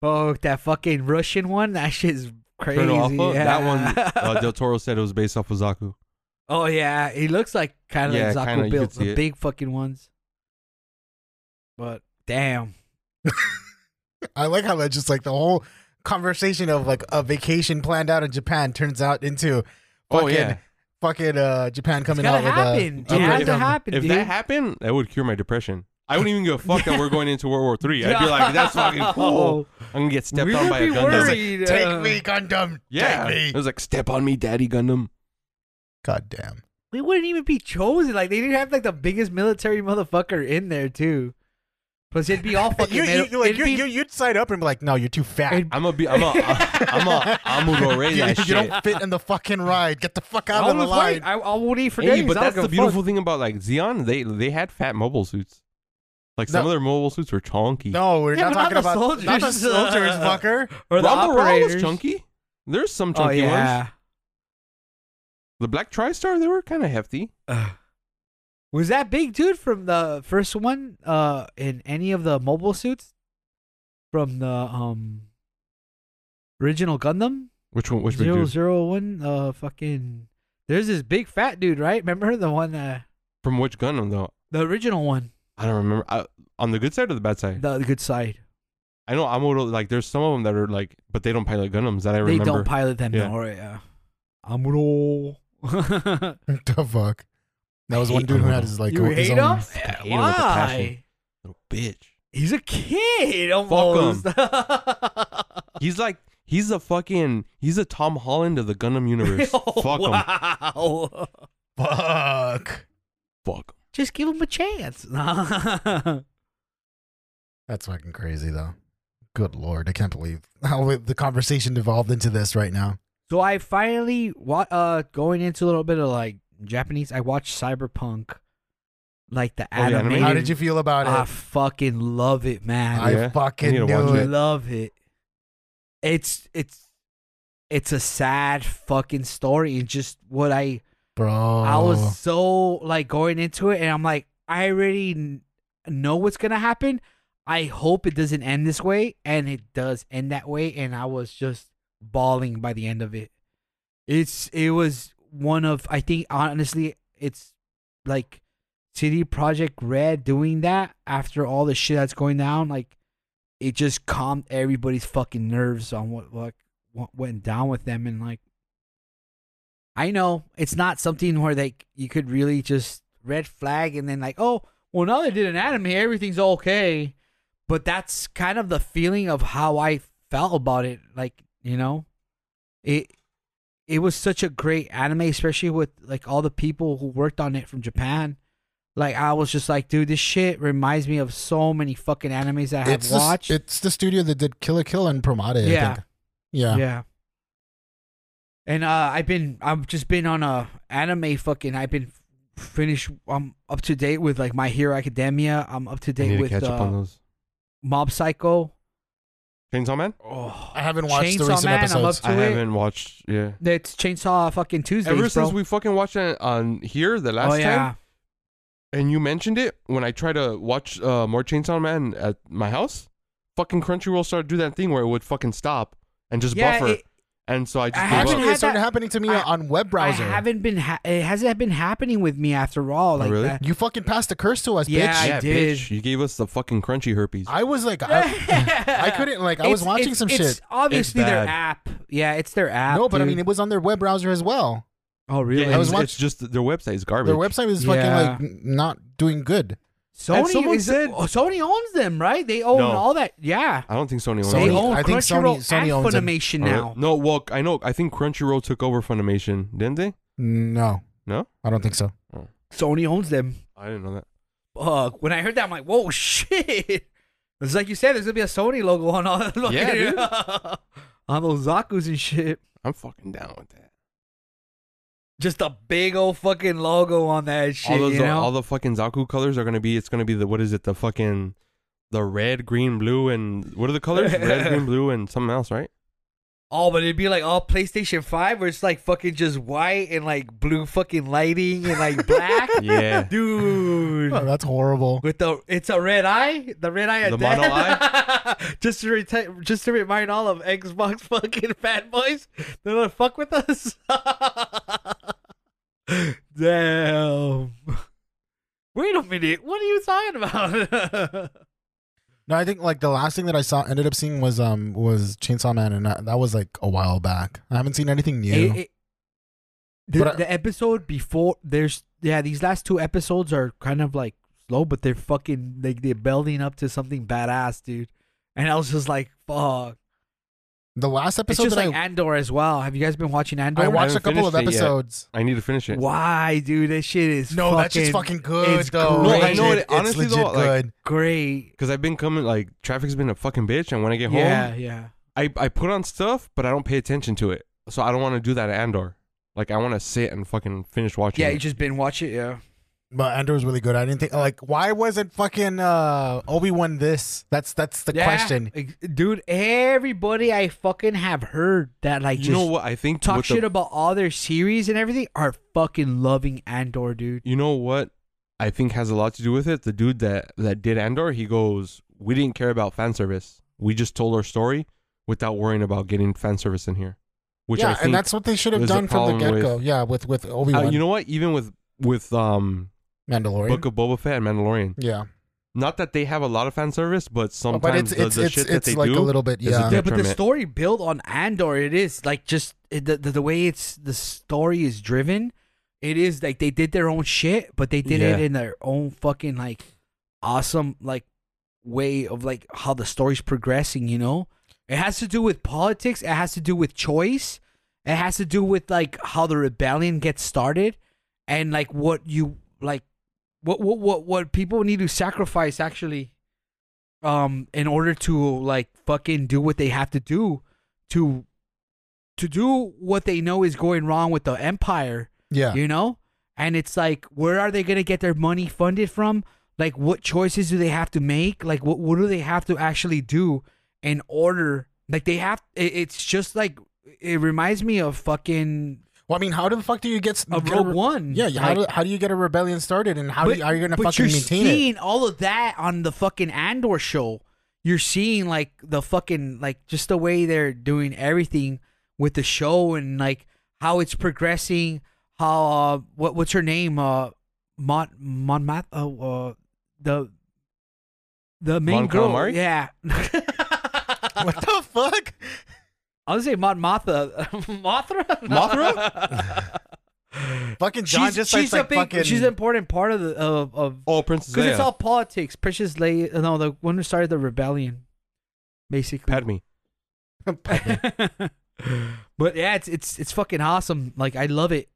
A: oh, that fucking Russian one. That shit's crazy.
C: Colonel Alpha.
A: yeah.
C: That one, uh, Del Toro said it was based off of Zaku.
A: oh yeah, he looks like kind of
C: Yeah,
A: like Zaku
C: kinda, you
A: built
C: could see
A: the
C: it.
A: big fucking ones. But damn,
B: I like how that just like the whole conversation of like a vacation planned out in Japan turns out into fucking
C: Oh yeah,
B: fucking uh Japan
A: it's
B: coming
A: gotta
B: out
A: happen.
B: with a
A: It
C: Okay,
A: has to
C: if-
A: happen,
C: if
A: dude.
C: that happened, that would cure my depression. I wouldn't even give a fuck that we're going into World War Three. I'd be like, that's fucking cool. I'm gonna get stepped
A: Oh. we
C: on
A: would
C: by
A: be
C: a Gundam.
A: worried. uh,
B: Take me, Gundam.
C: Yeah,
B: Take
C: it
B: me.
C: was like step on me, Daddy Gundam.
B: God damn.
A: we wouldn't even be chosen. Like they didn't have like the biggest military motherfucker in there too. Plus, it'd be all fucking.
B: You,
A: middle-
B: you, like,
A: it'd
B: you,
A: be-
B: you, you'd sign up and be like, no, you're too fat.
A: It'd
C: I'm a be, I'm a, I'm a, I'm a go raid
B: you,
C: that
B: you
C: shit.
B: don't fit in the fucking ride. Get the fuck out
A: I
B: of the
A: was
B: line.
A: right. I, I won't eat for
C: Hey,
A: days.
C: but
A: I don't
C: that's
A: give a
C: the beautiful
A: fuck.
C: thing about like Xeon. They they had fat mobile suits. Like some
B: No.
C: of their mobile suits were chunky.
B: No, we're
A: Yeah,
B: not
A: but not
B: talking
A: the
B: about not the
A: soldiers.
B: soldiers, fucker.
A: Or the
C: Rumble Row was
A: operators.
C: chunky. There's some
A: Oh
C: chunky ones.
A: yeah.
C: The Black TriStar, they were kind of hefty.
A: Ugh. Was that big dude from the first one uh in any of the mobile suits from the um original Gundam
C: Which one? Which big
A: Zero
C: dude?
A: Zero One? Uh, fucking. There's this big fat dude, right? Remember the one uh
C: From which Gundam though?
A: the original one,
C: I don't remember. I, on the good side or the bad side?
A: the, the good side.
C: I know Amuro. Like, there's some of them that are like, but they don't pilot Gundams that I remember.
A: They don't pilot them,
C: Yeah.
A: no, right? Yeah. Amuro.
B: the fuck. That was
C: I
B: one
C: hate
B: dude who
C: Gundam.
B: had his like
A: you
B: his
A: hate him?
B: own-
A: Yeah,
C: hate him with a passion.
A: Why?
C: Little bitch.
A: He's a kid almost.
C: He's like, he's a fucking, he's a Tom Holland of the Gundam universe. Fuck him.
A: Oh, wow.
B: Fuck.
C: Fuck.
A: Just give him a chance.
B: That's fucking crazy though. Good lord, I can't believe how the conversation devolved into this right now.
A: so I finally wa- uh going into a little bit of like Japanese. I watched Cyberpunk, like the
C: Oh, the
A: anime.
C: anime?
B: How did you feel about it?
A: I fucking love it, ah, man.
B: I
C: Yeah,
B: fucking
C: I need to
B: knew
C: watch
A: I
B: it.
A: love it. It's it's it's a sad fucking story and just what I
B: bro.
A: I
B: Oh.
A: was so like going into it and I'm like I already kn- know what's going to happen. I hope it doesn't end this way and it does end that way and I was just bawling by the end of it. It's it was one of I think honestly it's like City Project Red doing that after all the shit that's going down like it just calmed everybody's fucking nerves on what like what went down with them and like I know it's not something where they you could really just red flag and then like oh well now they did an anime everything's okay but that's kind of the feeling of how I felt about it like you know it it was such a great anime especially with like all the people who worked on it from Japan Like I was just like, dude, this shit reminds me of so many fucking animes that I have
B: it's the,
A: watched.
B: it's the studio that did Kill a Kill and Promade.
A: Yeah.
B: I think. yeah,
A: yeah. And uh, I've been, I've just been on a anime fucking. I've been finished. I'm up to date with like My Hero Academia. I'm up to
C: I need
A: date
C: to
A: with
C: catch up
A: uh,
C: on those.
A: Mob Psycho.
C: Chainsaw Man?
A: Oh,
B: I haven't watched
A: Chainsaw
B: the recent
A: Man, I'm
B: episodes.
A: up
C: I
A: To it.
C: haven't watched. Yeah.
A: it's Chainsaw fucking Tuesdays,
C: Ever
A: bro.
C: since we fucking watched it on here the
A: oh
C: last time,
A: yeah,
C: and you mentioned it when I try to watch uh, more Chainsaw Man at my house, fucking Crunchyroll started to do that thing where it would fucking stop and just
A: yeah.
C: buffer,
A: it-
C: and so I just
A: I
C: gave
A: haven't
C: up.
B: Actually,
A: had
B: it started
A: that-
B: happening to me
A: I-
B: on web
A: I
B: browser.
A: haven't been. Ha- it hasn't been happening with me after all. Like
C: Oh, really?
A: that.
B: You fucking passed the curse to us,
A: Yeah,
B: bitch.
A: I
C: yeah,
A: did.
C: bitch, you gave us the fucking crunchy herpes.
B: I was like, I, I couldn't. Like, I was
A: It's-
B: watching
A: it's-
B: some
A: it's
B: shit.
A: Obviously, their
C: bad.
A: app. Yeah, it's their app.
B: No, but I
A: dude.
B: mean, it was on their web browser as well.
A: oh really?
C: Yeah,
B: I was
C: it's,
B: watch-
C: it's just their website is garbage.
B: Their website was
A: Yeah.
B: fucking like n- not doing good.
C: And
A: Sony
C: someone
A: is
C: said-
A: oh, Sony owns them, right? They own
C: No.
A: all that. Yeah,
C: I don't think Sony owns
A: they
C: it.
B: Sony-
A: own
B: I think Sony-
A: Crunchyroll
B: Sony
A: and
B: owns them.
A: Funimation
C: Oh, really?
A: now.
C: No, well, I know. I think Crunchyroll took over Funimation, didn't they?
B: No,
C: No?
B: I don't think so.
A: Sony owns them.
C: I didn't know that.
A: Fuck. When I heard that, I'm like, whoa, shit. It's like you said, there's gonna be a Sony logo on all look
C: Yeah,
A: at it.
C: dude.
A: on those Zaku's and shit.
C: I'm fucking down with that.
A: Just a big old fucking logo on that shit.
C: all those,
A: you know?
C: all the fucking Zaku colors are gonna be. It's gonna be the what is it? The fucking the red, green, blue, and what are the colors? red, green, blue, and something else, right?
A: Oh, but it'd be like all PlayStation Five, where it's like fucking just white and like blue fucking lighting and like black,
C: Yeah.
A: dude.
B: Oh, that's horrible.
A: With the it's a red eye, the red eye, of
C: The
A: death.
C: mono
A: just to reti- just to remind all of Xbox fucking fanboys, they don't fuck with us. Damn. Wait a minute, what are you talking about?
B: No, I think like the last thing that I saw ended up seeing was um was Chainsaw Man, and that, that was like a while back. I haven't seen anything new.
A: It- it- the,
B: But I-
A: the episode before there's yeah these last two episodes are kind of like slow but they're fucking like they're building up to something badass dude and i was just like fuck
B: the last
A: it's
B: episode
A: just
B: that
A: like
B: I,
A: andor as well have you guys been watching andor
B: I watched a
C: haven't
B: couple of
C: finished it yet.
B: episodes.
C: I need to finish it.
A: why dude that shit is
B: No,
A: fucking
B: that shit's fucking good
A: it's
B: though.
A: great.
C: No, I know it-
B: It's
C: honestly,
B: legit
C: though, like-
B: good.
A: great
C: Because I've been coming like traffic's been a fucking bitch, and when I get home,
A: yeah yeah
C: I I put on stuff, but I don't pay attention to it. So I don't want to do that at Andor. Like I want to sit and fucking finish watching.
A: yeah
C: it.
A: you just been watching it yeah
B: But Andor was really good. I didn't think like why wasn't fucking uh Obi Wan this? That's that's the
A: Yeah.
B: question.
A: Ex- dude everybody i fucking have heard that like
C: you
A: just
C: know what I think.
A: talk
C: what the-
A: shit about all their series and everything are fucking loving andor dude
C: you know what I think has a lot to do with it. The dude that that did Andor, he goes, "We didn't care about fan service. We just told our story without worrying about getting fan service in here." Which
B: yeah,
C: I think,
B: and that's what they should have
C: is the
B: done from the
C: problem
B: get go. Yeah, with with Obi
C: uh,
B: Wan,
C: you know what? Even with with um
B: Mandalorian.
C: Book of Boba Fett and Mandalorian,
B: yeah,
C: not that they have a lot of fan service, but
B: Oh,
C: sometimes
B: but it's
C: the,
B: it's
C: the
B: it's
C: shit
B: it's
C: that they
B: like
C: do.
B: a little bit
C: is a
B: yeah.
A: yeah, but the
C: detriment.
A: story built on Andor, it is like just it, the, the the way it's the story is driven. It is like they did their own shit, but they did it
C: Yeah.
A: in their own fucking like awesome like way of like how the story's progressing. You know, it has to do with politics. It has to do with choice. It has to do with like how the rebellion gets started, and like what you like, what what what what people need to sacrifice actually um in order to like fucking do what they have to do to to do what they know is going wrong with the empire
B: yeah.
A: you know and it's like where are they going to get their money funded from like what choices do they have to make like what what do they have to actually do in order like they have it, it's just like it reminds me of fucking
B: Well, I mean, how the fuck do you get s-
A: of
B: get a
A: Rogue
B: re-
A: One
B: Yeah, how,
A: Like-
B: do, how do you get a rebellion started, and how do you, are you gonna
A: but
B: fucking
A: you're
B: maintain it?
A: seeing all of that on the fucking Andor show. You're seeing like the fucking like just the way they're doing everything with the show and like how it's progressing. How uh, what what's her name? Uh, Mon Mon Mat uh, uh the the main
C: Mon
A: girl.
C: Calamari?
A: Yeah,
B: What the fuck?
A: I was say Mon Mothra. Mothra.
C: Mothra?
B: Fucking John
A: she's
B: just
A: she's
B: starts like
A: a big,
B: fucking.
A: she's an important part of the of, of
C: Oh, Princess
A: Because
C: Leia,
A: it's all politics. Precious Lay, no, the one who started the rebellion, basically.
C: Padme.
A: but yeah, it's it's it's fucking awesome. Like I love it,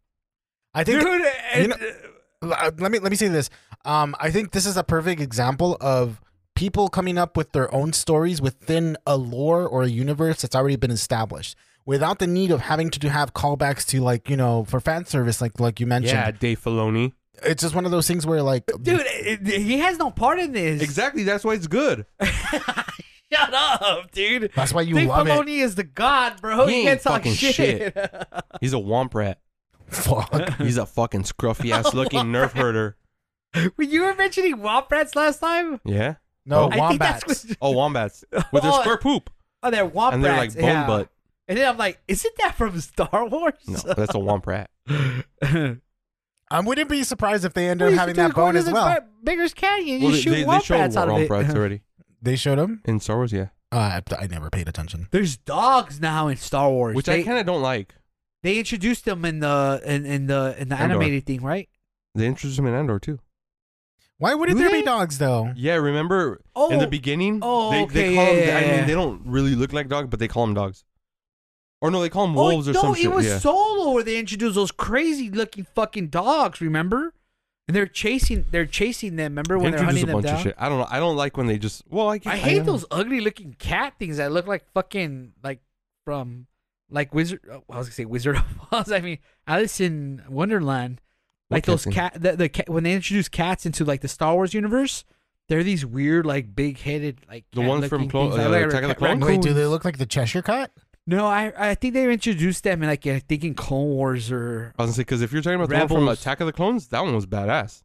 B: I think.
A: dude.
B: you know- l- uh, let me let me say this. Um, I think this is a perfect example of people coming up with their own stories within a lore or a universe that's already been established without the need of having to do, have callbacks to like you know for fan service like like you mentioned
C: Yeah, Dave Filoni.
B: it's just one of those things where like
A: Dude, it, it- he has no part in this.
C: Exactly. That's why it's good.
A: Shut up, dude.
C: Ah,
B: that's why you
A: Dave
B: love it
A: Filoni is the god, bro.
C: He
A: He,
C: ain't
A: can't talk
C: fucking
A: shit.
C: shit. He's a womp rat.
B: fuck
C: He's a fucking scruffy ass looking nerf herder.
A: when you were mentioning womp rats last time,
C: Yeah.
B: no
C: Oh.
A: I think that's
B: wombats
A: what,
C: Oh, wombats with their
A: Oh,
C: square poop,
A: oh, they're womp
C: and they're like
A: rats.
C: bone
A: yeah.
C: butt.
A: And then I'm like, isn't that from Star Wars?
C: No, that's a womp rat.
B: I wouldn't be surprised if they end
A: We
B: up
A: used
B: having
A: to
B: that
A: go
B: bone
A: to
B: as
A: the
B: well
A: Bar- Beggar's Canyon. You
C: Well, they,
A: shoot
C: they, they
A: womp
C: showed
A: rats out of
C: womp
A: it.
C: rats already
B: they showed him
C: in Star Wars. Yeah,
B: uh, I, I never paid attention
A: There's dogs now in Star Wars.
C: which
A: they,
C: I kind of don't like.
A: they introduced them in the in, in the in the
C: Andor.
A: animated thing, right?
C: They introduced him in Andor too.
B: why wouldn't
A: Do
B: there
A: they?
B: be dogs though
C: Yeah, remember
A: Oh,
C: in the beginning?
A: oh,
C: they, they
A: okay,
C: call
A: yeah,
C: them,
A: yeah,
C: I
A: yeah.
C: mean, they don't really look like dogs, but they call them dogs. Or no, they call them
A: oh,
C: wolves or
A: no,
C: some
A: it
C: shit.
A: was
C: yeah.
A: Solo where they introduced those crazy looking fucking dogs. Remember? And they're chasing. They're chasing them. Remember when they're
C: Introduce
A: hunting
C: a
A: them
C: bunch
A: down?
C: of shit. I don't know. I don't like when they just. Well, I, can,
A: I hate those ugly looking cat things that look like fucking like from like Wizard. oh, I was gonna say Wizard of Oz. I mean Alice in Wonderland.
C: What
A: Like
C: cat
A: those
C: thing?
A: cat the, the cat when they introduce cats into like the Star Wars universe, they're these weird like big headed like
C: The ones from
A: cat-looking
C: Clo-
A: things.
C: uh,
A: I like
C: Attack of the
A: rac-
C: Clones?
B: wait do they
A: raccoons.
B: look like the Cheshire Cat
A: No, I I think they introduced them in like I think in Clone Wars or
C: I was gonna say because if you're talking about the one from uh,
A: Rebels.
C: Attack of the Clones, that one was badass.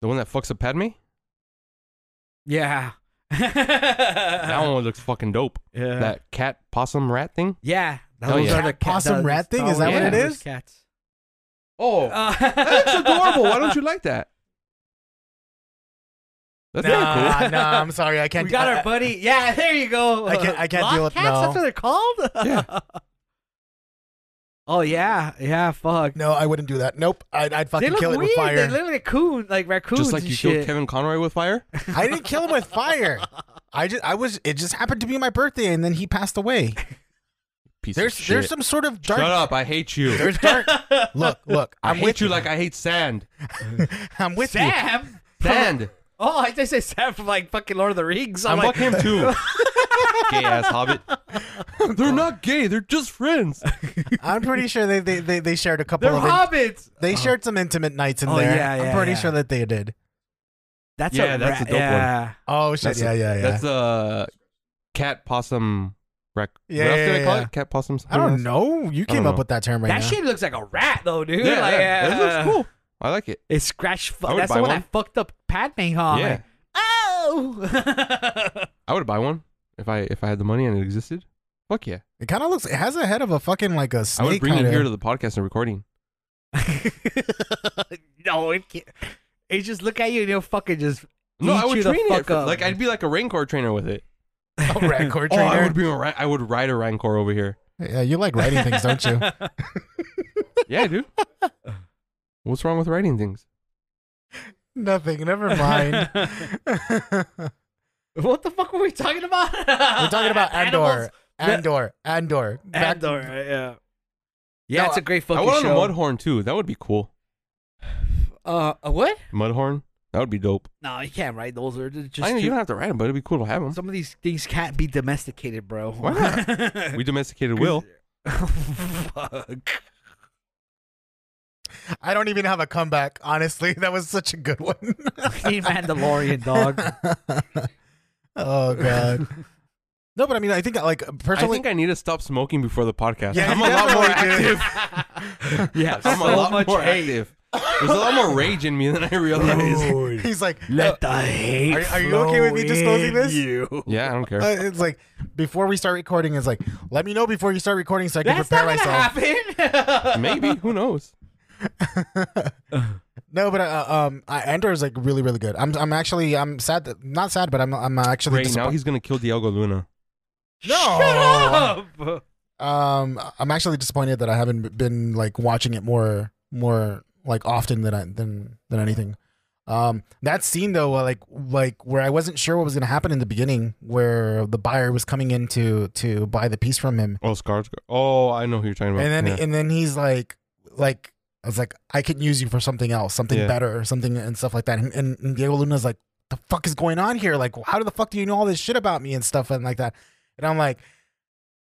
C: The one that fucks up Padme,
A: yeah.
C: that one looks fucking dope.
A: yeah.
C: That cat possum rat thing.
A: yeah.
C: Hell
A: those
C: yeah.
A: are the
B: Cat possum
A: the
B: rat thing?
A: Star
B: Is that
A: Wars
C: what it
A: universe
B: is?
A: Cats.
C: Oh,
A: Uh,
C: that looks adorable. Why don't you like that? That's
A: Nah,
C: kinda cool.
B: Ah, no I'm sorry I can't
A: we got
B: I-
A: our buddy. Yeah, there you go.
B: I can't- I can't
A: Lock
B: deal with-
A: cats.
B: no.
A: That's what they're called.
C: Yeah.
A: oh yeah, yeah. Fuck.
B: no I wouldn't do that nope I'd, I'd fucking
A: they look
B: kill it
A: weird.
B: with fire
A: They look like coon, like raccoons.
C: Just like
A: and
C: you
A: shit.
C: killed Kevin Conroy with fire.
B: I didn't kill him with fire. I just I was it just happened to be my birthday and then he passed away.
C: Piece
B: There's
C: of shit.
B: there's some sort of dark
C: Shut up! I hate you.
B: there's dark look, look,
C: I
B: I'm
C: hate
B: with
C: you like I hate sand.
B: I'm with you.
A: Sam.
C: Sand.
A: Oh, I just say Sam from like fucking Lord of the Rings.
C: I'm
A: I'm,
C: like
A: like,
C: him too. Gay ass hobbit. They're not gay. They're just friends.
B: I'm pretty sure they they, they, they shared a couple
A: they're
B: of in-
A: hobbits.
B: they shared some intimate nights in
A: Uh-huh. Oh,
B: there.
A: yeah,
B: I'm
A: yeah,
B: pretty
A: yeah.
B: sure that they did.
A: That's
C: Yeah,
A: a
C: that's
A: ra-
C: a dope one.
A: yeah.
B: Oh shit.
C: That's a-
B: yeah, yeah, yeah.
C: That's a cat possum wreck.
B: Yeah,
C: what else did
B: yeah,
C: I call
B: yeah.
C: it? Cat possum.
B: I don't know. You came
C: don't
B: up
C: know.
B: with that term right
A: That
B: now.
A: shit looks like a rat though, dude.
C: Yeah,
A: like,
C: yeah.
A: uh,
C: That looks cool. I like it.
A: It scratched. Fu-
C: I would
A: that's
C: buy
A: the one,
C: one.
A: that fucked up Padme, huh?
C: Yeah.
A: Like, oh.
C: I would buy one if I if I had the money and it existed. Fuck yeah.
B: It kind of looks. It has a head of a fucking like a
C: I
B: snake.
C: would bring it
B: kinda.
C: here to the podcast and recording.
A: no, it can't. It just look at you and it'll fucking just.
C: No,
A: Eat
C: I would
A: you the
C: train it.
A: fuck
C: for-
A: up.
C: like I'd be like a rancor trainer with it.
B: oh, Rancor
C: Oh,
B: trainer.
C: I would be a ra- I would ride a rancor over here.
B: Yeah, you like writing things, don't you?
C: Yeah, dude. What's wrong with writing things?
B: Nothing. Never mind.
A: what the fuck were we talking about? We're
B: We're talking about Andor. Andor. Andor. Back-
A: Uh, Andor, yeah. Yeah,
B: No,
A: it's a great fucking
C: I want
A: show.
C: a mudhorn too. That would be cool.
A: uh, a what?
C: Mudhorn. That would be dope.
A: No, you can't ride those. They're just
C: I know you
A: too-
C: don't have to ride them, but it'd be cool to have them.
A: some of these things can't be domesticated, bro.
C: Why not? We domesticated Will.
A: Fuck.
B: I don't even have a comeback. Honestly, that was such a good one.
A: Team Mandalorian, dog.
B: oh god. No, but I mean, I think like
C: I
B: personally,
C: think I need to stop smoking before the podcast.
B: Yeah,
C: I'm
B: you
C: a lot more
B: definitely do.
C: active.
A: yeah,
C: I'm a
A: so
C: lot
A: much
C: more
A: hate.
C: active. There's a lot more rage in me than I realized.
B: he's like,
A: Let the hate.
B: Uh, Are- are you okay with me
A: flow
B: disclosing
A: in
B: this?
A: You.
C: Yeah, I don't care.
B: uh, it's like before we start recording, it's like, let me know before you start recording so I can
A: That's not
B: prepare
A: gonna
B: myself.
A: happen.
C: Maybe who knows?
B: No, but uh, um, uh, Andor is like really, really good. I'm, I'm actually, I'm sad, that, not sad, but I'm, I'm actually
C: Right now
B: disappoint-
C: he's gonna kill Diego Luna.
B: No.
A: Shut up.
B: Um, I'm actually disappointed that I haven't been like watching it more, more like often than I than than anything. Um, that scene though, like like where I wasn't sure what was gonna happen in the beginning, where the buyer was coming in to to buy the piece from him,
C: Oh, Scar's. Oh, I know who you're talking about.
B: and then
C: Yeah.
B: and then he's like like I was like, I could use you for something else, something
C: Yeah.
B: better, or something and stuff like that. And, and, and Diego Luna's like, the fuck is going on here? Like, how the fuck do you know all this shit about me and stuff and like that? And I'm like,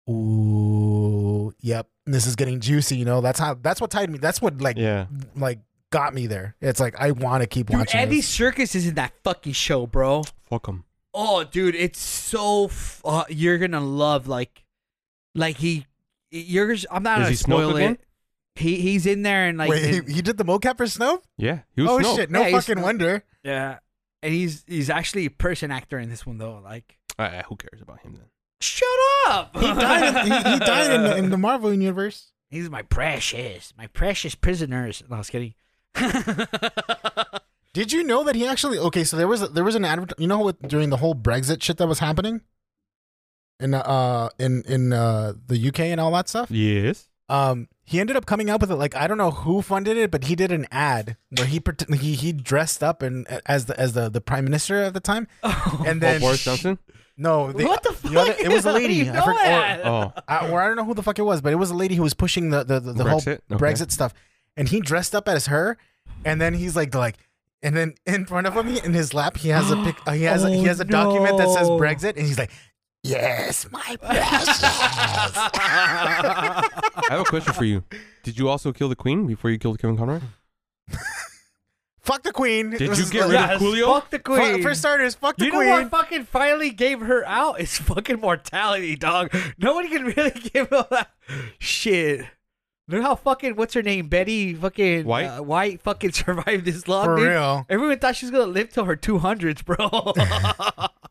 B: ooh, yep, this is getting juicy. You know, that's how that's what tied me. That's what like
C: Yeah.
B: like got me there. It's like I want to keep
A: Dude,
B: watching.
A: Andy
B: this.
A: Circus is in that fucking show, bro.
C: Fuck him.
A: Oh, dude, it's so f- uh, you're gonna love like, like he, you're. I'm not
C: Is
A: gonna
C: he Snoke
A: spoil
C: again?
A: it. He he's in there and like
B: Wait,
A: his-
B: he, he did the mocap for Snow?
C: Yeah. He was
B: Oh
C: Snoke.
B: shit! No
A: Yeah, he's
B: fucking
A: Snow.
B: wonder.
A: yeah, and he's he's actually a person actor in this one though. Like,
C: Uh, who cares about him then?
A: shut up.
B: He died. In, he, he died in the, in the Marvel universe.
A: He's my precious, my precious prisoners. No, I was kidding.
B: Did you know that he actually? Okay, so there was a, there was an advert. You know what? During the whole Brexit shit that was happening in uh in in uh the UK and all that stuff.
C: Yes.
B: Um, he ended up coming up with it. Like I don't know who funded it, but he did an ad where he pret- he he dressed up and as the as the the prime minister at the time, and
C: Oh,
B: then
C: Boris Johnson?
B: no, the,
A: what the fuck?
B: you know, it was a
A: How do
B: lady.
A: you
B: I
A: know
B: forg- or-
A: that?
C: Oh.
B: I, or I don't know who the fuck it was, but it was a lady who was pushing the the, the, the whole
C: Brexit? Okay.
B: Brexit stuff, and he dressed up as her, and then he's like like, and then in front of him in his lap he has a pic, uh, he has a, he has a
A: Oh,
B: document that says
A: no.
B: Brexit, and he's like, yes, my precious.
C: I have a question for you. Did you also kill the queen before you killed Kevin Conroy?
B: fuck the queen.
C: Did
B: This
C: you
B: is
C: get
B: like-
C: rid of
A: Yes,
C: Coolio?
A: Fuck the
B: Fu-
A: queen.
B: For starters, fuck the
A: you know
B: queen.
A: what fucking finally gave her out? It's fucking mortality, dog. Nobody can really give all that shit. Look how fucking what's her name, Betty fucking
C: White?
A: uh, White fucking survived this long.
B: For
A: dude.
B: real.
A: Everyone thought she was gonna live till her two hundreds, bro.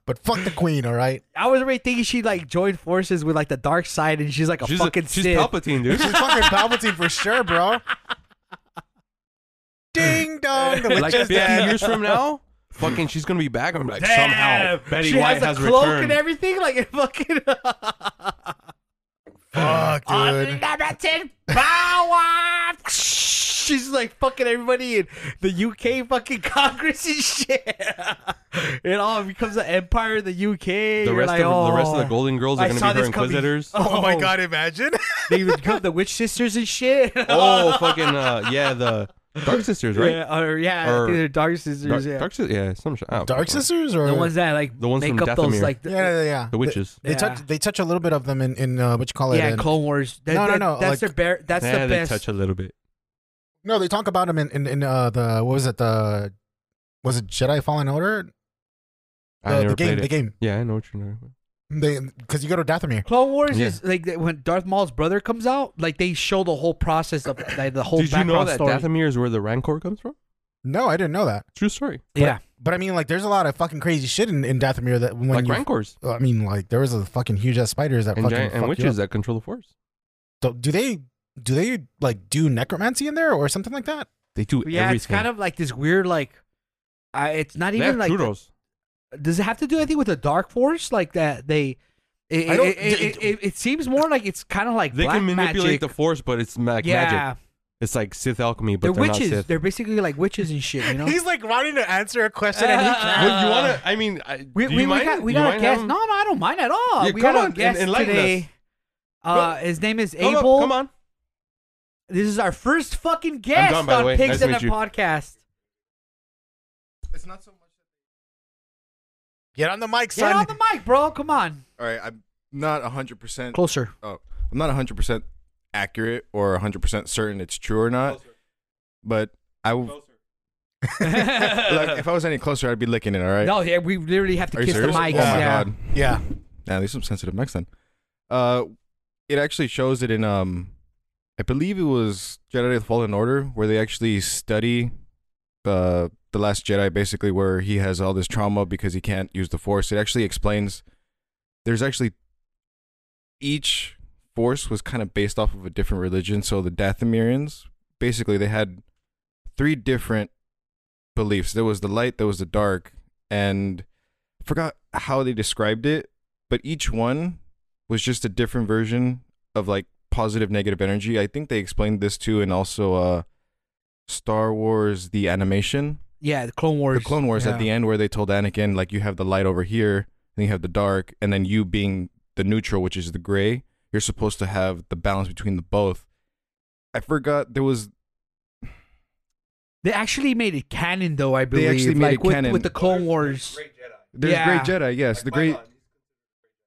B: But fuck the queen, all right?
A: I was already thinking she like joined forces with like the dark side, and she's like a
C: she's
A: fucking
C: she's
A: Sith.
C: Palpatine, dude.
B: She's fucking Palpatine for sure, bro. Ding dong, the witch
C: like
B: is
C: 50
B: dead.
C: years from now, fucking she's gonna be back. I'm like
A: Damn!
C: somehow Betty
A: she
C: White
A: has a
C: has
A: cloak
C: returned.
A: and everything, like it fucking. uh,
B: Fuck, dude.
A: Unlimited power. She's like fucking everybody in the UK fucking Congress and shit. it all becomes an empire in the UK.
C: the
A: You're
C: rest
A: like,
C: of the rest of the
A: "Oh."
C: Golden Girls
A: I
C: are
A: saw
C: gonna be her
A: this coming.
C: inquisitors. Oh,
B: Oh my god, imagine.
A: they become the witch sisters and shit.
C: fucking uh, yeah, the Dark Sisters, right?
A: Yeah, or yeah, I
C: Or-
A: think they're dark sisters.
C: Dark,
A: yeah.
C: Dark Sisters, yeah, some shit. Oh,
B: Dark Sisters or
A: the ones that like
C: The ones
A: make
C: from
A: up those
C: Dathomir.
A: like the,
B: Yeah, yeah, yeah.
C: the witches.
B: They, they
A: Yeah.
B: touch they touch a little bit of them in in uh, what you call it.
A: yeah
B: in-
A: Clone Wars. That-
B: No, no,
A: that-
B: no,
A: That's
B: like-
A: the bare. That's
C: yeah,
A: the
C: they
A: best.
C: touch a little bit.
B: no, they talk about them in in, in uh, the what was it the was it Jedi Fallen Order?
C: I
B: The,
C: never
B: the game,
C: played
B: the
C: it.
B: game.
C: Yeah, I know what you're talking about.
B: They because you go to Dathomir.
A: Clone Wars
C: Yeah.
A: is like that- when Darth Maul's brother comes out, like they show the whole process of like, the whole
C: Did you
A: background
C: know that
A: story.
C: Dathomir is where the Rancor comes from?
B: No, I didn't know that.
C: True story.
A: yeah,
B: But I mean, like, there's a lot of fucking crazy shit in, in Dathomir that when
C: like
B: you,
C: Rancors
B: I mean, like, there was a fucking huge ass spiders that
C: and
B: fucking
C: giant
B: fuck
C: and
B: you
C: witches
B: up.
C: that control the force.
B: Do, do they do they like do necromancy in there or something like that?
C: They do
A: yeah,
C: everything.
A: it's kind of like this weird like. I it's not
C: they
A: even like.
C: have churros.
A: Does it have to do anything with the Dark Force? Like that they. It,
B: I don't-
A: it, it, it, it, it seems more like it's kind of like
C: They
A: black
C: can manipulate
A: magic.
C: the force, but it's ma- like
A: yeah,
C: magic. It's like Sith alchemy, but
A: they're,
C: they're,
A: witches.
C: not Sith.
A: They're basically like witches and shit. You know.
B: He's like wanting to answer a question and he can't.
C: Well, you want to? I mean, I,
A: We,
C: do
A: we,
C: you
A: we
C: mind?
A: got we
C: You
A: got a
C: mind
A: guest.
C: having-
A: No, no, I don't mind at all.
C: Yeah,
A: we
C: come
A: got
C: on,
A: a
C: en-
A: guest
C: enlighten
A: today.
C: us.
A: Uh, his name is
C: Come up,
A: Abel.
C: come on.
A: This is our first fucking guest
C: gone, by the
A: on
C: way.
A: Pigs
C: Nice to
A: in a
C: meet you.
A: Podcast.
D: It's not so much.
B: Get on the mic, son.
A: Get on the mic, bro. Come on.
D: All right, I'm not 100%.
A: Closer.
D: Oh, I'm not 100% accurate or 100% certain it's true or not. But I w- like, if I was any closer, I'd be licking it. All right.
A: No, yeah, we literally have to
D: Are you
A: kiss the
D: serious?
A: mic.
D: Oh my
A: yeah.
D: god.
B: yeah.
D: Now there's some sensitive next then. Uh, it actually shows it in um, I believe it was Jedi: The Fallen Order, where they actually study the the Last Jedi, basically where he has all this trauma because he can't use the Force. It actually explains. There's actually each Force was kind of based off of a different religion. So the Dathomirians, basically, they had three different beliefs. There was the light, there was the dark, and I forgot how they described it, but each one was just a different version of like positive negative energy. I think they explained this too in also uh Star Wars the animation,
A: Yeah, the Clone Wars.
D: the Clone Wars at the end where they told Anakin like you have the light over here, then you have the dark, and then you being the neutral which is the gray, you're supposed to have the balance between the both. I forgot there was
A: They actually made it canon, though. I believe
D: actually made
A: like,
D: it
A: with,
D: canon.
A: with the Clone Wars.
D: There's
A: Yeah.
D: great Jedi, yes. the great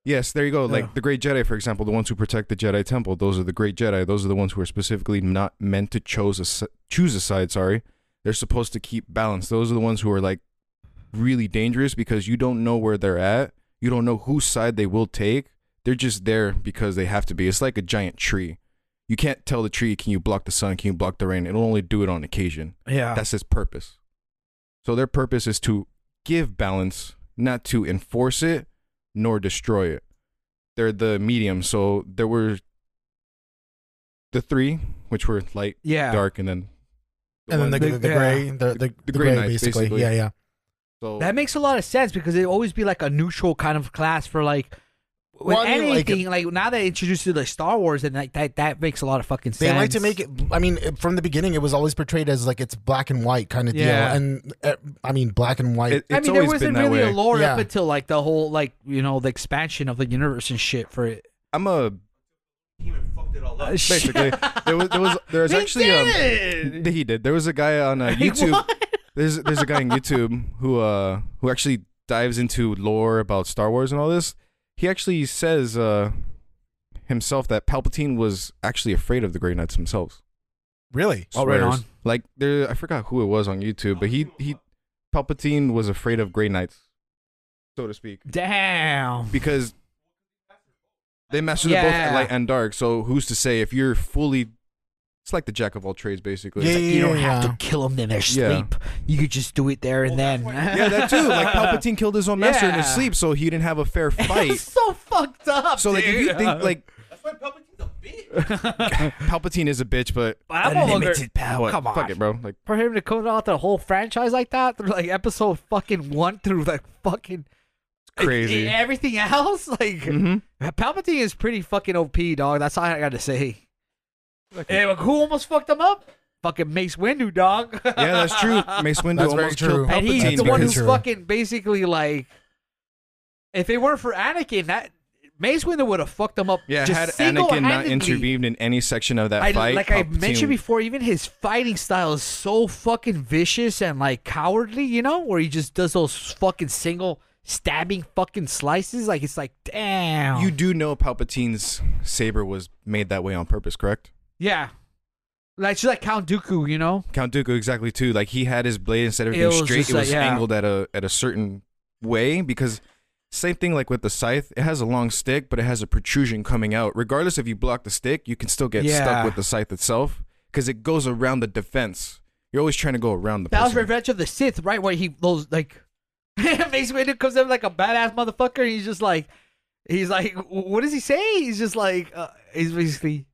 D: Yes, there you go.
A: Yeah.
D: Like the great Jedi, for example, the ones who protect the Jedi temple, those are the great Jedi. Those are the ones who are specifically not meant to chose a, si- choose a side, sorry. They're supposed to keep balance. Those are the ones who are like really dangerous because you don't know where they're at. You don't know whose side they will take. They're just there because they have to be. It's like a giant tree. You can't tell the tree, can you block the sun? Can you block the rain? It'll only do it on occasion.
A: Yeah,
D: That's its purpose. So their purpose is to give balance, not to enforce it nor destroy it. They're the medium. So there were the three, which were light,
A: yeah.
D: dark, and then
B: and then the,
A: The-
B: the, the
A: yeah.
B: gray, the the, the
D: Grey
B: gray,
D: Knights,
B: basically.
D: basically.
B: Yeah, yeah.
D: so
A: That makes a lot of sense because it always be like a neutral kind of class for like with
B: Well, I mean, like-
A: anything. Like, now they introduced it to like Star Wars and like that that makes a lot of fucking
B: They
A: sense.
B: like to make it. I mean, it- from the beginning, it was always portrayed as like it's black and white kind of
A: Yeah.
B: deal. And uh, I mean, black and white.
D: it, it's
A: I mean, there
D: always
A: wasn't
D: been that
A: really
D: way.
A: a lore up
B: Yeah.
A: until like the whole like you know the expansion of the universe and shit for it.
D: I'm a basically there was there was there was
A: They
D: actually um,
A: did it!
D: he did there was a guy on uh, YouTube there's there's a guy on YouTube who uh who actually dives into lore about Star Wars and all this. He actually says uh himself that Palpatine was actually afraid of the Grey Knights themselves.
B: really?
A: Oh, right
D: Swears.
A: on.
D: Like there, I forgot who it was on YouTube, but he he Palpatine was afraid of Grey Knights, so to speak,
A: Damn.
D: because they mastered
A: Yeah.
D: both light and dark. So who's to say if you're fully? It's like the jack of all trades, basically.
B: Yeah,
A: You don't have
B: Yeah.
A: to kill them in their
D: Yeah.
A: sleep. You could just do it there and then.
D: yeah, that too. Like Palpatine killed his own master in his
A: Yeah.
D: sleep, so he didn't have a fair
A: It's
D: fight.
A: so fucked up.
D: so like, if you
A: dude.
D: think like Palpatine is a bitch, but
A: I'm all over-
D: power.
A: Come on.
D: fuck it, bro. Like
A: for him to come out the whole franchise like that through like episode fucking one through like fucking
D: crazy.
A: e- everything else like
D: Mhm.
A: Palpatine is pretty fucking OP dog. That's all I gotta say.
D: Okay.
A: Hey, but who almost fucked him up? Fucking Mace Windu dog.
D: Yeah, that's true. Mace Windu
B: That's very
D: almost
B: true.
D: killed
A: and he's
D: Palpatine.
A: the one
D: because-
A: who's
B: True.
A: fucking basically like, if it weren't for Anakin, that Mace Windu would have fucked him up.
D: yeah,
A: just
D: had Anakin not
A: single-handedly.
D: intervened in any section of that
A: I,
D: fight,
A: like I
D: Palpatine-
A: mentioned before, even his fighting style is so fucking vicious and like cowardly, you know, where he just does those fucking single stabbing fucking slices. Like it's like, damn.
D: you do know Palpatine's saber was made that way on purpose, correct?
A: yeah. Like just like Count Dooku, you know.
D: Count Dooku exactly too. Like he had his blade instead of
A: It
D: being
A: was
D: straight,
A: just
D: it
A: like-
D: was
A: yeah.
D: angled at a at a certain way because same thing like with the scythe, it has a long stick, but it has a protrusion coming out. Regardless if you block the stick, you can still get
A: Yeah.
D: stuck with the scythe itself because it goes around the defense. You're always trying to go around the
A: That was
D: person.
A: Revenge of the Sith, right? Where he those like Mace Windu comes up like a badass motherfucker. And he's just like, he's like, what does he say? He's just like, uh, he's basically,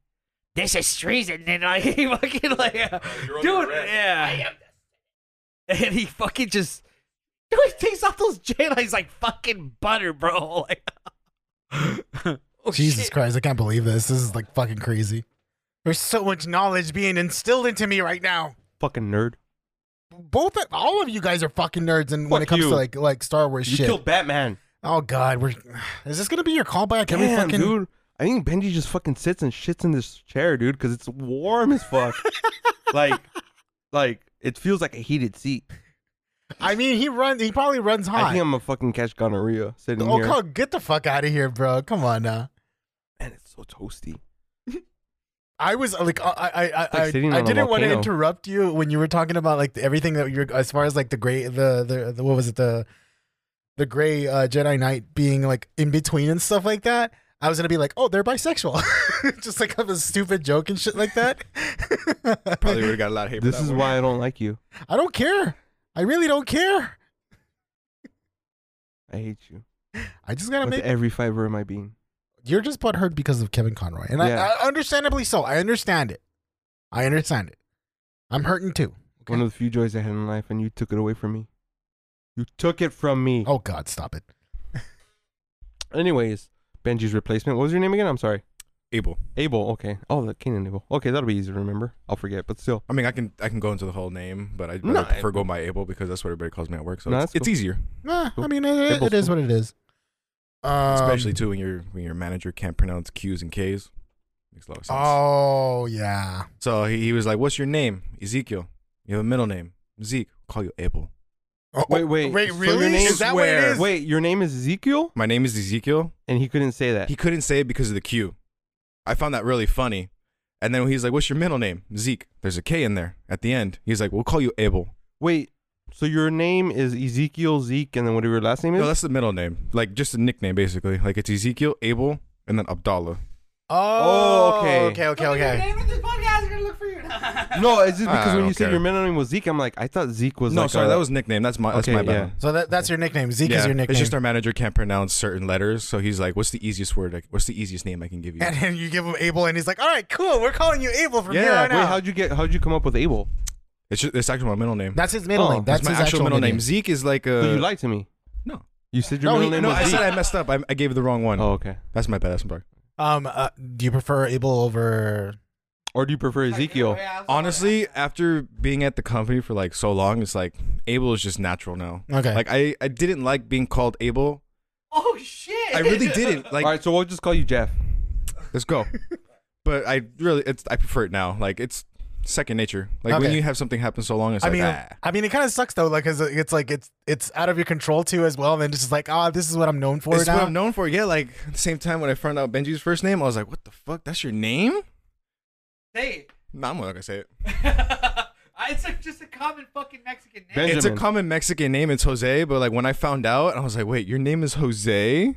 A: this is treason, and like he fucking like, uh, dude, yeah, and he fucking just, dude, he takes off those Jedi's like fucking butter, bro. Like, oh,
B: Jesus
A: shit.
B: Christ! I can't believe this. This is like fucking crazy. There's so much knowledge being instilled into me right now.
C: Fucking nerd.
B: Both, all of you guys are fucking nerds, and when
C: Fuck
B: it comes
C: you.
B: to like like Star Wars
C: You
B: shit,
C: killed Batman.
B: oh god, we're is this gonna be your callback every
C: Damn,
B: fucking
C: dude. I think Benji just fucking sits and shits in this chair, dude, because it's warm as fuck. like, like it feels like a heated seat.
B: I mean, he runs. He probably runs
C: I
B: hot.
C: think I'm gonna fucking catch gonorrhea sitting
B: Oh,
C: here,
B: come, get the fuck out of here, bro. Come on now.
C: and it's so toasty.
B: I was like, uh, I, I, I, I,
C: sitting
B: I
C: on a
B: didn't want to
C: volcano.
B: interrupt you when you were talking about like everything that you're as far as like the gray, the, the, the what was it, the, the gray uh, Jedi Knight being like in between and stuff like that. I was gonna be like, oh, they're bisexual, just like have a stupid joke and shit like that.
D: Probably would have got a lot of hate. for
C: This
D: that
C: is
D: one.
C: why I don't like you.
B: I don't care. I really don't care.
C: I hate you
B: I just gotta
C: with
B: make
C: every fiber of my being.
B: you're just butthurt because of Kevin Conroy, and
C: Yeah.
B: I, I understandably so. I understand it. I understand it. I'm hurting too.
C: One of the few joys I had in life, and you took it away from me. You took it from me.
B: Oh God, stop it.
C: Anyways, Benji's replacement. What was your name again? I'm sorry.
D: Abel.
C: Abel. Okay. Oh, the Canaan Abel. Okay, that'll be easy to remember. I'll forget, but still.
D: I mean, I can I can go into the whole name, but I
C: No,
D: no, prefer go by Abel because that's what everybody calls me at work. So
C: No,
D: it's,
C: that's
D: it's
C: cool.
D: easier,
B: Nah,
C: Cool.
B: I mean it- it,
C: Simple
B: it is
C: stuff.
B: what it is. Um,
D: especially too when your when your manager can't pronounce Q's and K's. Makes a lot of sense.
B: Oh yeah.
D: So he, he was like, "What's your name, Ezekiel?" You have a middle name, Zeke. We'll call you Abel.
B: Oh,
C: Wait, wait,
B: Wait,
C: so your
B: really?
C: name-
B: is that what it
D: Swear.
B: is?
C: Wait, your name is Ezekiel,
D: My name is Ezekiel.
C: and he couldn't say that.
D: He couldn't say it because of the Q. I found that really funny. And then he's like, "What's your middle name, Zeke?" There's a K in there at the end. He's like, "We'll call you Abel."
C: Wait, so your name is Ezekiel Zeke, and then whatever your last name is.
D: No, that's the middle name, like just a nickname, basically. Like it's Ezekiel, Abel, and then Abdallah.
B: Oh,
C: Oh, okay.
B: okay, okay, okay,
E: Your
B: okay.
E: name in this podcast is gonna look for you.
C: no, it's just
D: I
C: because when
D: don't
C: you said
D: care.
C: your middle name was Zeke, I'm like, I thought Zeke was
D: no,
C: like uh,
D: sorry,
C: a-
D: that was nickname. That's my that's
C: Okay,
D: my bad.
C: yeah.
B: So that, that's your nickname. Zeke
D: Yeah,
B: is your nickname.
D: It's just our manager can't pronounce certain letters, so he's like, "What's the easiest word? I, what's the easiest name I can give you?"
B: and then you give him Abel, and he's like, "All right, cool. We're calling you Abel from here
D: Yeah,
B: on
C: Wait,
B: out."
C: how'd you get? How'd you come up with Abel?
D: It's ju- it's actually my middle name.
B: that's his middle
C: Oh,
B: name.
C: that's
B: That's,
D: my
B: his
D: actual, middle name.
B: name.
D: Zeke is like a.
C: So you lied to me.
D: No.
C: you said your
B: No,
C: middle
B: he-
C: name
D: Uh, no,
C: was
D: I
C: Zeke.
D: said I messed up. I, I gave the wrong one.
C: oh, okay.
D: That's my bad. I'm sorry.
B: Um, uh, do you prefer Abel over?
C: Or do you prefer Ezekiel?
D: Honestly, after being at the company for like so long, it's like Abel is just natural now.
B: Okay.
D: Like I, I didn't like being called Abel.
E: Oh shit!
D: I really didn't. Like
C: All right, so we'll just call you Jeff.
D: let's go. But I really it's I prefer it now. Like it's second nature. Like when
B: Okay.
D: you have something happen so long, it's
B: I
D: like
B: mean,
D: ah.
B: I mean, it kind of sucks though, like, cause it's like it's it's out of your control too, as well. And then just like, oh, this is what I'm known for
D: It's
B: now.
D: what I'm known for. Yeah, like at the same time when I found out Benji's first name, I was like, what the fuck? That's your name?
E: Hey,
D: No, I'm not gonna say it.
E: it's like just a common fucking Mexican name.
C: Ben-
D: It's a
C: Benjamin.
D: common Mexican name. It's Jose. But like when I found out, I was like, wait, your name is Jose?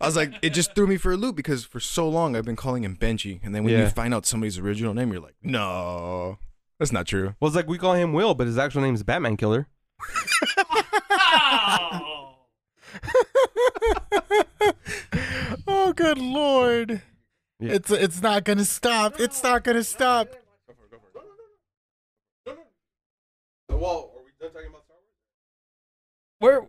D: I was like, it just threw me for a loop because for so long I've been calling him Benji, and then when
C: Yeah.
D: you find out somebody's original name, you're like, no, that's not true.
C: Well, it's like we call him Will, but his actual name is Batman Killer.
E: Wow.
B: oh, good lord!
C: Yeah.
B: It's it's not gonna stop. It's not gonna stop.
C: Well, are we done talking about Star Wars?
A: Where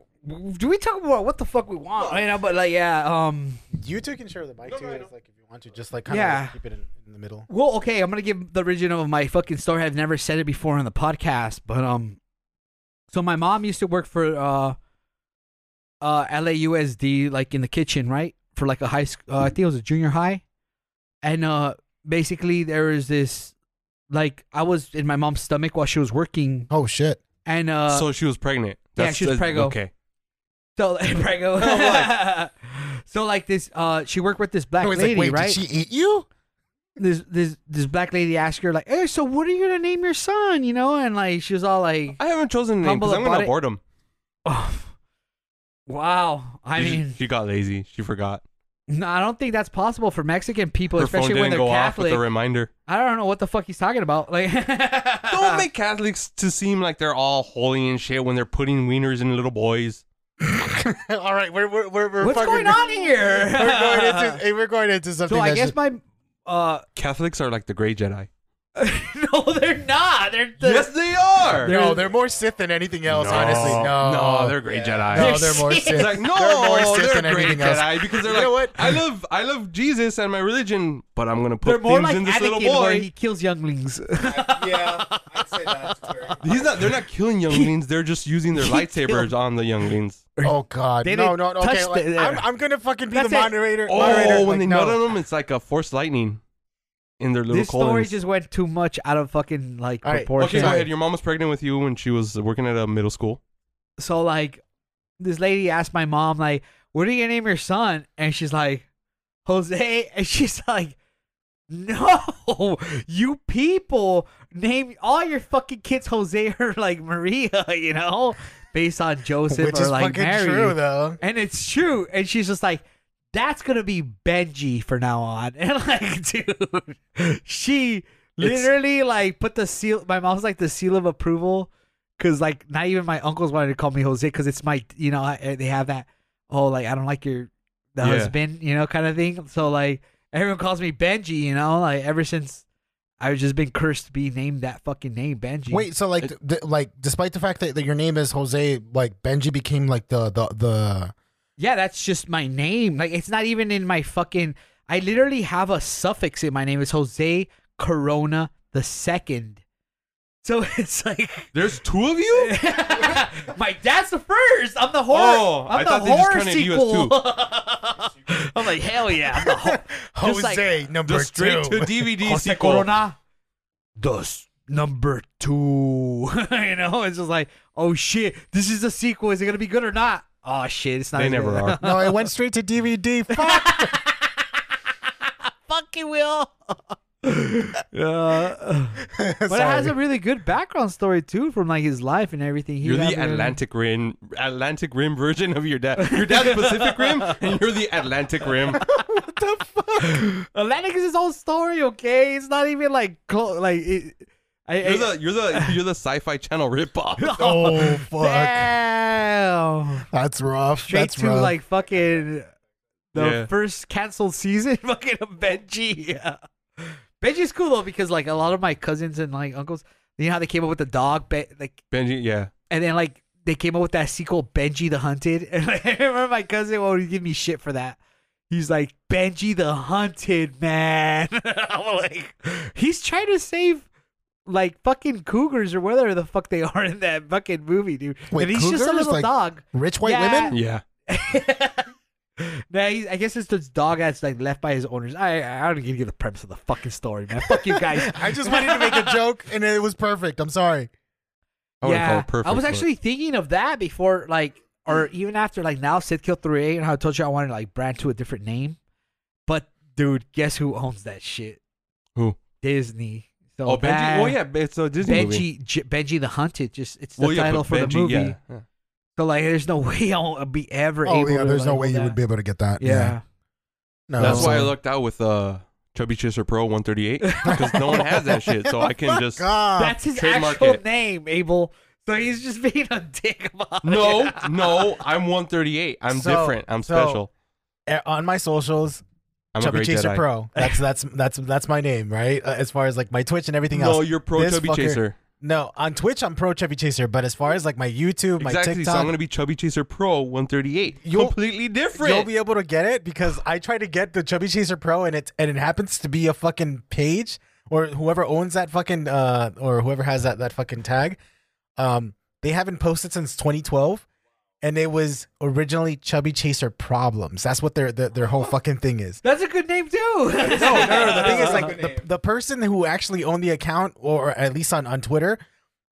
A: do we talk about what the fuck we want? I know, but like, yeah, um,
B: You two can share the mic too, if, like if you want to, just like
A: kinda,
B: kind
A: like, Yeah.
B: of keep it in, in the middle.
A: well, okay, I'm gonna give the original of my fucking story. I've never said it before on the podcast, but um, so my mom used to work for uh, uh, LAUSD, like in the kitchen, right, for like a high school. Uh, I think it was a junior high, and uh, basically there was this, like, I was in my mom's stomach while she was working,
B: Oh shit!
A: and uh,
C: so she was pregnant.
A: yeah, she was
C: that's-
A: preggo.
C: Okay.
A: So like, Prego.
B: Oh,
A: so like this, uh, she worked with this black
B: I was
A: lady,
B: like, wait,
A: right?
B: did she eat you?
A: This this this black lady asked her like, "Hey, so what are you gonna name your son?" You know, and like she was all like,
C: I haven't chosen a name
A: Humble
C: because I'm gonna
A: about it.
C: abort him.
A: oh, "Wow." I
C: She-
A: mean,
C: she got lazy. She forgot.
A: no, I don't think that's possible for Mexican people,
C: Her phone
A: especially when
C: didn't
A: they're
C: go off
A: Catholic.
C: with a reminder.
A: I don't know what the fuck he's talking about. Like,
C: Don't make Catholics to seem like they're all holy and shit when they're putting wieners in little boys.
B: All right, we're we're we're, we're
A: what's
B: fucking,
A: going on here.
B: We're going into hey, we're going into something.
A: so I
B: that's
A: guess
B: just-
A: my uh,
C: Catholics are like the gray Jedi.
A: no, they're not. They're the,
C: they are.
B: no, they're more Sith than anything else. honestly, no,
C: no, they're gray Jedi.
B: no, they're more Sith.
C: It's like no,
B: they're more Sith
C: they're
B: than
C: gray
B: anything else.
C: Jedi because they're
B: You know
C: like,
B: what?
C: I love, I love Jesus and my religion, but I'm gonna put
A: they're more
C: things
A: like
C: in this little
A: Anakin, where
C: boy.
A: he kills younglings.
D: yeah, I'd say that's
C: He's not. They're not killing younglings. They're just using their
A: He
C: lightsabers
A: killed-
C: on the younglings.
B: Oh God!
A: They
B: no,
A: didn't
B: no, okay.
A: touch
B: like,
A: the-
B: I'm, I'm gonna fucking be
A: That's
B: the
A: it.
B: moderator.
C: Oh,
B: moderator.
C: when
B: like,
C: they
B: no.
C: nut on them, it's like a force lightning in their little
A: this story
C: colons.
A: just went too much out of fucking like
B: All right,
A: proportion.
C: okay, go ahead. Your mom was pregnant with you when she was working at a middle school.
A: So like, this lady asked my mom like, "What are you gonna name your son?" And she's like, "Jose." And she's like, "No, you people name all your fucking kids Jose or like Maria, you know, based on Joseph
B: which
A: or
B: is
A: like
B: fucking
A: Mary."
B: true though.
A: And it's true. And she's just like, that's gonna be Benji for now on. And like, dude, she literally like put the seal. My mom's like the seal of approval, cause like not even my uncles wanted to call me Jose, cause it's my you know I, they have that oh like I don't like your the
C: Yeah.
A: husband you know kind of thing. So like everyone calls me Benji, you know, like ever since I've just been cursed to be named that fucking name Benji.
B: Wait, so like, th- th- like, despite the fact that, that your name is Jose, like Benji became like the the the.
A: Yeah, that's just my name. Like it's not even in my fucking I literally have a suffix in my name. It's Jose Corona the second. So it's like
C: There's two of you.
A: my dad's the first. I'm the horror.
C: Oh,
A: I'm
C: I
A: the
C: thought they just
A: horror
C: counted you as
A: sequel. I'm like hell yeah. I'm the ho-
B: Jose
A: Just like
B: number
C: The straight
B: two.
C: to DVD
A: Jose
C: sequel.
A: Corona dos number two. you know, it's just like, oh shit, this is a sequel. Is it gonna be good or not? Oh shit, it's not.
C: They
A: as
C: never
A: good.
C: are.
B: No, it went straight to DVD. Fuck.
A: Fuck you, Will. Uh, but it has a really good background story too, from like his life and everything. He
C: You're
A: got
C: the
A: married-
C: Atlantic Rim, Atlantic Rim version of your dad. Your dad's Pacific Rim, and you're the Atlantic Rim.
A: Atlantic is his own story, okay? It's not even like close. Like, it, I,
C: You're
A: I-
C: the you're the you're the Sci-Fi Channel ripoff.
B: Oh fuck.
A: damn.
B: That's rough.
A: Straight
B: That's
A: to
B: rough.
A: like fucking the
C: Yeah.
A: first canceled season, fucking of Benji. Yeah. Benji's cool though because like a lot of my cousins and like uncles, you know how they came up with the dog, Be- like,
C: Benji, yeah.
A: and then like they came up with that sequel, Benji the Hunted. And like, I remember my cousin would give me shit for that. He's like Benji the Hunted, man. I'm like, he's trying to save like fucking cougars or whatever the fuck they are in that fucking movie, dude.
B: Wait,
A: and he's just a
B: cougars?
A: little
B: Like-
A: dog.
B: Rich white
A: Yeah.
B: women.
C: Yeah.
A: Nah, he's, I guess it's this dog that's like left by his owners. I I don't give you the premise of the fucking story, man. Fuck you guys.
B: I just wanted to make a joke, and it was perfect. I'm sorry.
C: I wouldn't call it perfect.
A: I was
C: but- Mm.
A: actually thinking of that before, like, or even after, like, now Sith Kill 3A, and how I told you I wanted to, like, brand to a different name. But, dude, guess who owns that shit?
C: Who?
A: Disney. So
C: Oh, Benji.
A: that-
C: Oh, yeah. It's a Disney movie.
A: Benji, J- Benji the Hunted. Just it's the
C: Well, yeah,
A: title
C: but
A: for
C: Benji,
A: the movie.
C: yeah, yeah.
A: So like, there's no way I'll be ever
B: Oh
A: able.
B: yeah,
A: to,
B: there's
A: like,
B: no
A: do
B: way you
A: that.
B: would be able to get that.
A: Yeah.
B: No.
C: That's why I
B: so-
C: lucked out with uh, Chubby Chaser Pro 138 because no one has that shit, so I can just.
B: God.
A: That's his
C: Ah, trademark
A: actual
C: it.
A: name, Abel. So he's just being a dick about it.
C: No, no, I'm 138. I'm
B: So-
C: different. I'm
B: so-
C: special.
B: Eh, on my socials,
C: I'm a
B: Chubby
C: great
B: Chaser
C: Jedi.
B: Pro. That's that's that's that's my name, right? Uh, as far as like my Twitch and everything
C: No,
B: else.
C: you're Pro
B: This
C: Chubby
B: fucker-
C: Chaser.
B: No, on Twitch I'm Pro Chubby Chaser, but as far as like my YouTube, my
C: Exactly.
B: TikTok,
C: So I'm gonna be Chubby Chaser Pro 138.
B: You'll-
C: Completely different.
B: you'll be able to get it because I try to get the Chubby Chaser Pro, and it and it happens to be a fucking page or whoever owns that fucking uh or whoever has that that fucking tag. Um, they haven't posted since 2012, and it was originally Chubby Chaser Problems. That's what their their, their whole fucking thing is.
A: That's a good name too.
B: no, no, no. The thing is, like, the, the person who actually owned the account, or at least on, on Twitter,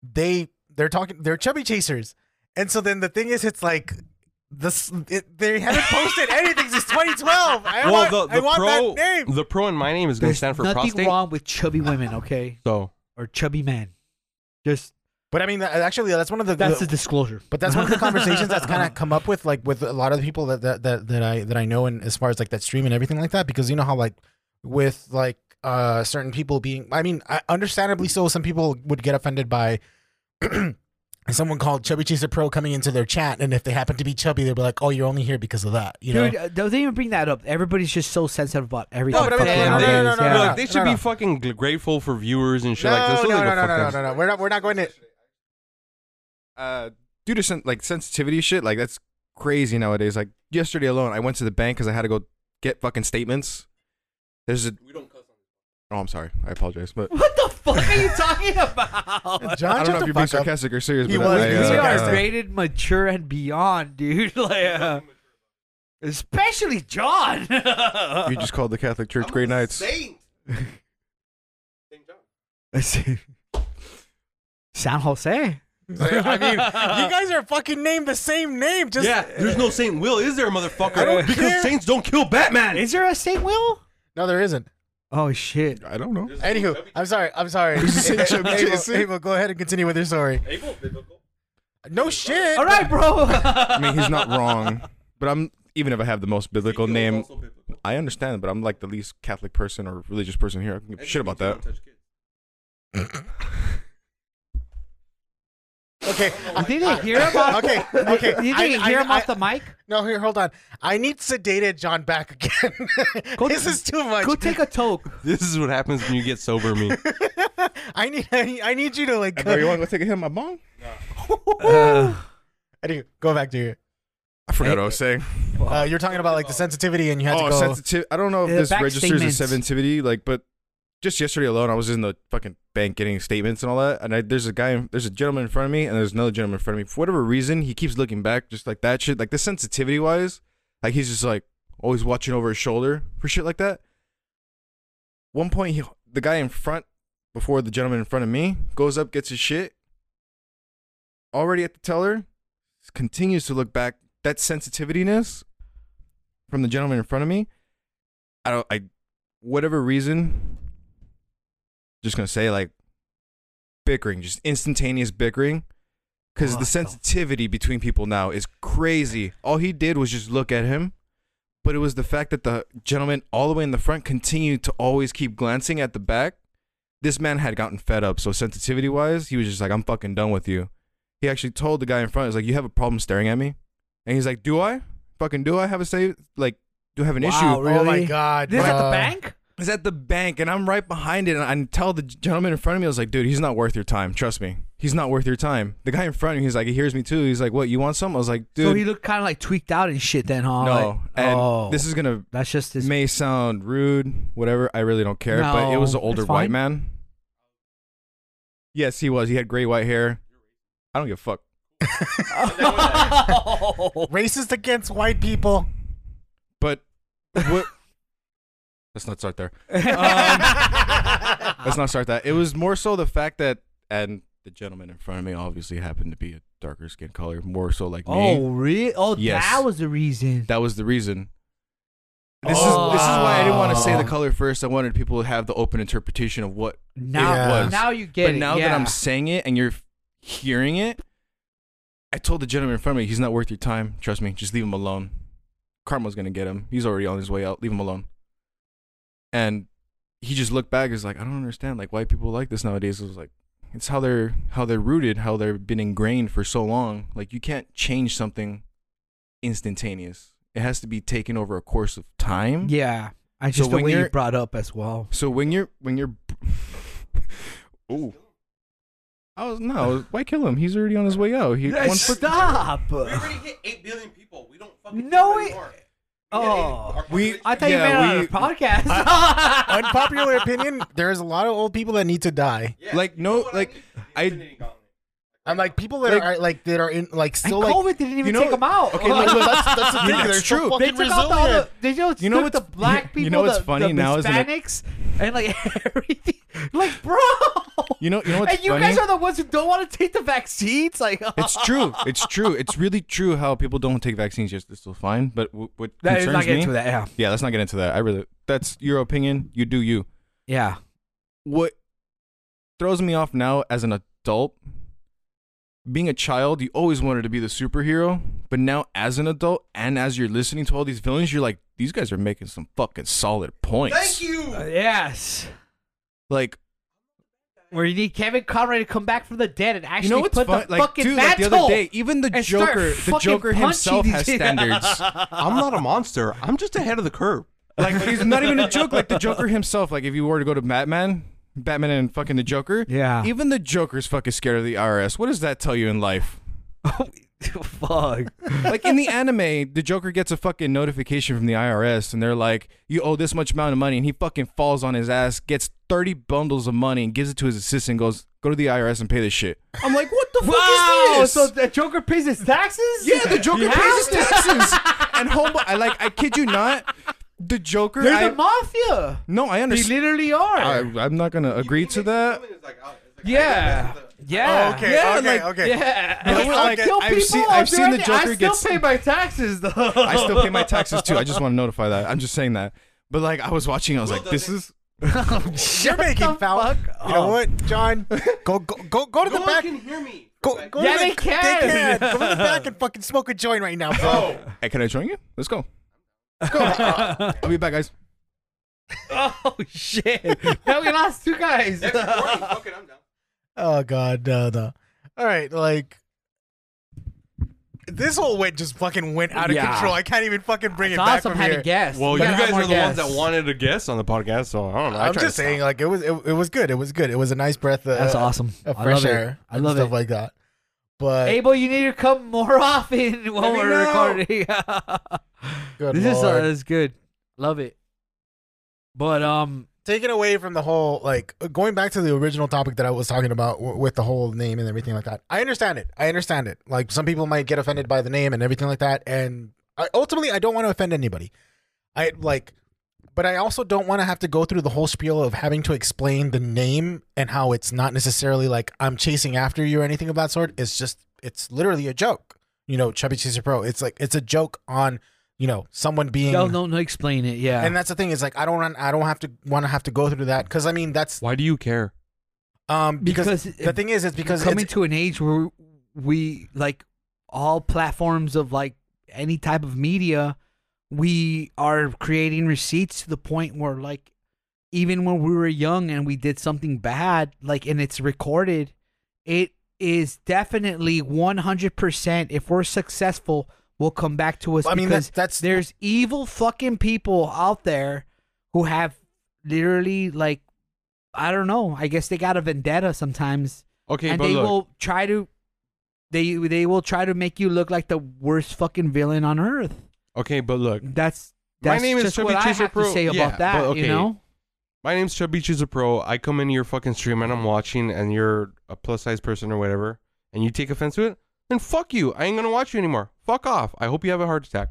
B: they they're talking, they're chubby chasers, and so then the thing is, it's like this. It, they haven't posted anything since 2012. I want,
C: well, the,
B: I
C: the
B: want
C: pro,
B: that name.
C: the pro in my name is gonna
A: There's
C: stand for
A: nothing
C: prostate.
A: wrong with chubby women, okay,
C: So
A: or chubby men. Just
B: But I mean, that- actually, that's one of the.
A: that's
B: the-
A: a disclosure.
B: but that's one of the conversations that's kind of come up with, like, with a lot of the people that, that that that I that I know, and as far as like that stream and everything like that, because you know how like with like uh certain people being, I mean, I, understandably so, some people would get offended by someone called Chubby Chaser Pro coming into their chat, and if they happen to be chubby, they'll be like, "Oh, you're only here because of that," you know.
A: Dude, uh, they didn't even bring that up. Everybody's just so sensitive about everything.
B: but I mean,
A: fucking
B: no, no, no, no,
A: nowadays,
B: no,
A: yeah.
B: no, no,
C: Look, they should
B: no.
C: be fucking gl- grateful for viewers and shit
B: no,
C: like this. So they
B: no,
C: go
B: no, no,
C: fuck
B: no, no,
C: themselves.
B: no, no. We're not. We're not going to.
D: Uh, due to sen- like sensitivity shit, like that's crazy nowadays. Like yesterday alone, I went to the bank because I had to go get fucking statements. There's a. We don't cuss on. Oh, I'm sorry. I apologize, but
A: What the fuck are you talking about?
B: John,
D: I
B: shut
D: don't know
B: the
D: if you're being
B: fuck up.
D: sarcastic or serious.
B: He
D: but
B: was
D: I,
A: we
B: being
D: uh,
A: are
B: sarcastic.
A: rated mature and beyond, dude. like, uh, especially John.
D: You just called the Catholic Church great nights.
A: San Jose.
B: I mean, you guys are fucking named the same name. Just
C: Yeah, there's no Saint Will, is there, motherfucker?
B: I don't
C: because
B: care.
C: Saints don't kill Batman.
A: Is there a St. Will?
B: no, there isn't.
A: Oh shit.
D: I don't know.
B: Anywho, I'm sorry. I'm sorry.
D: Chubby
B: Abel,
D: Chaser.
B: Abel, go ahead and continue with your story. No shit.
A: All right, bro.
D: I mean, he's not wrong, but I'm even if I have the most biblical name, I understand, but I'm like the least Catholic person or religious person here. I don't give a shit about that.
B: Okay.
A: You didn't hear him off,
B: Okay. Okay.
A: you
B: I-
A: didn't
B: I-
A: hear him
B: I-
A: off the mic?
B: No, here. Hold on. I need sedated John back again.
A: Go-
B: this is too much.
A: Go take a toke.
C: This is what happens when you get sober, me.
B: I need. I need, I need you to like.
D: Bro, you want to go take a hit, my bong?
B: Anywho, go back to your.
D: I forgot what I was saying.
B: Uh, you're talking about like the sensitivity, and you had
D: Oh,
B: to go.
D: sensitive. I don't know if
A: Uh,
D: this
A: back
D: registers as
A: statements.
D: sensitivity, like, but just yesterday alone, I was in the fucking bank getting statements and all that, and I, there's a guy, in- there's a gentleman in front of me, and there's another gentleman in front of me. For whatever reason, he keeps looking back, just like that shit. Like the sensitivity wise, like he's just like always watching over his shoulder for shit like that. One point, he, the guy in front before the gentleman in front of me goes up, gets his shit. Already at the teller, continues to look back. That sensitiveness from the gentleman in front of me. I don't. I whatever reason. Just gonna say like bickering, just instantaneous bickering, because
A: What
D: the
A: the-
D: sensitivity between people now is crazy. All he did was just look at him. But it was the fact that the gentleman all the way in the front continued to always keep glancing at the back. This man had gotten fed up. So sensitivity wise, he was just like, I'm fucking done with you. He actually told the guy in front, he's like, You have a problem staring at me? And he's like, Do I? Fucking do I have a say like do I have an
A: Wow,
D: issue?
A: really?
B: Oh my god.
A: This is at
B: bro.
D: Uh,
A: the bank?
D: He's at the bank and I'm right behind it and I tell the gentleman in front of me, I was like, dude, he's not worth your time. Trust me. He's not worth your time. The guy in front of me, he's like, he hears me too. He's like, What, you want some? I was like, dude.
A: so he looked kind of like tweaked out and shit. Then, huh?
D: no.
A: Like,
D: and
A: oh,
D: this is gonna
A: that's just his.
D: may sound rude, whatever. I really don't care. but it was an
A: No,
D: older
A: it's
D: white
A: fine.
D: man. Yes, he was. He had gray white hair. I don't give a fuck.
B: Racist against white people.
D: But what? Let's not start there.
A: um,
D: Let's not start that. It was more so the fact that, and the gentleman in front of me obviously happened to be a darker skin color, more so like me.
A: oh, really? Oh,
D: Yes.
A: that was the reason.
D: That was the reason. This
A: Oh,
D: is this is why I didn't want to say the
A: wow.
D: color first. I wanted people to have the open interpretation of what
A: Now,
B: Yeah.
A: now you get
D: but
A: it.
D: now that I'm
A: yeah.
D: saying it and you're f- hearing it, I told the gentleman in front of me, he's not worth your time. Trust me, just leave him alone. Karma's gonna get him. He's already on his way out. Leave him alone. And he just looked back. He's like, I don't understand. Like why people like this nowadays. It was like, it's how they're how they're rooted, how they've been ingrained for so long. Like you can't change something instantaneous. It has to be taken over a course of time.
A: yeah, I
D: So
A: just the
D: when
A: way you
D: you're-
A: brought up as well.
D: So when you're when you're, ooh, I was no, why kill him? He's already on his way out. He
A: Yeah,
D: one foot.
A: Stop.
E: We already hit 8 billion people. We don't fucking
A: No,
E: do
A: it-
E: anymore.
A: Oh.
D: We-
A: I thought
D: Yeah,
A: you
D: we-
A: made it on a podcast.
B: Unpopular opinion. There is a lot of old people that need to die.
D: Like, no, like, I-
B: I'm like people that
D: Like-
B: are like that are in like
A: And
B: still like.
A: COVID didn't even
D: you know-
A: take them out. Oh,
D: okay, look, look,
B: that's, that's the
D: You
B: thing.
D: know,
B: They're
D: it's
B: so
D: true.
A: They
B: fucking
A: took out all the,
B: resilient.
A: they just
D: You know
A: took the
D: what's-
A: black people,
D: you know what's
A: the,
D: funny
A: the
D: now is that-
A: Hispanics, and like everything. Like, bro,
D: You know, you know what's
A: and you
D: funny?
A: guys are the ones who don't want to take the vaccines. Like,
D: it's true. It's true. It's really true how people don't take vaccines. Yes, they're still fine. But w- what
A: That is
D: concerns
A: not
D: me?
A: getting to that. Yeah,
D: Yeah, let's not get into that. I really. That's your opinion. You do you.
A: yeah.
D: what throws me off now as an adult being a child you always wanted to be the superhero but now as an adult and as you're listening to all these villains you're like these guys are making some fucking solid points
E: Thank you.
A: Uh, yes,
D: like
A: where you need Kevin Conrad to come back from the dead and actually
D: you know what's
A: put
D: fun
A: the
D: like
A: fucking
D: dude like the other
A: mantle
D: day even the
A: and start
D: joker the
A: fucking
D: joker
A: punching
D: himself
A: these-
D: has standards
C: I'm not a monster. I'm just ahead of the curve.
D: like he's not even a joke like the joker himself like if you were to go to batman batman and fucking the joker
A: Yeah.
D: even the joker's fucking scared of the irs what does that tell you in life
A: Fuck.
D: like in the anime, the Joker gets a fucking notification from the IRS, and they're like, "You owe this much amount of money," and he fucking falls on his ass, gets thirty bundles of money, and gives it to his assistant, and goes, "Go to the IRS and pay this shit." I'm like, "What the fuck
A: Wow.
D: is this?"
A: So the Joker pays his taxes.
D: yeah, the Joker
A: You
D: pays his
A: have to.
D: taxes, and homeboy, I like, I kid you not, the Joker.
A: They're
D: I,
A: the mafia.
D: no, I
A: They
D: understand.
A: literally are.
D: I, I'm not gonna agree to that.
A: yeah. Yeah.
B: Oh, okay.
D: Yeah,
B: okay.
D: like-
B: okay.
A: Yeah,
D: But
A: I,
D: like,
A: kill
D: I've
A: people.
D: seen-
A: I'll
D: I've
A: do
D: seen the
A: anything.
D: Joker
A: I still
D: gets-
A: pay my taxes though.
D: I still pay my taxes too. I just want to notify that. I'm just saying that. But like, I was watching, I was like, "This is."
B: You're making
A: the
B: foul.
A: fuck Oh.
B: You know
A: up.
B: what, John? Go go go go to
E: No
B: the
E: one
B: back.
E: can hear me.
B: Go, go
A: Yeah,
B: to the,
A: they can.
B: They can. Go to the back and fucking smoke a joint right now, bro.
E: Oh.
D: Hey, can I join you? Let's go. Let's go. I'll be back, guys.
A: Oh shit! now we lost two guys.
E: Next morning, fuck it, I'm down.
B: Oh god, no, no. All right, like this whole wit just fucking went out of
A: Yeah.
B: control. I can't even fucking bring
A: it's
B: it back
A: awesome.
B: from
A: Had
B: here.
A: a guess.
C: Well,
A: We
C: you
A: gotta have
C: guys
A: more
C: are the ones
A: guests.
C: that wanted to guess on the podcast, so I don't know. I
B: I'm
C: tried
B: just
C: to
B: saying,
C: stop.
B: like it was, it, it was good. It was good. It was a nice breath. Of,
A: That's awesome.
B: Of
A: I
B: fresh
A: love it.
B: air.
A: I
B: and
A: love
B: stuff
A: it.
B: like that. But
A: Abel, you need to come more often when
D: me
A: we're
D: know.
A: recording.
B: good
A: this is uh,
B: Lord.
A: this is good. Love it. But um,
B: taken away from the whole like going back to the original topic that I was talking about w- with the whole name and everything like that. I understand it. I understand it. Like some people might get offended by the name and everything like that and I, ultimately I don't want to offend anybody. I like but I also don't want to have to go through the whole spiel of having to explain the name and how it's not necessarily like I'm chasing after you or anything of that sort. It's just it's literally a joke. You know, Chubby Chaser Pro. It's like it's a joke on you know someone being.
A: No, no, no. Explain it. Yeah.
B: And that's the thing is like I don't want- I don't have to want to have to go through that because I mean that's
C: Why do you care?
B: um because,
A: Because it-
B: the thing is it's because
A: coming
B: it's-
A: to an age where we like all platforms of like any type of media we are creating receipts to the point where like even when we were young and we did something bad like and it's recorded it is definitely 100% if we're successful will come back to us
B: I mean,
A: because
B: that's- that's-
A: there's evil fucking people out there who have literally like i don't know i guess they got a vendetta sometimes
C: Okay,
A: and
C: but
A: they
C: look,
A: will try to they they will try to make you look like the worst fucking villain on earth.
C: okay, but look.
A: That's
C: My
A: that's
C: name is
A: just
C: Chubby
A: what I
C: Chaser
A: have
C: Pro.
A: to say
C: Yeah,
A: about that.
C: but okay.
A: You know,
C: My name's Chubby Chisa Pro. I come into your fucking stream and I'm watching, and you're a plus size person or whatever, and you take offense to it. Then fuck you. I ain't gonna watch you anymore. Fuck off. I hope you have a heart attack.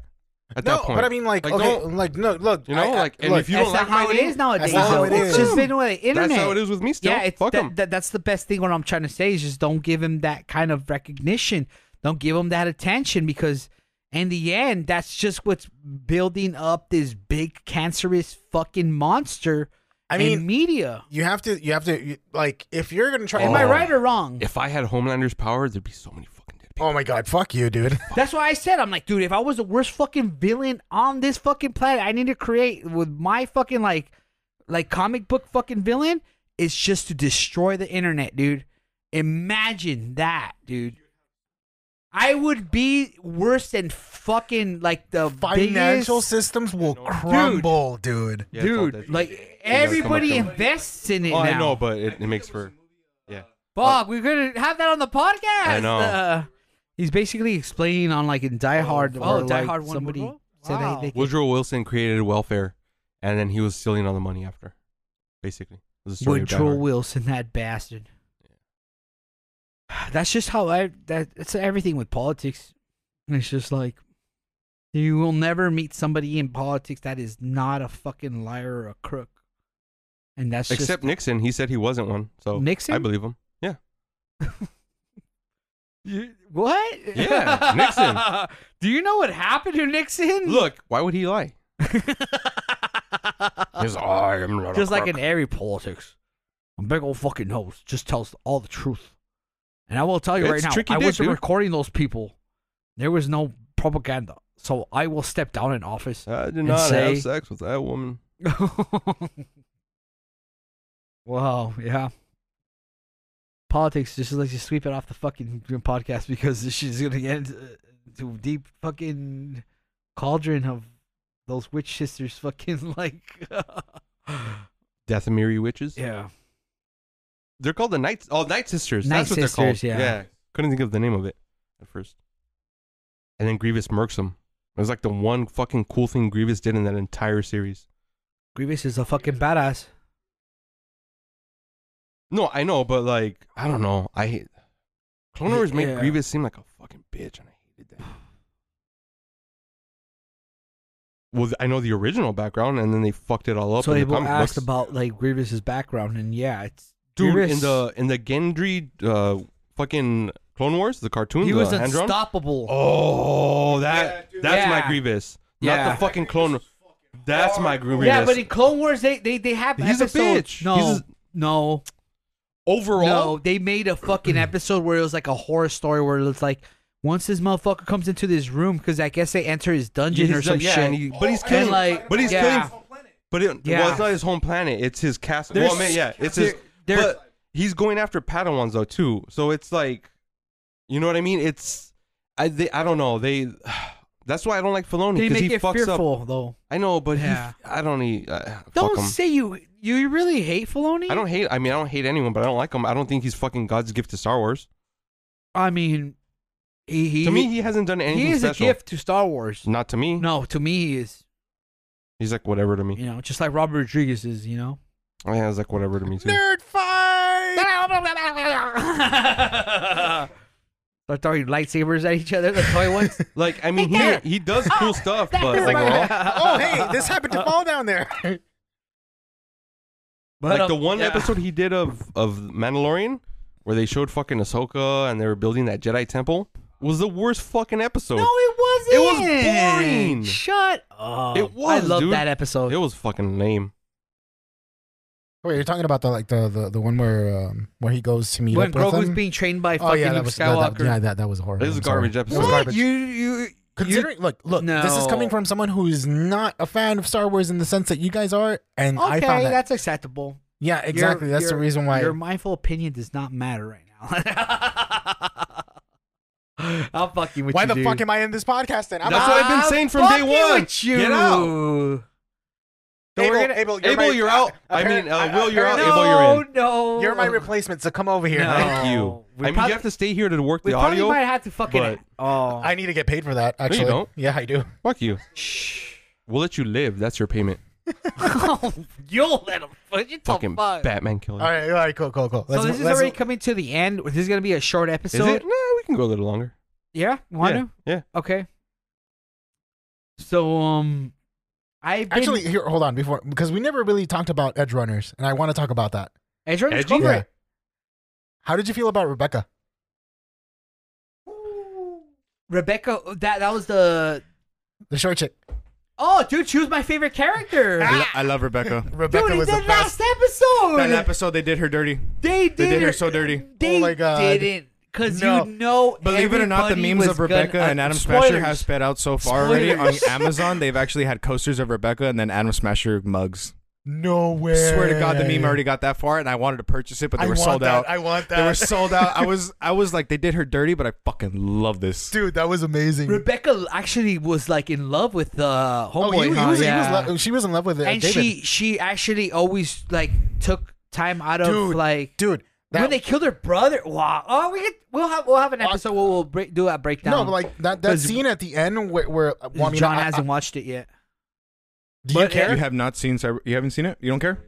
C: At
B: no,
C: that point,
B: but I mean like,
C: Like,
B: okay
C: don't-
B: like no look
C: you know,
B: I- I-
C: like, and
B: look,
C: if you
A: that's
C: don't
A: not
C: like my
A: how it
C: name,
A: is nowadays.
B: that's not how
A: though.
B: it
A: It's
B: is.
A: just been with the internet.
C: that's how it is with me still.
A: Yeah, it's,
C: fuck
A: that,
C: them.
A: that- that's the best thing. What I'm trying to say is just don't give him that kind of recognition. Don't give him that attention because in the end, that's just what's building up this big cancerous fucking monster.
B: I
A: in
B: mean-
A: media.
B: you have to you have to you- like if you're gonna try oh.
A: Am
C: Oh.
A: I right or wrong?
C: If I had Homelander's power, there'd be so many fucking dead people.
B: oh my god fuck you dude
A: That's why I said I'm like, dude, if I was the worst fucking villain on this fucking planet, I need to create with my fucking like, like comic book fucking villain is just to destroy the internet, dude. Imagine that, dude. I would be worse than fucking like the
B: financial
A: biggest,
B: systems will crumble dude
C: Yeah, it's all
A: dude.
C: dead
A: Like
C: come up,
A: everybody
C: come up.
A: invests in it
C: Oh,
A: now.
C: I know, but it, it makes for yeah.
A: Fuck, we're gonna have that on the podcast.
C: I know.
A: Uh, he's basically explaining on like in Die Hard.
E: oh,
A: where,
E: Die
A: like,
E: Hard won
A: Somebody
E: Woodrow?
A: said
E: Wow.
A: they, they can
C: Woodrow Wilson created welfare, and then he was stealing all the money after. Basically, It was the story of Die
A: Woodrow
C: Hard.
A: Wilson, that bastard. That's just how I. That it's everything with politics. It's just like you will never meet somebody in politics that is not a fucking liar or a crook, and that's
C: Except Nixon, he said he wasn't one. So
A: Nixon?
C: I believe him. Yeah,
A: just what?
C: Yeah, Nixon.
A: Do you know what happened to Nixon?
C: look, why would he lie? He's, I am not a
A: Uh, just like
C: crook."
A: in every politics, a big old fucking nose just tells all the truth. And I will tell you
C: It's
A: right now,
C: tricky
A: I
C: dick,
A: wasn't
C: dude.
A: recording those people. There was no propaganda, so I will step down in office.
C: I did
A: and
C: not
A: say-
C: have sex with that woman.
A: wow, yeah. Politics just like you sweep it off the fucking podcast because she's gonna get into, into a deep fucking cauldron of those witch sisters fucking like
C: Dathomiri witches.
A: yeah.
C: They're called the Night. Oh, Night Sisters.
A: Night
C: That's what
A: Sisters,
C: they're
A: yeah.
C: called. Couldn't think of the name of it at first. And then Grievous murks him. It was like the one fucking cool thing Grievous did in that entire series.
A: Grievous is a fucking badass.
C: No, I know, but like, I don't know. I hate. Clone
A: Y-
C: Wars made
A: yeah.
C: Grievous seem like a fucking bitch, and I hated that. Well, th- I know the original background, and then they fucked it all up.
A: So
C: in the
A: people
C: comic
A: asked
C: books.
A: about like Grievous's background, and yeah, it's
C: dude
A: Grievous,
C: in the in the Gendry uh, fucking Clone Wars, the cartoon.
A: he
C: the
A: was
C: hand-drawn.
A: unstoppable.
C: Oh, that
E: Yeah, dude.
C: that's
A: Yeah.
C: my Grievous,
A: Yeah.
C: not the fucking clone. That's my Grievous.
A: yeah, but in Clone Wars, they they they have
C: He's a
A: episodes-
C: bitch.
A: No,
C: He's a-
A: no,
C: overall,
A: no, they made a fucking episode where it was like a horror story where it's like once this motherfucker comes into this room because I guess they enter his dungeon
C: he's
A: or some
C: done- yeah,
A: shit.
C: and he- but he's
A: And,
C: killing,
A: like,
C: but he's
A: yeah.
C: killing But it,
A: Yeah.
C: well, it's not his home planet. It's his castle.
A: There's-
C: well, I mean, yeah, it's his.
A: there- there-
C: but he's going after Padawans though too. So it's like, you know what I mean? It's I they, I don't know. They that's why I don't like Filoni
A: They
C: because
A: make
C: he
A: it
C: fucks up.
A: fearful though.
C: I know, but
A: Yeah.
C: he, I don't need. Uh,
A: Don't
C: fuck him.
A: say you you really hate Filoni.
C: I don't hate. I mean, I don't hate anyone, but I don't like him. I don't think he's fucking God's gift to Star Wars.
A: I mean, he, he
C: to me, he hasn't done anything
A: he is
C: special. Mm-hmm.
A: a gift to Star Wars.
C: Not to me.
A: No, to me he is.
C: He's like whatever to me.
A: You know, just like Robert Rodriguez is. You know.
C: Oh, yeah, he's like whatever to me too.
B: nerd fight
A: They're throwing lightsabers at each other, the toy ones.
C: Like I mean, he
B: Yeah.
C: he does
B: Oh,
C: cool stuff,
B: that
C: but like,
B: reminds me.
C: like,
B: oh, hey, this happened to fall down there.
A: But um,
C: the one
A: yeah.
C: episode he did of of Mandalorian, where they showed fucking Ahsoka and they were building that Jedi temple, was the worst fucking episode.
A: No, it wasn't.
C: It was boring.
A: Shut up.
C: It was,
A: I love
C: dude.
A: that episode.
C: It was fucking lame.
B: Wait, you're talking about the like the the, the one where um where he goes to meet
A: when
B: up with
A: Grogu's
B: him?
A: being trained by
B: oh
A: fucking
B: yeah, that
A: Luke
B: was
A: Skywalker.
B: That, that, yeah, that, that was horrible.
C: This is
B: I'm
C: a garbage
B: sorry.
C: episode.
B: It was
A: What?
B: garbage.
A: You, you,
B: Considering, look, look, this is coming
A: No.
B: from someone who's not a fan of Star Wars in the sense that you guys are, and
A: okay,
B: I found that.
A: that's acceptable.
B: yeah, exactly. that's the
A: your-
B: reason why.
A: Your mindful opinion does not matter right now. I'm fucking with
B: Why
A: you.
B: the
A: dude.
B: fuck am I in this podcast then? I'm
C: That's what I've been
A: I'm
C: saying from day
A: fucking
C: one.
A: With Ah, you.
C: Get
B: Abel,
C: we're gonna-
B: Abel,
C: Abel,
B: my-
C: you're out. I
B: apparent-
C: mean, uh,
B: I-
C: Will, you're out.
B: apparent-
C: Abel,
A: No,
C: you're
A: no.
B: You're my replacement, so come over here.
A: No.
C: Thank you.
A: We
C: I mean,
A: probably-
C: you have to stay here to work
A: We
C: the
A: probably
C: audio.
A: might have to fucking.
C: but-
A: oh,
B: I need to get paid for that.
C: you
B: Actually,
C: don't.
B: yeah, I do.
C: Fuck you.
A: Shh.
C: We'll let you live. That's your payment.
A: You'll let him. What you
C: Fucking
A: talking about?
C: Batman killer.
B: All right, all right, cool, cool, cool.
A: So this is already coming to the end. This is gonna be a short
C: Is
A: episode.
C: it? Nah, we can go a little longer.
A: Yeah, want
C: yeah.
A: to?
C: Yeah.
A: Okay. So um, I've been
B: actually here. Hold on, before because we never really talked about edge runners, and I want to talk about that.
A: Edge Runners
C: Edgy?
A: cover
B: Yeah.
A: it.
B: How did you feel about Rebecca?
A: Rebecca. oh, That that was the.
B: The short chick.
A: Oh, dude, she was my favorite character.
D: I, lo- I love Ah. Rebecca.
B: Ah! Rebecca
A: dude, in
B: was
A: the
B: the best.
A: last episode.
D: That episode they did her dirty.
A: they did.
D: They did her
A: it.
D: so dirty.
A: They
B: Oh my God.
A: didn't. Because
B: No.
A: you know,
D: Believe it or not, the
A: everybody
D: memes
A: was
D: of Rebecca
A: gonna- uh,
D: and
B: uh,
D: Adam Smasher
A: Spoilers.
D: have sped out so far already
A: Spoilers.
D: on Amazon. They've actually had coasters of Rebecca and then Adam Smasher mugs.
B: No way.
D: Swear to God, the meme already got that far, and I wanted to purchase it, but they
B: I
D: were
B: want
D: sold
B: that.
D: out.
B: I want that.
D: They were sold out. I was, I was like, they did her dirty, but I fucking love this.
B: Dude, that was amazing.
A: Rebecca actually was like in love with the uh, homeboy.
B: oh, he, he
A: huh?
B: was,
A: yeah.
B: he was lo- she was in love with uh,
A: and
B: David.
A: she she actually always like took time out of
B: Dude,
A: like
B: dude,
A: when
B: that,
A: they killed her brother. Wow. Oh, we could, we'll have we'll have an episode where we'll break, do a breakdown.
B: no, but like that that
A: 'Cause-
B: scene at the end where, where uh, well, I mean,
A: John
B: I- I-
A: hasn't watched it yet.
B: do you
A: but-
B: care?
D: You have not seen Cyber. You haven't seen it. You don't care.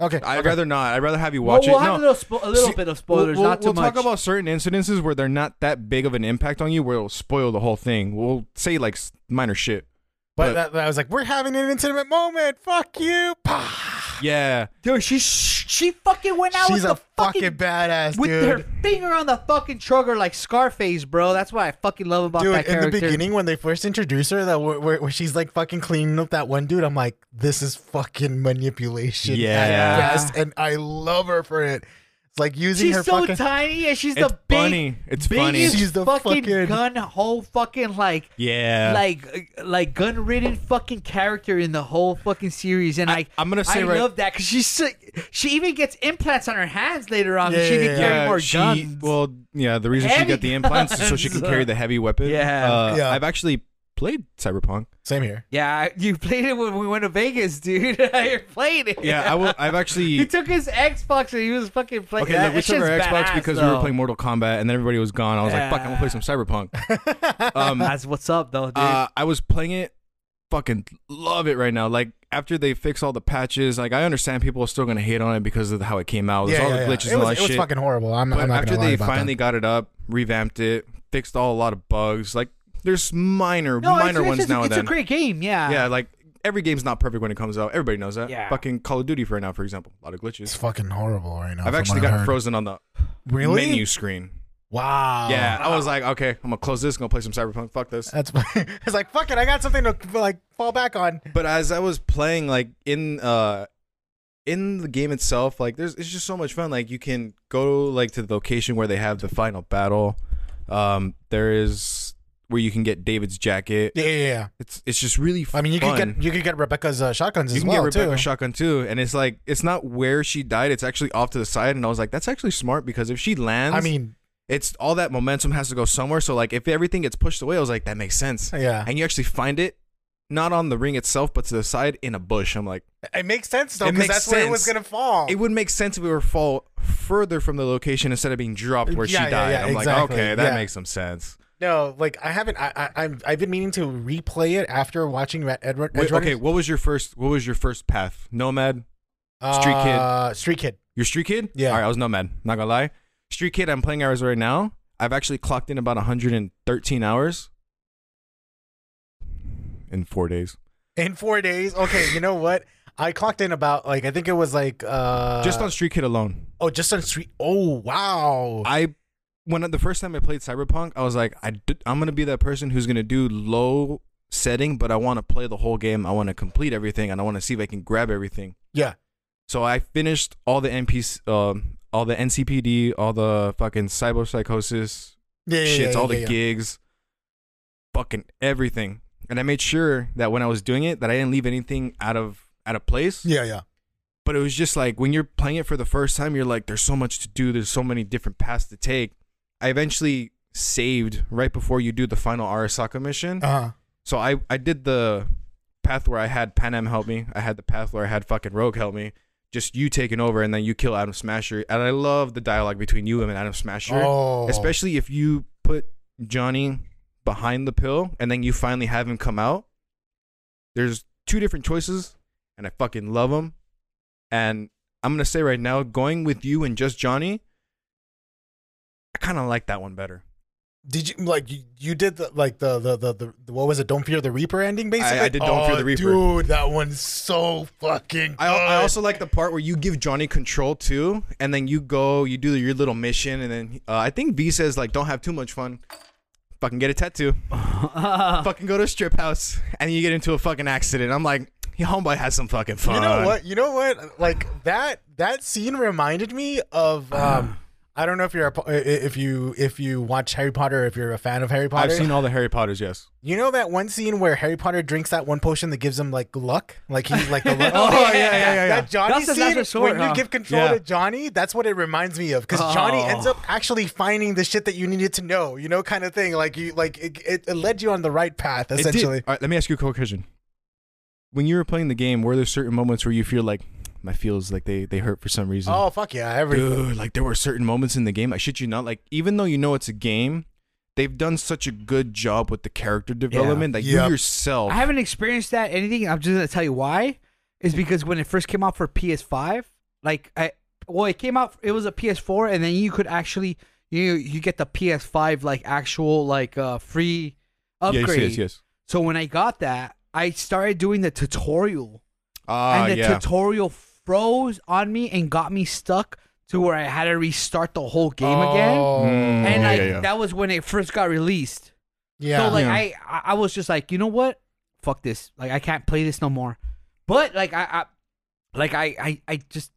B: okay,
D: I'd
B: okay.
D: rather not. I'd rather have you watch
A: we'll we'll
D: it.
A: have
D: no.
A: a little, spo- a little
D: See,
A: bit of spoilers,
D: we'll, we'll,
A: not too
D: we'll
A: much.
D: talk about certain incidences where they're not that big of an impact on you, where it'll spoil the whole thing. We'll say like s- minor shit.
B: But, that, that was like, we're having an intimate moment. Fuck you. Pah.
D: Yeah,
A: Dude, she she fucking went out
B: She's
A: with
B: a
A: the fucking,
B: fucking badass,
A: with
B: dude.
A: her finger on the fucking trigger like Scarface, bro. That's what I fucking love about
B: Dude,
A: that
B: in
A: character.
B: the beginning when they first introduce her, that where, where, where she's like fucking cleaning up that one dude, I'm like, this is fucking manipulation. at
D: Yeah.
B: best, and I love her for it. It's like using
A: she's
B: her
A: so
B: fucking.
A: tiny and she's
D: it's
A: the big,
D: funny. It's funny.
A: biggest
B: She's the
A: fucking,
B: fucking-
A: gun whole fucking like
D: Yeah.
A: like like gun ridden fucking character in the whole fucking series, and I, I
D: I'm gonna say right-
A: love that because she's so- she even gets implants on her hands later on.
B: Yeah,
A: she
B: yeah,
A: can carry more
D: uh, she,
A: guns.
D: Well, yeah, the reason she
A: Heavy
D: got the implants is so she can
A: guns.
D: carry the heavy weapon.
A: Yeah.
D: Uh,
B: Yeah.
D: I've actually played Cyberpunk.
B: Same here.
A: yeah, you played it when we went to Vegas, dude. You're playing it.
D: Yeah, I will, I've
A: He
D: actually.
A: took his Xbox and he was fucking playing.
D: Okay,
A: that,
D: look, we
A: that
D: took our
A: shit's
D: Xbox
A: badass,
D: because we
A: though.
D: were playing Mortal Kombat, and then everybody was gone. I was like, "Fuck, I'm gonna play some Cyberpunk." um,
A: That's what's up, though, dude.
D: Uh, I was playing it, fucking love it right now. Like after they fix all the patches, like I understand people are still gonna hate on it because of how it came out. There's all the glitches
B: It
D: and
B: was,
D: all that
B: it was
D: shit.
B: fucking horrible. I'm,
D: but
B: I'm not
D: after
B: gonna lie
D: they
B: about
D: finally got it up, revamped it, fixed all a lot of bugs. Like there's minor,
A: no,
D: minor
A: it's, it's,
D: ones
A: it's,
D: now
A: It's a
D: and then.
A: great game, yeah.
D: yeah, like every game's not perfect when it comes out. Everybody knows that.
A: Yeah.
D: Fucking Call of Duty for now, for example, a lot of
B: that. It's
D: glitches.
B: fucking horrible right now.
D: I've
B: from
D: actually
B: what
D: got
B: heard.
D: frozen on the
B: Really? Uh.
D: menu screen.
B: Wow.
D: yeah, I was like, okay, I'm gonna close this, gonna play some Cyberpunk. Fuck this.
B: That's. it's like fuck it. I got something to like fall back on.
D: but as I was playing, like in uh in the game itself, like there's it's just so much fun. Like you can go like to the location where they have the final battle. Um, there is where you can get David's jacket.
B: Yeah, yeah, yeah.
D: It's it's just really. Fun.
B: I mean, you could get you could get Rebecca's uh, shotguns
D: You
B: as
D: can
B: well
D: get Rebecca's
B: too.
D: shotgun too, and it's like it's not where she died; it's actually off to the side. And I was like, "That's actually smart because if she lands,
B: I mean,
D: it's all that momentum has to go somewhere. So like, if everything gets pushed away, I was like, that makes sense.
B: Yeah.
D: and you actually find it not on the ring itself, but to the side in a bush. I'm like,
B: it makes sense though
D: It
B: because
D: makes
B: that's where it was
D: sense.
B: gonna fall.
D: it would make sense if it were fall further from the location instead of being dropped where
B: Yeah,
D: she
B: yeah,
D: died.
B: yeah,
D: I'm like,
B: exactly,
D: okay, that
B: yeah.
D: makes some sense.
B: no, like I haven't. I, I I'm I've been meaning to replay it after watching Red Edward.
D: Wait, okay, what was your first? What was your first path? Nomad. Street Kid?
B: Uh, Street Kid.
D: Your street kid?
B: Yeah.
D: All right, I was nomad. Not gonna lie. Street kid, I'm playing Arizona right now. I've actually clocked in about 113 hours in four days.
B: In four days. Okay, you know what? I clocked in about like I think it was like uh
D: just on Street Kid alone.
B: oh just on street. Oh wow.
D: I when the first time I played Cyberpunk, I was like, I did, I'm gonna be that person who's gonna do low setting, but I want to play the whole game. I want to complete everything, and I want to see if I can grab everything.
B: yeah.
D: So I finished all the NPC, um, all the NCPD, all the fucking cyber psychosis
B: Yeah. yeah,
D: shits,
B: yeah,
D: all
B: yeah,
D: the
B: yeah.
D: gigs, fucking everything. And I made sure that when I was doing it, that I didn't leave anything out of out of place
B: Yeah, yeah.
D: but it was just like when you're playing it for the first time, you're like, there's so much to do, there's so many different paths to take. I eventually saved right before you do the final Arasaka mission.
B: Uh-huh.
D: So I, I did the path where I had Pan Am help me, I had the path where I had fucking Rogue help me. Just you taking over and then you kill Adam Smasher. And I love the dialogue between you and Adam Smasher.
B: Oh.
D: Especially if you put Johnny behind the pill and then you finally have him come out. There's two different choices, and I fucking love them. And I'm gonna say right now, going with you and just Johnny, I kind of like that one better.
B: Did you like you, you did the like the the, the the the- what was it? Don't fear the Reaper ending basically. Oh,
D: I did Don't Fear the Reaper.
B: Dude, that one's so fucking. Good.
D: I, I also like the part where you give Johnny control too, and then you go, you do your little mission, and then uh, I think V says like, "Don't have too much fun." Fucking get a tattoo.
A: Uh,
D: fucking go to a strip house, and you get into a fucking accident. I'm like, your homeboy has some fucking fun.
B: You know what? You know what? Like that that scene reminded me of
D: Uh-huh.
B: um I don't know if you're a, po- i- i- if you if you watch Harry Potter if you're a fan of Harry Potter.
D: I've seen all the Harry Potters. Yes.
B: you know that one scene where Harry Potter drinks that one potion that gives him like luck? Like he's like the luck.
D: yeah, yeah, yeah, yeah.
B: That Johnny
A: That's the
B: scene,
A: Lazarus
B: when
A: sword,
B: you
A: huh?
B: give control
D: Yeah.
B: to Johnny, that's what it reminds me of. Because Johnny ends up actually finding the shit that you needed to know, you know, kind of thing. Like you, like it, it, it led you on the right path,
D: It did.
B: essentially.
D: All right, let me ask you a quick question. When you were playing the game, were there certain moments where you feel like my feels like they they hurt for some reason?
B: Oh fuck yeah! Every
D: dude, like there were certain moments in the game. I shit you not. Like even though you know it's a game, they've done such a good job with the character development that
B: Yep.
D: you yourself.
A: I haven't experienced that anything. I'm just gonna tell you why. Is because when it first came out for PS5, like I well, it came out. It was a PS4, and then you could actually you you get the PS5 like actual like uh free
D: Yes,
A: upgrade.
D: yes, yes.
A: So when I got that, I started doing the tutorial,
D: Ah,
A: and the
D: yeah.
A: tutorial froze on me and got me stuck to where I had to restart the whole game again.
B: Oh,
A: And
D: Mm, yeah,
A: like
D: yeah.
A: that was when it first got released.
B: yeah.
A: So like
D: Yeah.
A: I I I was just like, you know what? Fuck this. Like I can't play this no more. But like I, I like I, I I just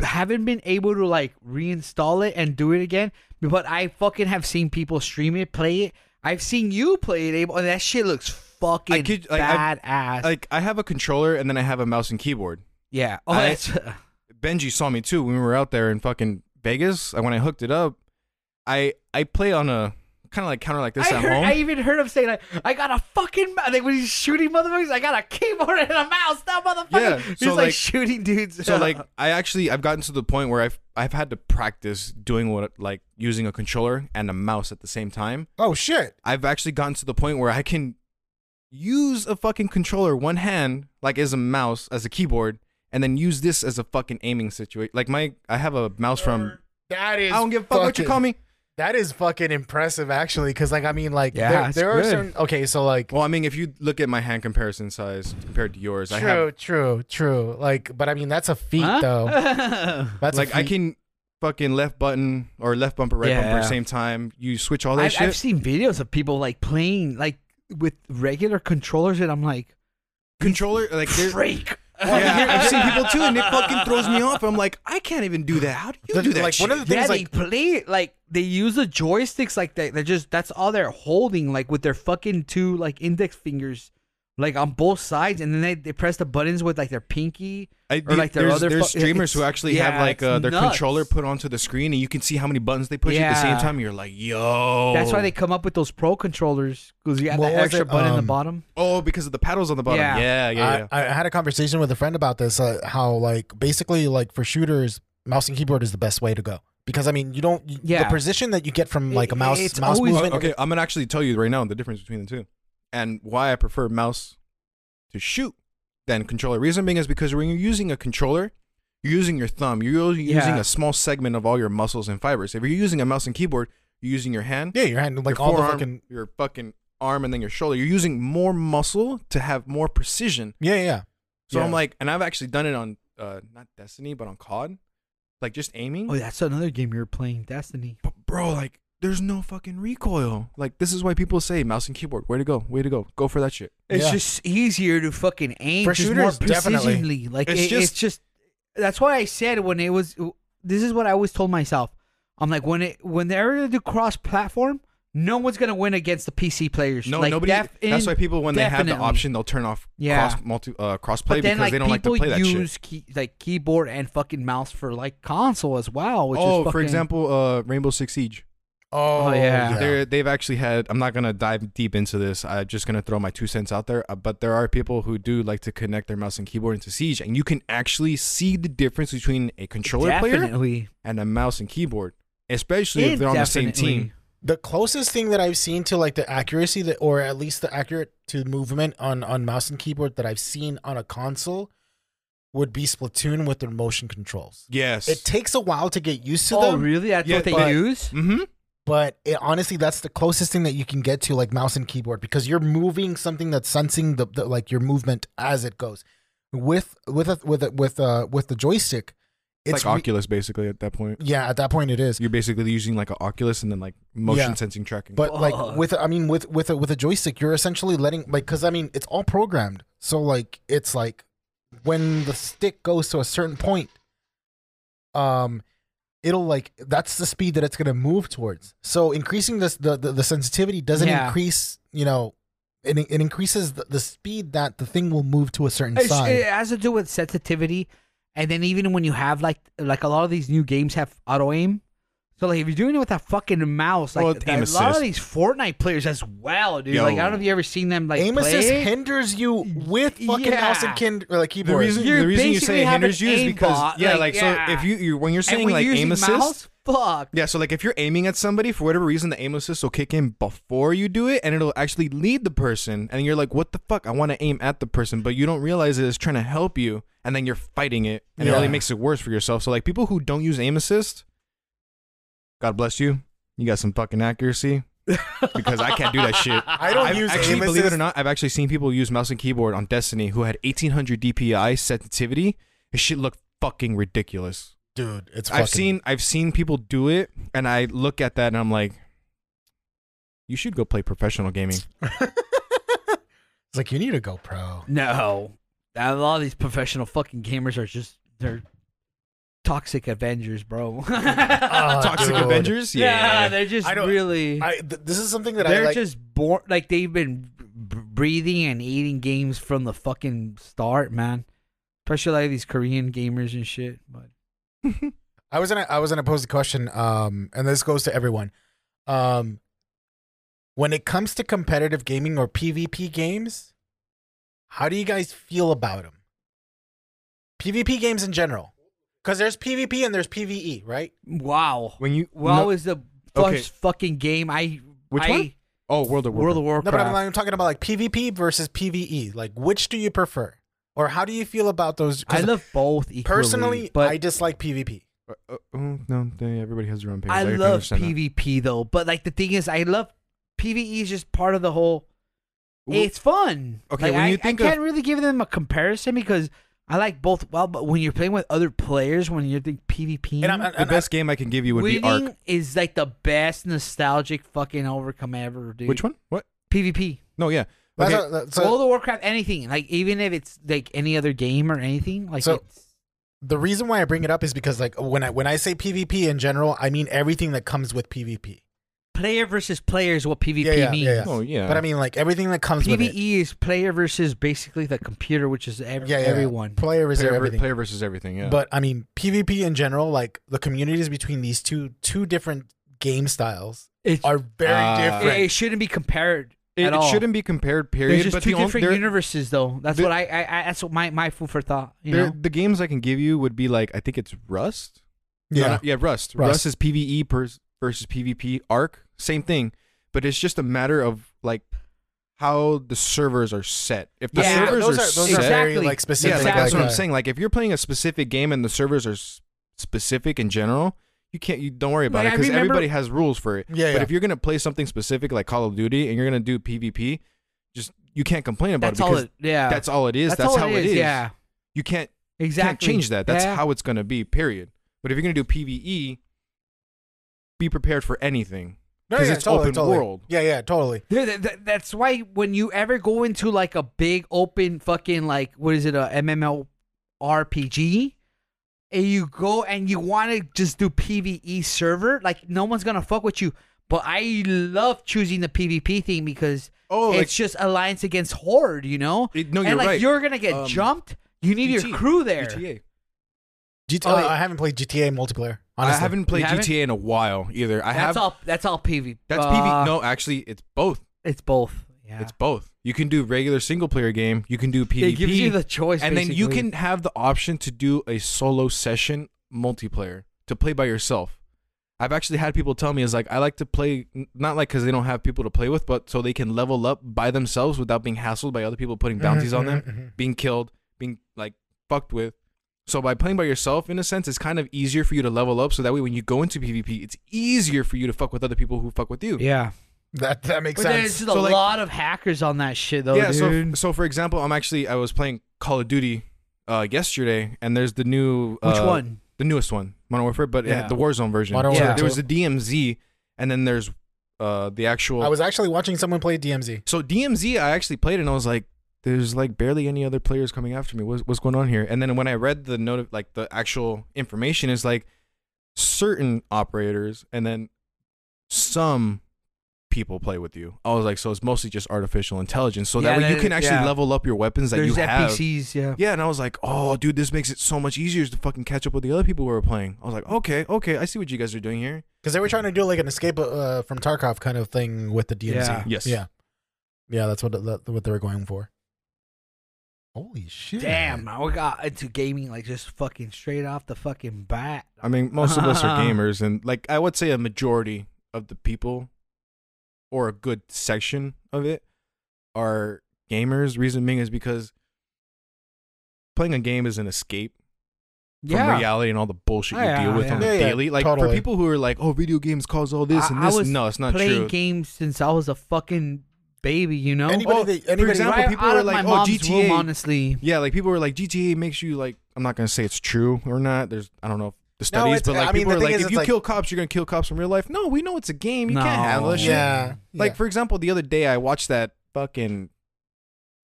A: haven't been able to like reinstall it and do it again. But I fucking have seen people stream it, play it. I've seen you play it, Abel, and that shit looks fucking
D: I kid- like, I-
A: badass.
D: like I have a controller and then I have a mouse and keyboard.
A: yeah. Oh,
D: I-
A: that's,
D: Benji saw me too when we were out there in fucking Vegas. And when I hooked it up, I I play on a kind of like counter like this
A: I
D: at
A: heard.
D: home.
A: I even heard him say like, "I got a fucking ma- like when he's shooting motherfuckers. I got a keyboard and a mouse. That motherfucker.
D: Yeah,
A: he's
D: so,
A: like,
D: like-
A: shooting dudes.
D: so like I actually I've gotten to the point where I've I've had to practice doing what like using a controller and a mouse at the same time.
B: oh shit!
D: I've actually gotten to the point where I can use a fucking controller one hand, like as a mouse, as a keyboard, and then use this as a fucking aiming situation. Like my, I have a mouse from.
B: That
D: I
B: is.
D: don't give a fuck what you
B: fucking-
D: call me.
B: That is fucking impressive, actually, because like I mean, like
A: Yeah,
B: there,
A: it's
B: there are
A: good.
B: certain. Okay, so like
D: Well, I mean, if you look at my hand comparison size compared to yours, I
B: true,
D: have
B: true, true. Like, but I mean, that's a feat,
A: Huh?
B: though. That's a
D: like I
B: feat.
D: can fucking left button or left bumper, right bumper,
A: Yeah.
D: same time. You switch all that
A: I've,
D: shit.
A: I've seen videos of people like playing like with regular controllers, and I'm like,
D: Controller, like there-
A: freak.
D: yeah, I've seen people too, and it fucking throws me off. I'm like, I can't even do that. How do you
B: The-
D: do that?
B: like,
D: shit?
B: one of the
A: yeah,
B: things like
A: they play it like they use the joysticks like that. They're just that's all they're holding, like with their fucking two like index fingers, like on both sides, and then they, they press the buttons with like their pinky
D: I,
A: or
D: the-
A: like their
D: there's,
A: other.
D: there's
A: fu-
D: streamers who
A: it's-
D: actually
A: yeah,
D: have like
A: it's
D: uh, their
A: nuts.
D: controller put onto the screen, and you can see how many buttons they push at the same
A: Yeah.
D: time. You're like, yo.
A: That's why they come up with those pro controllers because you have
B: What
A: that
B: was
A: extra
B: it?
A: button in the
B: Um,
A: bottom.
D: Oh, because of the paddles on the bottom. Yeah,
A: Yeah.
D: yeah, yeah. yeah.
B: I, I had a conversation with a friend about this. Uh, how like basically like for shooters, mouse and keyboard is the best way to go because I mean you don't you, the
A: Yeah.
B: precision that you get from like a mouse
A: it's
B: mouse
A: always-
B: movement.
D: okay, I'm gonna actually tell you right now the difference between the two, and why I prefer mouse to shoot than controller. Reason being is because when you're using a controller, you're using your thumb. You're u- using
A: Yeah.
D: a small segment of all your muscles and fibers. If you're using a mouse and keyboard, You're using your hand,
B: Yeah, your hand, like
D: your
B: all the
D: forearm,
B: fucking.
D: your fucking arm, and then your shoulder. You're using more muscle to have more precision.
B: Yeah, yeah, yeah.
D: So I'm
B: Yeah.
D: like, and I've actually done it on uh not Destiny, but on COD, like just aiming.
A: Oh, that's another game you're playing, Destiny.
D: But bro, like, there's no fucking recoil. Like, this is why people say mouse and keyboard. Way to go, way to go, go for that shit.
A: It's
B: Yeah.
A: just easier to fucking aim
B: For
A: just more
B: shooters, definitely.
A: precisionly. Like
D: It's
A: it- it's just that's why I said when it was. This is what I always told myself. I'm like when it when they're gonna do cross platform, no one's gonna win against the PC players.
D: No,
A: like,
D: nobody.
A: def-
D: that's why people, when they have the
A: definitely.
D: option, they'll turn off
A: Yeah.
D: cross multi uh,
A: But then
D: crossplay because
A: like
D: they don't like to
A: people
D: play that shit.
A: use key, like keyboard and fucking mouse for like console as well. Which
D: Oh,
A: is fucking,
D: for example, uh, Rainbow Six Siege.
B: Oh,
A: yeah.
D: They're, they've actually had. I'm not gonna dive deep into this. I'm just gonna throw my two cents out there. Uh, but there are people who do like to connect their mouse and keyboard into Siege, and you can actually see the difference between a controller player
A: definitely,
D: and a mouse and keyboard, especially if they're on the same team.
B: The closest thing that I've seen to like the accuracy that, or at least the accurate to movement on on mouse and keyboard that I've seen on a console, would be Splatoon with their motion controls.
D: Yes.
B: It takes a while to get used to
A: oh,
B: them,
A: really? That's
D: Yeah,
A: what they
D: but-
A: use.
D: mm-hmm.
B: but it, honestly, that's the closest thing that you can get to like mouse and keyboard because you're moving something that's sensing the, the like your movement as it goes. With with a, with a, with uh with the joystick,
D: It's, like
B: re-
D: Oculus, basically. At that point,
B: Yeah, at that point it is.
D: you're basically using like an Oculus and then like motion
B: Yeah.
D: sensing tracking.
B: But like
A: Fuck.
B: with I mean with with a, with a joystick, you're essentially letting like because I mean it's all programmed. So like it's like when the stick goes to a certain point, um, it'll like that's the speed that it's gonna move towards. So increasing this the the, the sensitivity doesn't
A: Yeah.
B: increase you know. It, it increases the, the speed that the thing will move to a certain
A: It's-
B: side.
A: It has to do with sensitivity, and then even when you have like like a lot of these new games have auto aim. So like if you're doing it with a fucking mouse, like
D: Well,
A: th- a lot
D: aim assist.
A: of these Fortnite players as well, dude.
D: Yo.
A: Like I don't know if you ever seen them like
B: Aim
A: play.
B: assist hinders you with fucking
A: Yeah.
B: mouse and kin- or, like keyboard.
D: the reason,
A: You're
D: the reason you
A: basically
D: say it
A: having
D: hinders you is
A: aimbot,
D: because yeah,
A: like,
D: like, so
A: yeah.
D: if you you when you're
A: and
D: saying
A: when
D: like
A: you're
D: aim
A: using
D: assist,
A: mouse, fuck.
D: yeah. So like if you're aiming at somebody for whatever reason, the aim assist will kick in before you do it, and it'll actually lead the person, and you're like, what the fuck? I want to aim at the person, but you don't realize it is trying to help you, and then you're fighting it, and it
B: Yeah.
D: only makes it worse for yourself. So like people who don't use aim assist, God bless you, you got some fucking accuracy. because I can't do that shit.
B: I don't
D: I've
B: use
D: actually,
B: aim
D: believe it
B: assist.
D: or not, I've actually seen people use mouse and keyboard on Destiny who had 1800 DPI sensitivity. This shit looked fucking ridiculous.
B: dude, it's fucking,
D: I've seen I've seen people do it, and I look at that and I'm like, you should go play professional gaming.
B: It's like you need to go pro.
A: No, a lot of these professional fucking gamers are just they're toxic Avengers, bro.
B: Oh,
D: Toxic
B: dude.
D: Avengers, yeah.
A: they're just
B: I don't-
A: really.
B: I, th- this is something that I
A: They're
B: like.
A: just born like they've been b- breathing and eating games from the fucking start, man. Especially like these Korean gamers and shit. But
B: I was gonna I was gonna pose a question, um, and this goes to everyone. Um, when it comes to competitive gaming or PvP games, how do you guys feel about them? PvP games in general, because there's PvP and there's PvE, right?
A: wow,
D: When you
A: WoW
D: no-
A: is the first
D: Okay.
A: fucking game I
D: Which
A: I,
D: one? oh World of
A: World of
D: Warcraft.
B: No,
A: Warcraft.
B: but I'm, I'm talking about like PvP versus PvE. Like, which do you prefer, or how do you feel about those? 'cause
A: I love both equally,
B: personally.
A: but
B: I dislike PvP.
D: Uh, uh, oh, no, they- everybody has their own page.
A: I
D: can
A: love
D: understand that.
A: PvP though. But like the thing is, I love PvE is just part of the whole. It's fun.
D: okay,
A: Like,
D: when
A: I,
D: you think
A: I
D: of-
A: can't really give them a comparison because I like both. Well, but when you're playing with other players, when you're doing PvP,
B: And I'm, and
D: The best game I can give you would
A: Winning
D: be Ark.
A: is like the best nostalgic fucking overcome ever, dude.
D: Which one? What?
A: PvP.
D: No, yeah.
B: That's
D: Okay.
B: a- that- so-
A: World of Warcraft, anything. Like even if it's like any other game or anything, like
B: So-
A: it's,
B: the reason why I bring it up is because like when I when I say PvP in general, I mean everything that comes with PvP.
A: player versus player is what PvP
B: Yeah, yeah,
A: means.
B: yeah, yeah.
D: Oh, yeah. E
B: But I mean like everything that comes with it.
A: PvE is player versus basically the computer, which is ev-
B: Yeah, yeah, yeah.
A: everyone.
B: Player is
D: player,
B: everything.
D: player versus everything. Yeah.
B: But I mean PvP in general, like the communities between these two two different game styles
A: It's,
B: are very
D: Ah.
A: it,
B: different.
A: it shouldn't be compared
D: it,
A: at
D: it
A: all.
D: shouldn't be compared. Period.
A: There's just
D: but
A: two
D: the on-
A: different
D: there-
A: universes, though. That's
D: there-
A: what I, I, I. That's what my my food for thought. You
D: there-
A: know.
D: the games I can give you would be like I think it's Rust. No,
B: yeah.
D: no, yeah, Rust. Rust,
B: Rust.
D: is PVE pers- versus PvP. Arc, same thing, but it's just a matter of like how the servers are set. If the
A: Yeah,
D: servers
B: those
D: are,
B: are, those
D: set,
B: are very
A: Exactly.
B: like
D: yeah,
B: specific.
D: like,
B: like,
D: that's what
B: uh,
D: I'm saying. Like if you're playing a specific game and the servers are s- specific in general, you can't. You don't worry about
A: Like,
D: it
A: I
D: because
A: remember-
D: everybody has rules for it.
B: Yeah,
D: but
B: yeah.
D: if you're gonna play something specific like Call of Duty and you're gonna do PvP, just you can't complain about
A: That's
D: it
A: all.
D: because
A: It, yeah.
D: that's all it is. That's,
A: all
D: how it is.
A: Yeah.
D: You can't
A: Exactly.
D: can't change that. That's
A: Yeah.
D: how it's gonna be. Period. But if you're gonna do PVE, be prepared for anything.
B: No,
D: 'Cause
B: yeah,
D: it's
B: totally,
D: open
B: totally.
D: world.
B: Yeah, yeah, totally.
A: Yeah, that, that- that's why when you ever go into like a big open fucking like what is it a MMORPG and you go and you want to just do PvE server, like no one's gonna fuck with you. But I love choosing the PvP thing because
D: Oh,
A: it's
D: like-
A: just alliance against horde, you know.
D: It- no,
A: and
D: you're
A: like
D: right.
A: you're gonna get
D: Um,
A: jumped. You need
D: GT.
A: your crew there.
D: GTA.
B: GTA,
A: Oh, yeah.
B: I haven't played GTA multiplayer.
D: I
B: Honestly.
D: haven't played
A: haven't?
D: GTA in a while either. I
A: That's
D: have.
A: all. That's all PvP.
D: that's PvE. No, actually, it's both.
A: Uh, it's both. Yeah,
D: It's both. You can do regular single player game. You can do E. PvP.
A: it gives you the choice,
D: and then you
A: basically.
D: can have the option to do a solo session multiplayer to play by yourself. I've actually had people tell me is like I like to play n- not like because they don't have people to play with, but so they can level up by themselves without being hassled by other people putting bounties
B: Mm-hmm,
D: on
A: Mm-hmm,
D: them, being killed, being like fucked with. So by playing by yourself, in a sense, it's kind of easier for you to level up. So that way, when you go into PvP, it's easier for you to fuck with other people who fuck with you.
A: Yeah.
B: That that makes
A: But there's
B: sense.
A: just
D: So,
A: a
D: like-
A: lot of hackers on that shit though,
D: yeah,
A: dude.
D: so so for example, I'm actually I was playing Call of Duty uh yesterday and there's the new uh,
A: Which one?
D: The newest one, Modern Warfare, but it had
A: Yeah.
D: the Warzone version.
B: Modern
A: Yeah.
B: Warfare
D: There was
B: 2.
D: the DMZ and then there's uh the actual
B: I was actually watching someone play DMZ.
D: So DMZ I actually played and I was like there's like barely any other players coming after me. What's, what's going on here? And then when I read the note like the actual information is like certain operators and then some people play with you. I was like so it's mostly just artificial intelligence. So
A: Yeah,
D: that way you
A: that-
D: can actually
A: yeah.
D: level up your weapons that
A: There's
D: you have.
A: NPCs, yeah.
D: Yeah, and I was like, oh, dude, this makes it so much easier to fucking catch up with the other people who were playing. I was like, okay, okay, I see what you guys are doing here.
B: Because they were trying to do like an escape uh, from Tarkov kind of thing with the DMZ.
A: Yeah.
D: Yes.
B: Yeah. Yeah, that's what that, what they were going for. Holy shit!
A: Damn, I got into gaming like just fucking straight off the fucking bat.
D: I mean, most of us are gamers, and like, I would say a majority of the people, or a good section of it, are gamers. Reason being is because playing a game is an escape from reality and all the bullshit you
A: Yeah,
D: deal with on
B: yeah.
D: the
B: Yeah, yeah,
D: daily. Like, for
B: totally.
D: people who are like, oh, video games cause all this
A: I-
D: and
A: I
D: this,
A: was
D: no, it's not
A: playing
D: true.
A: games since I was a fucking baby, you know.
B: Anybody
D: Oh,
B: that
D: for
B: anybody
D: example,
A: right
D: people
A: out
D: were
A: of
D: like,
A: my
D: "Oh,
A: mom's
D: GTA."
A: room, honestly.
D: Yeah, like people were like GTA makes you like I'm not gonna say it's true or not. There's I don't know the studies,
B: it's-
D: but like
B: I mean,
D: people
B: the
D: are
B: thing
D: like
B: is,
D: if
B: it's
D: you
B: like-
D: kill cops, you're gonna kill cops in real life. No, we know it's a game. You can't handle
A: No.
D: that shit.
B: yeah,
D: Like
B: yeah.
D: for example, the other day I watched that fucking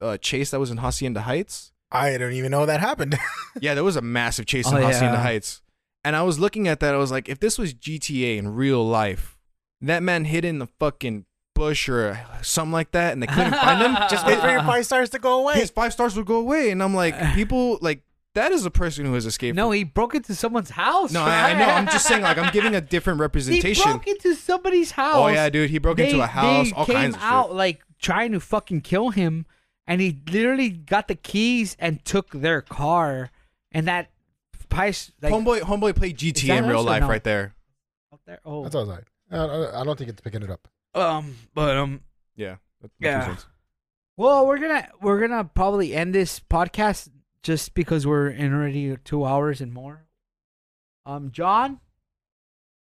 D: uh, chase that was in Hacienda Heights.
B: I don't even know that happened.
D: Yeah, there was a massive chase
A: Oh,
D: in Hacienda
A: yeah.
D: Heights, and I was looking at that. I was like, if this was GTA in real life, that man hid in the fucking bush or something like that, and they couldn't find him.
B: Just wait for your five stars to go away.
D: His five stars would go away, and I'm like, people like that is a person who has escaped.
A: No,
D: from-
A: he broke into someone's house.
D: No, I, I know. I'm just saying, like, I'm giving a different
A: He
D: representation.
A: broke into somebody's house.
D: Oh yeah, dude, he broke
A: they,
D: into a house,
A: they
D: all
A: came
D: kinds of
A: out
D: shit.
A: like trying to fucking kill him, and he literally got the keys and took their car, and that price like
D: homeboy, homeboy played GTA
A: that
D: in
A: us
D: real
A: or
D: life,
A: no?
D: right there.
A: out there. Oh,
B: That's all right. I I- I don't think it's picking it up.
A: um, but um,
D: Yeah. That makes
A: Yeah.
D: sense.
A: well, we're gonna we're gonna probably end this podcast just because we're in already two hours and more. Um, John,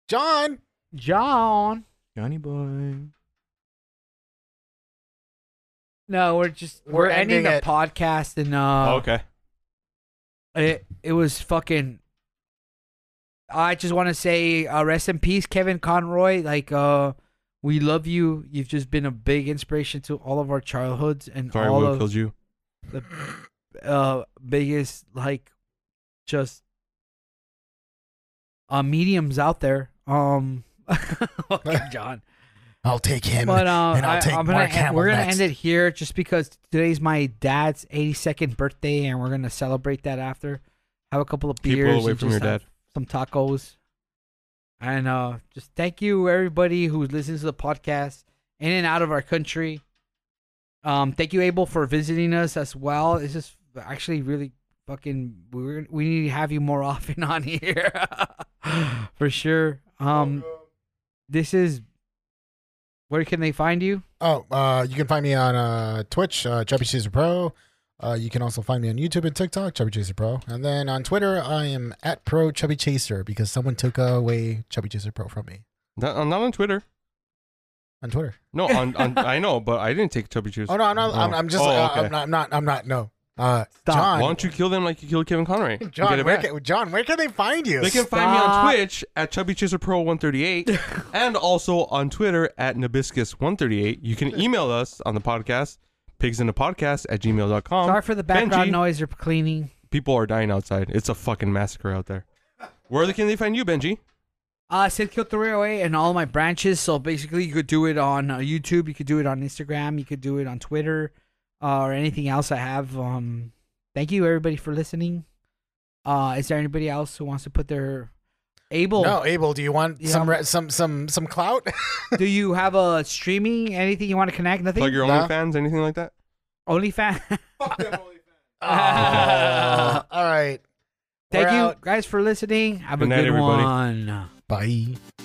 B: John,
A: John.
D: Johnny boy.
A: No, we're just we're,
B: We're
A: ending,
B: ending
A: the
B: it.
A: podcast, and uh,
C: Oh, okay.
A: it it was fucking I just want to say uh, rest in peace Kevin Conroy like uh we love you you've just been a big inspiration to all of our childhoods and
C: Sorry,
A: all
C: Will
A: of
C: killed you.
A: the uh biggest like just uh mediums out there um fucking John
B: I'll take him.
A: but uh,
B: and I'll
A: I,
B: take
A: am gonna
B: Mark
A: end, we're
B: Hamill
A: gonna
B: next.
A: end it here just because today's my dad's 82nd birthday, and we're gonna celebrate that after. Have a couple of
C: Keep
A: beers,
C: well away
A: and
C: from your
A: just
C: dad.
A: have some tacos, and uh, just thank you everybody who listens to the podcast in and out of our country. Um, thank you Abel for visiting us as well. This is actually really fucking. We we need to have you more often on here for sure. Um, this is. Where can they find you?
B: Oh, uh, you can find me on uh, Twitch, uh, Chubby Caesar Pro, Uh, you can also find me on YouTube and TikTok, Chubby Chaser Pro. And then on Twitter, I am at Pro Chubby Chaser because someone took away Chubby Chaser Pro from me
C: Not, uh, not on Twitter.
B: on Twitter.
C: No, on, on I know, but I didn't take Chubby Cheers.
B: Oh no, I'm not, I'm,
C: Oh.
B: I'm just,
C: Oh,
B: uh,
C: okay.
B: I'm, not, I'm not, I'm not, no. Uh,
A: Stop.
C: Why
B: John,
C: don't you kill them like you killed Kevin Conroy? and get
B: John,
C: it
B: where
C: back?
B: can, John, where can they find you?
C: They can find me on
A: Stop.
C: Twitch at Chubby Chaser Pro 138 and also on Twitter at Nabiscus 138. You can email us on the podcast, pigsinthepodcast at gmail.com.
A: Sorry for the background
C: Um, Benji,
A: noise. You're cleaning.
C: People are dying outside. It's a fucking massacre out there. Where can they find you, Benji?
A: Uh, Sid Kill 308 and all my branches. So basically, you could do it on uh, YouTube, you could do it on Instagram, you could do it on Twitter, uh, or anything else I have. Um, thank you everybody for listening. Uh, is there anybody else who wants to put their able?
B: No, Abel, do you want
A: Yeah.
B: some, re- some, some, some clout?
A: do you have a streaming? Anything you want to connect? Nothing.
C: Plug your
B: Nah.
C: OnlyFans, anything like that?
A: OnlyFans.
B: Oh, all right.
A: thank
B: We're
A: you
B: out.
A: guys for listening. Have
C: Good
A: a
C: night,
A: good
C: everybody.
A: one.
B: Bye.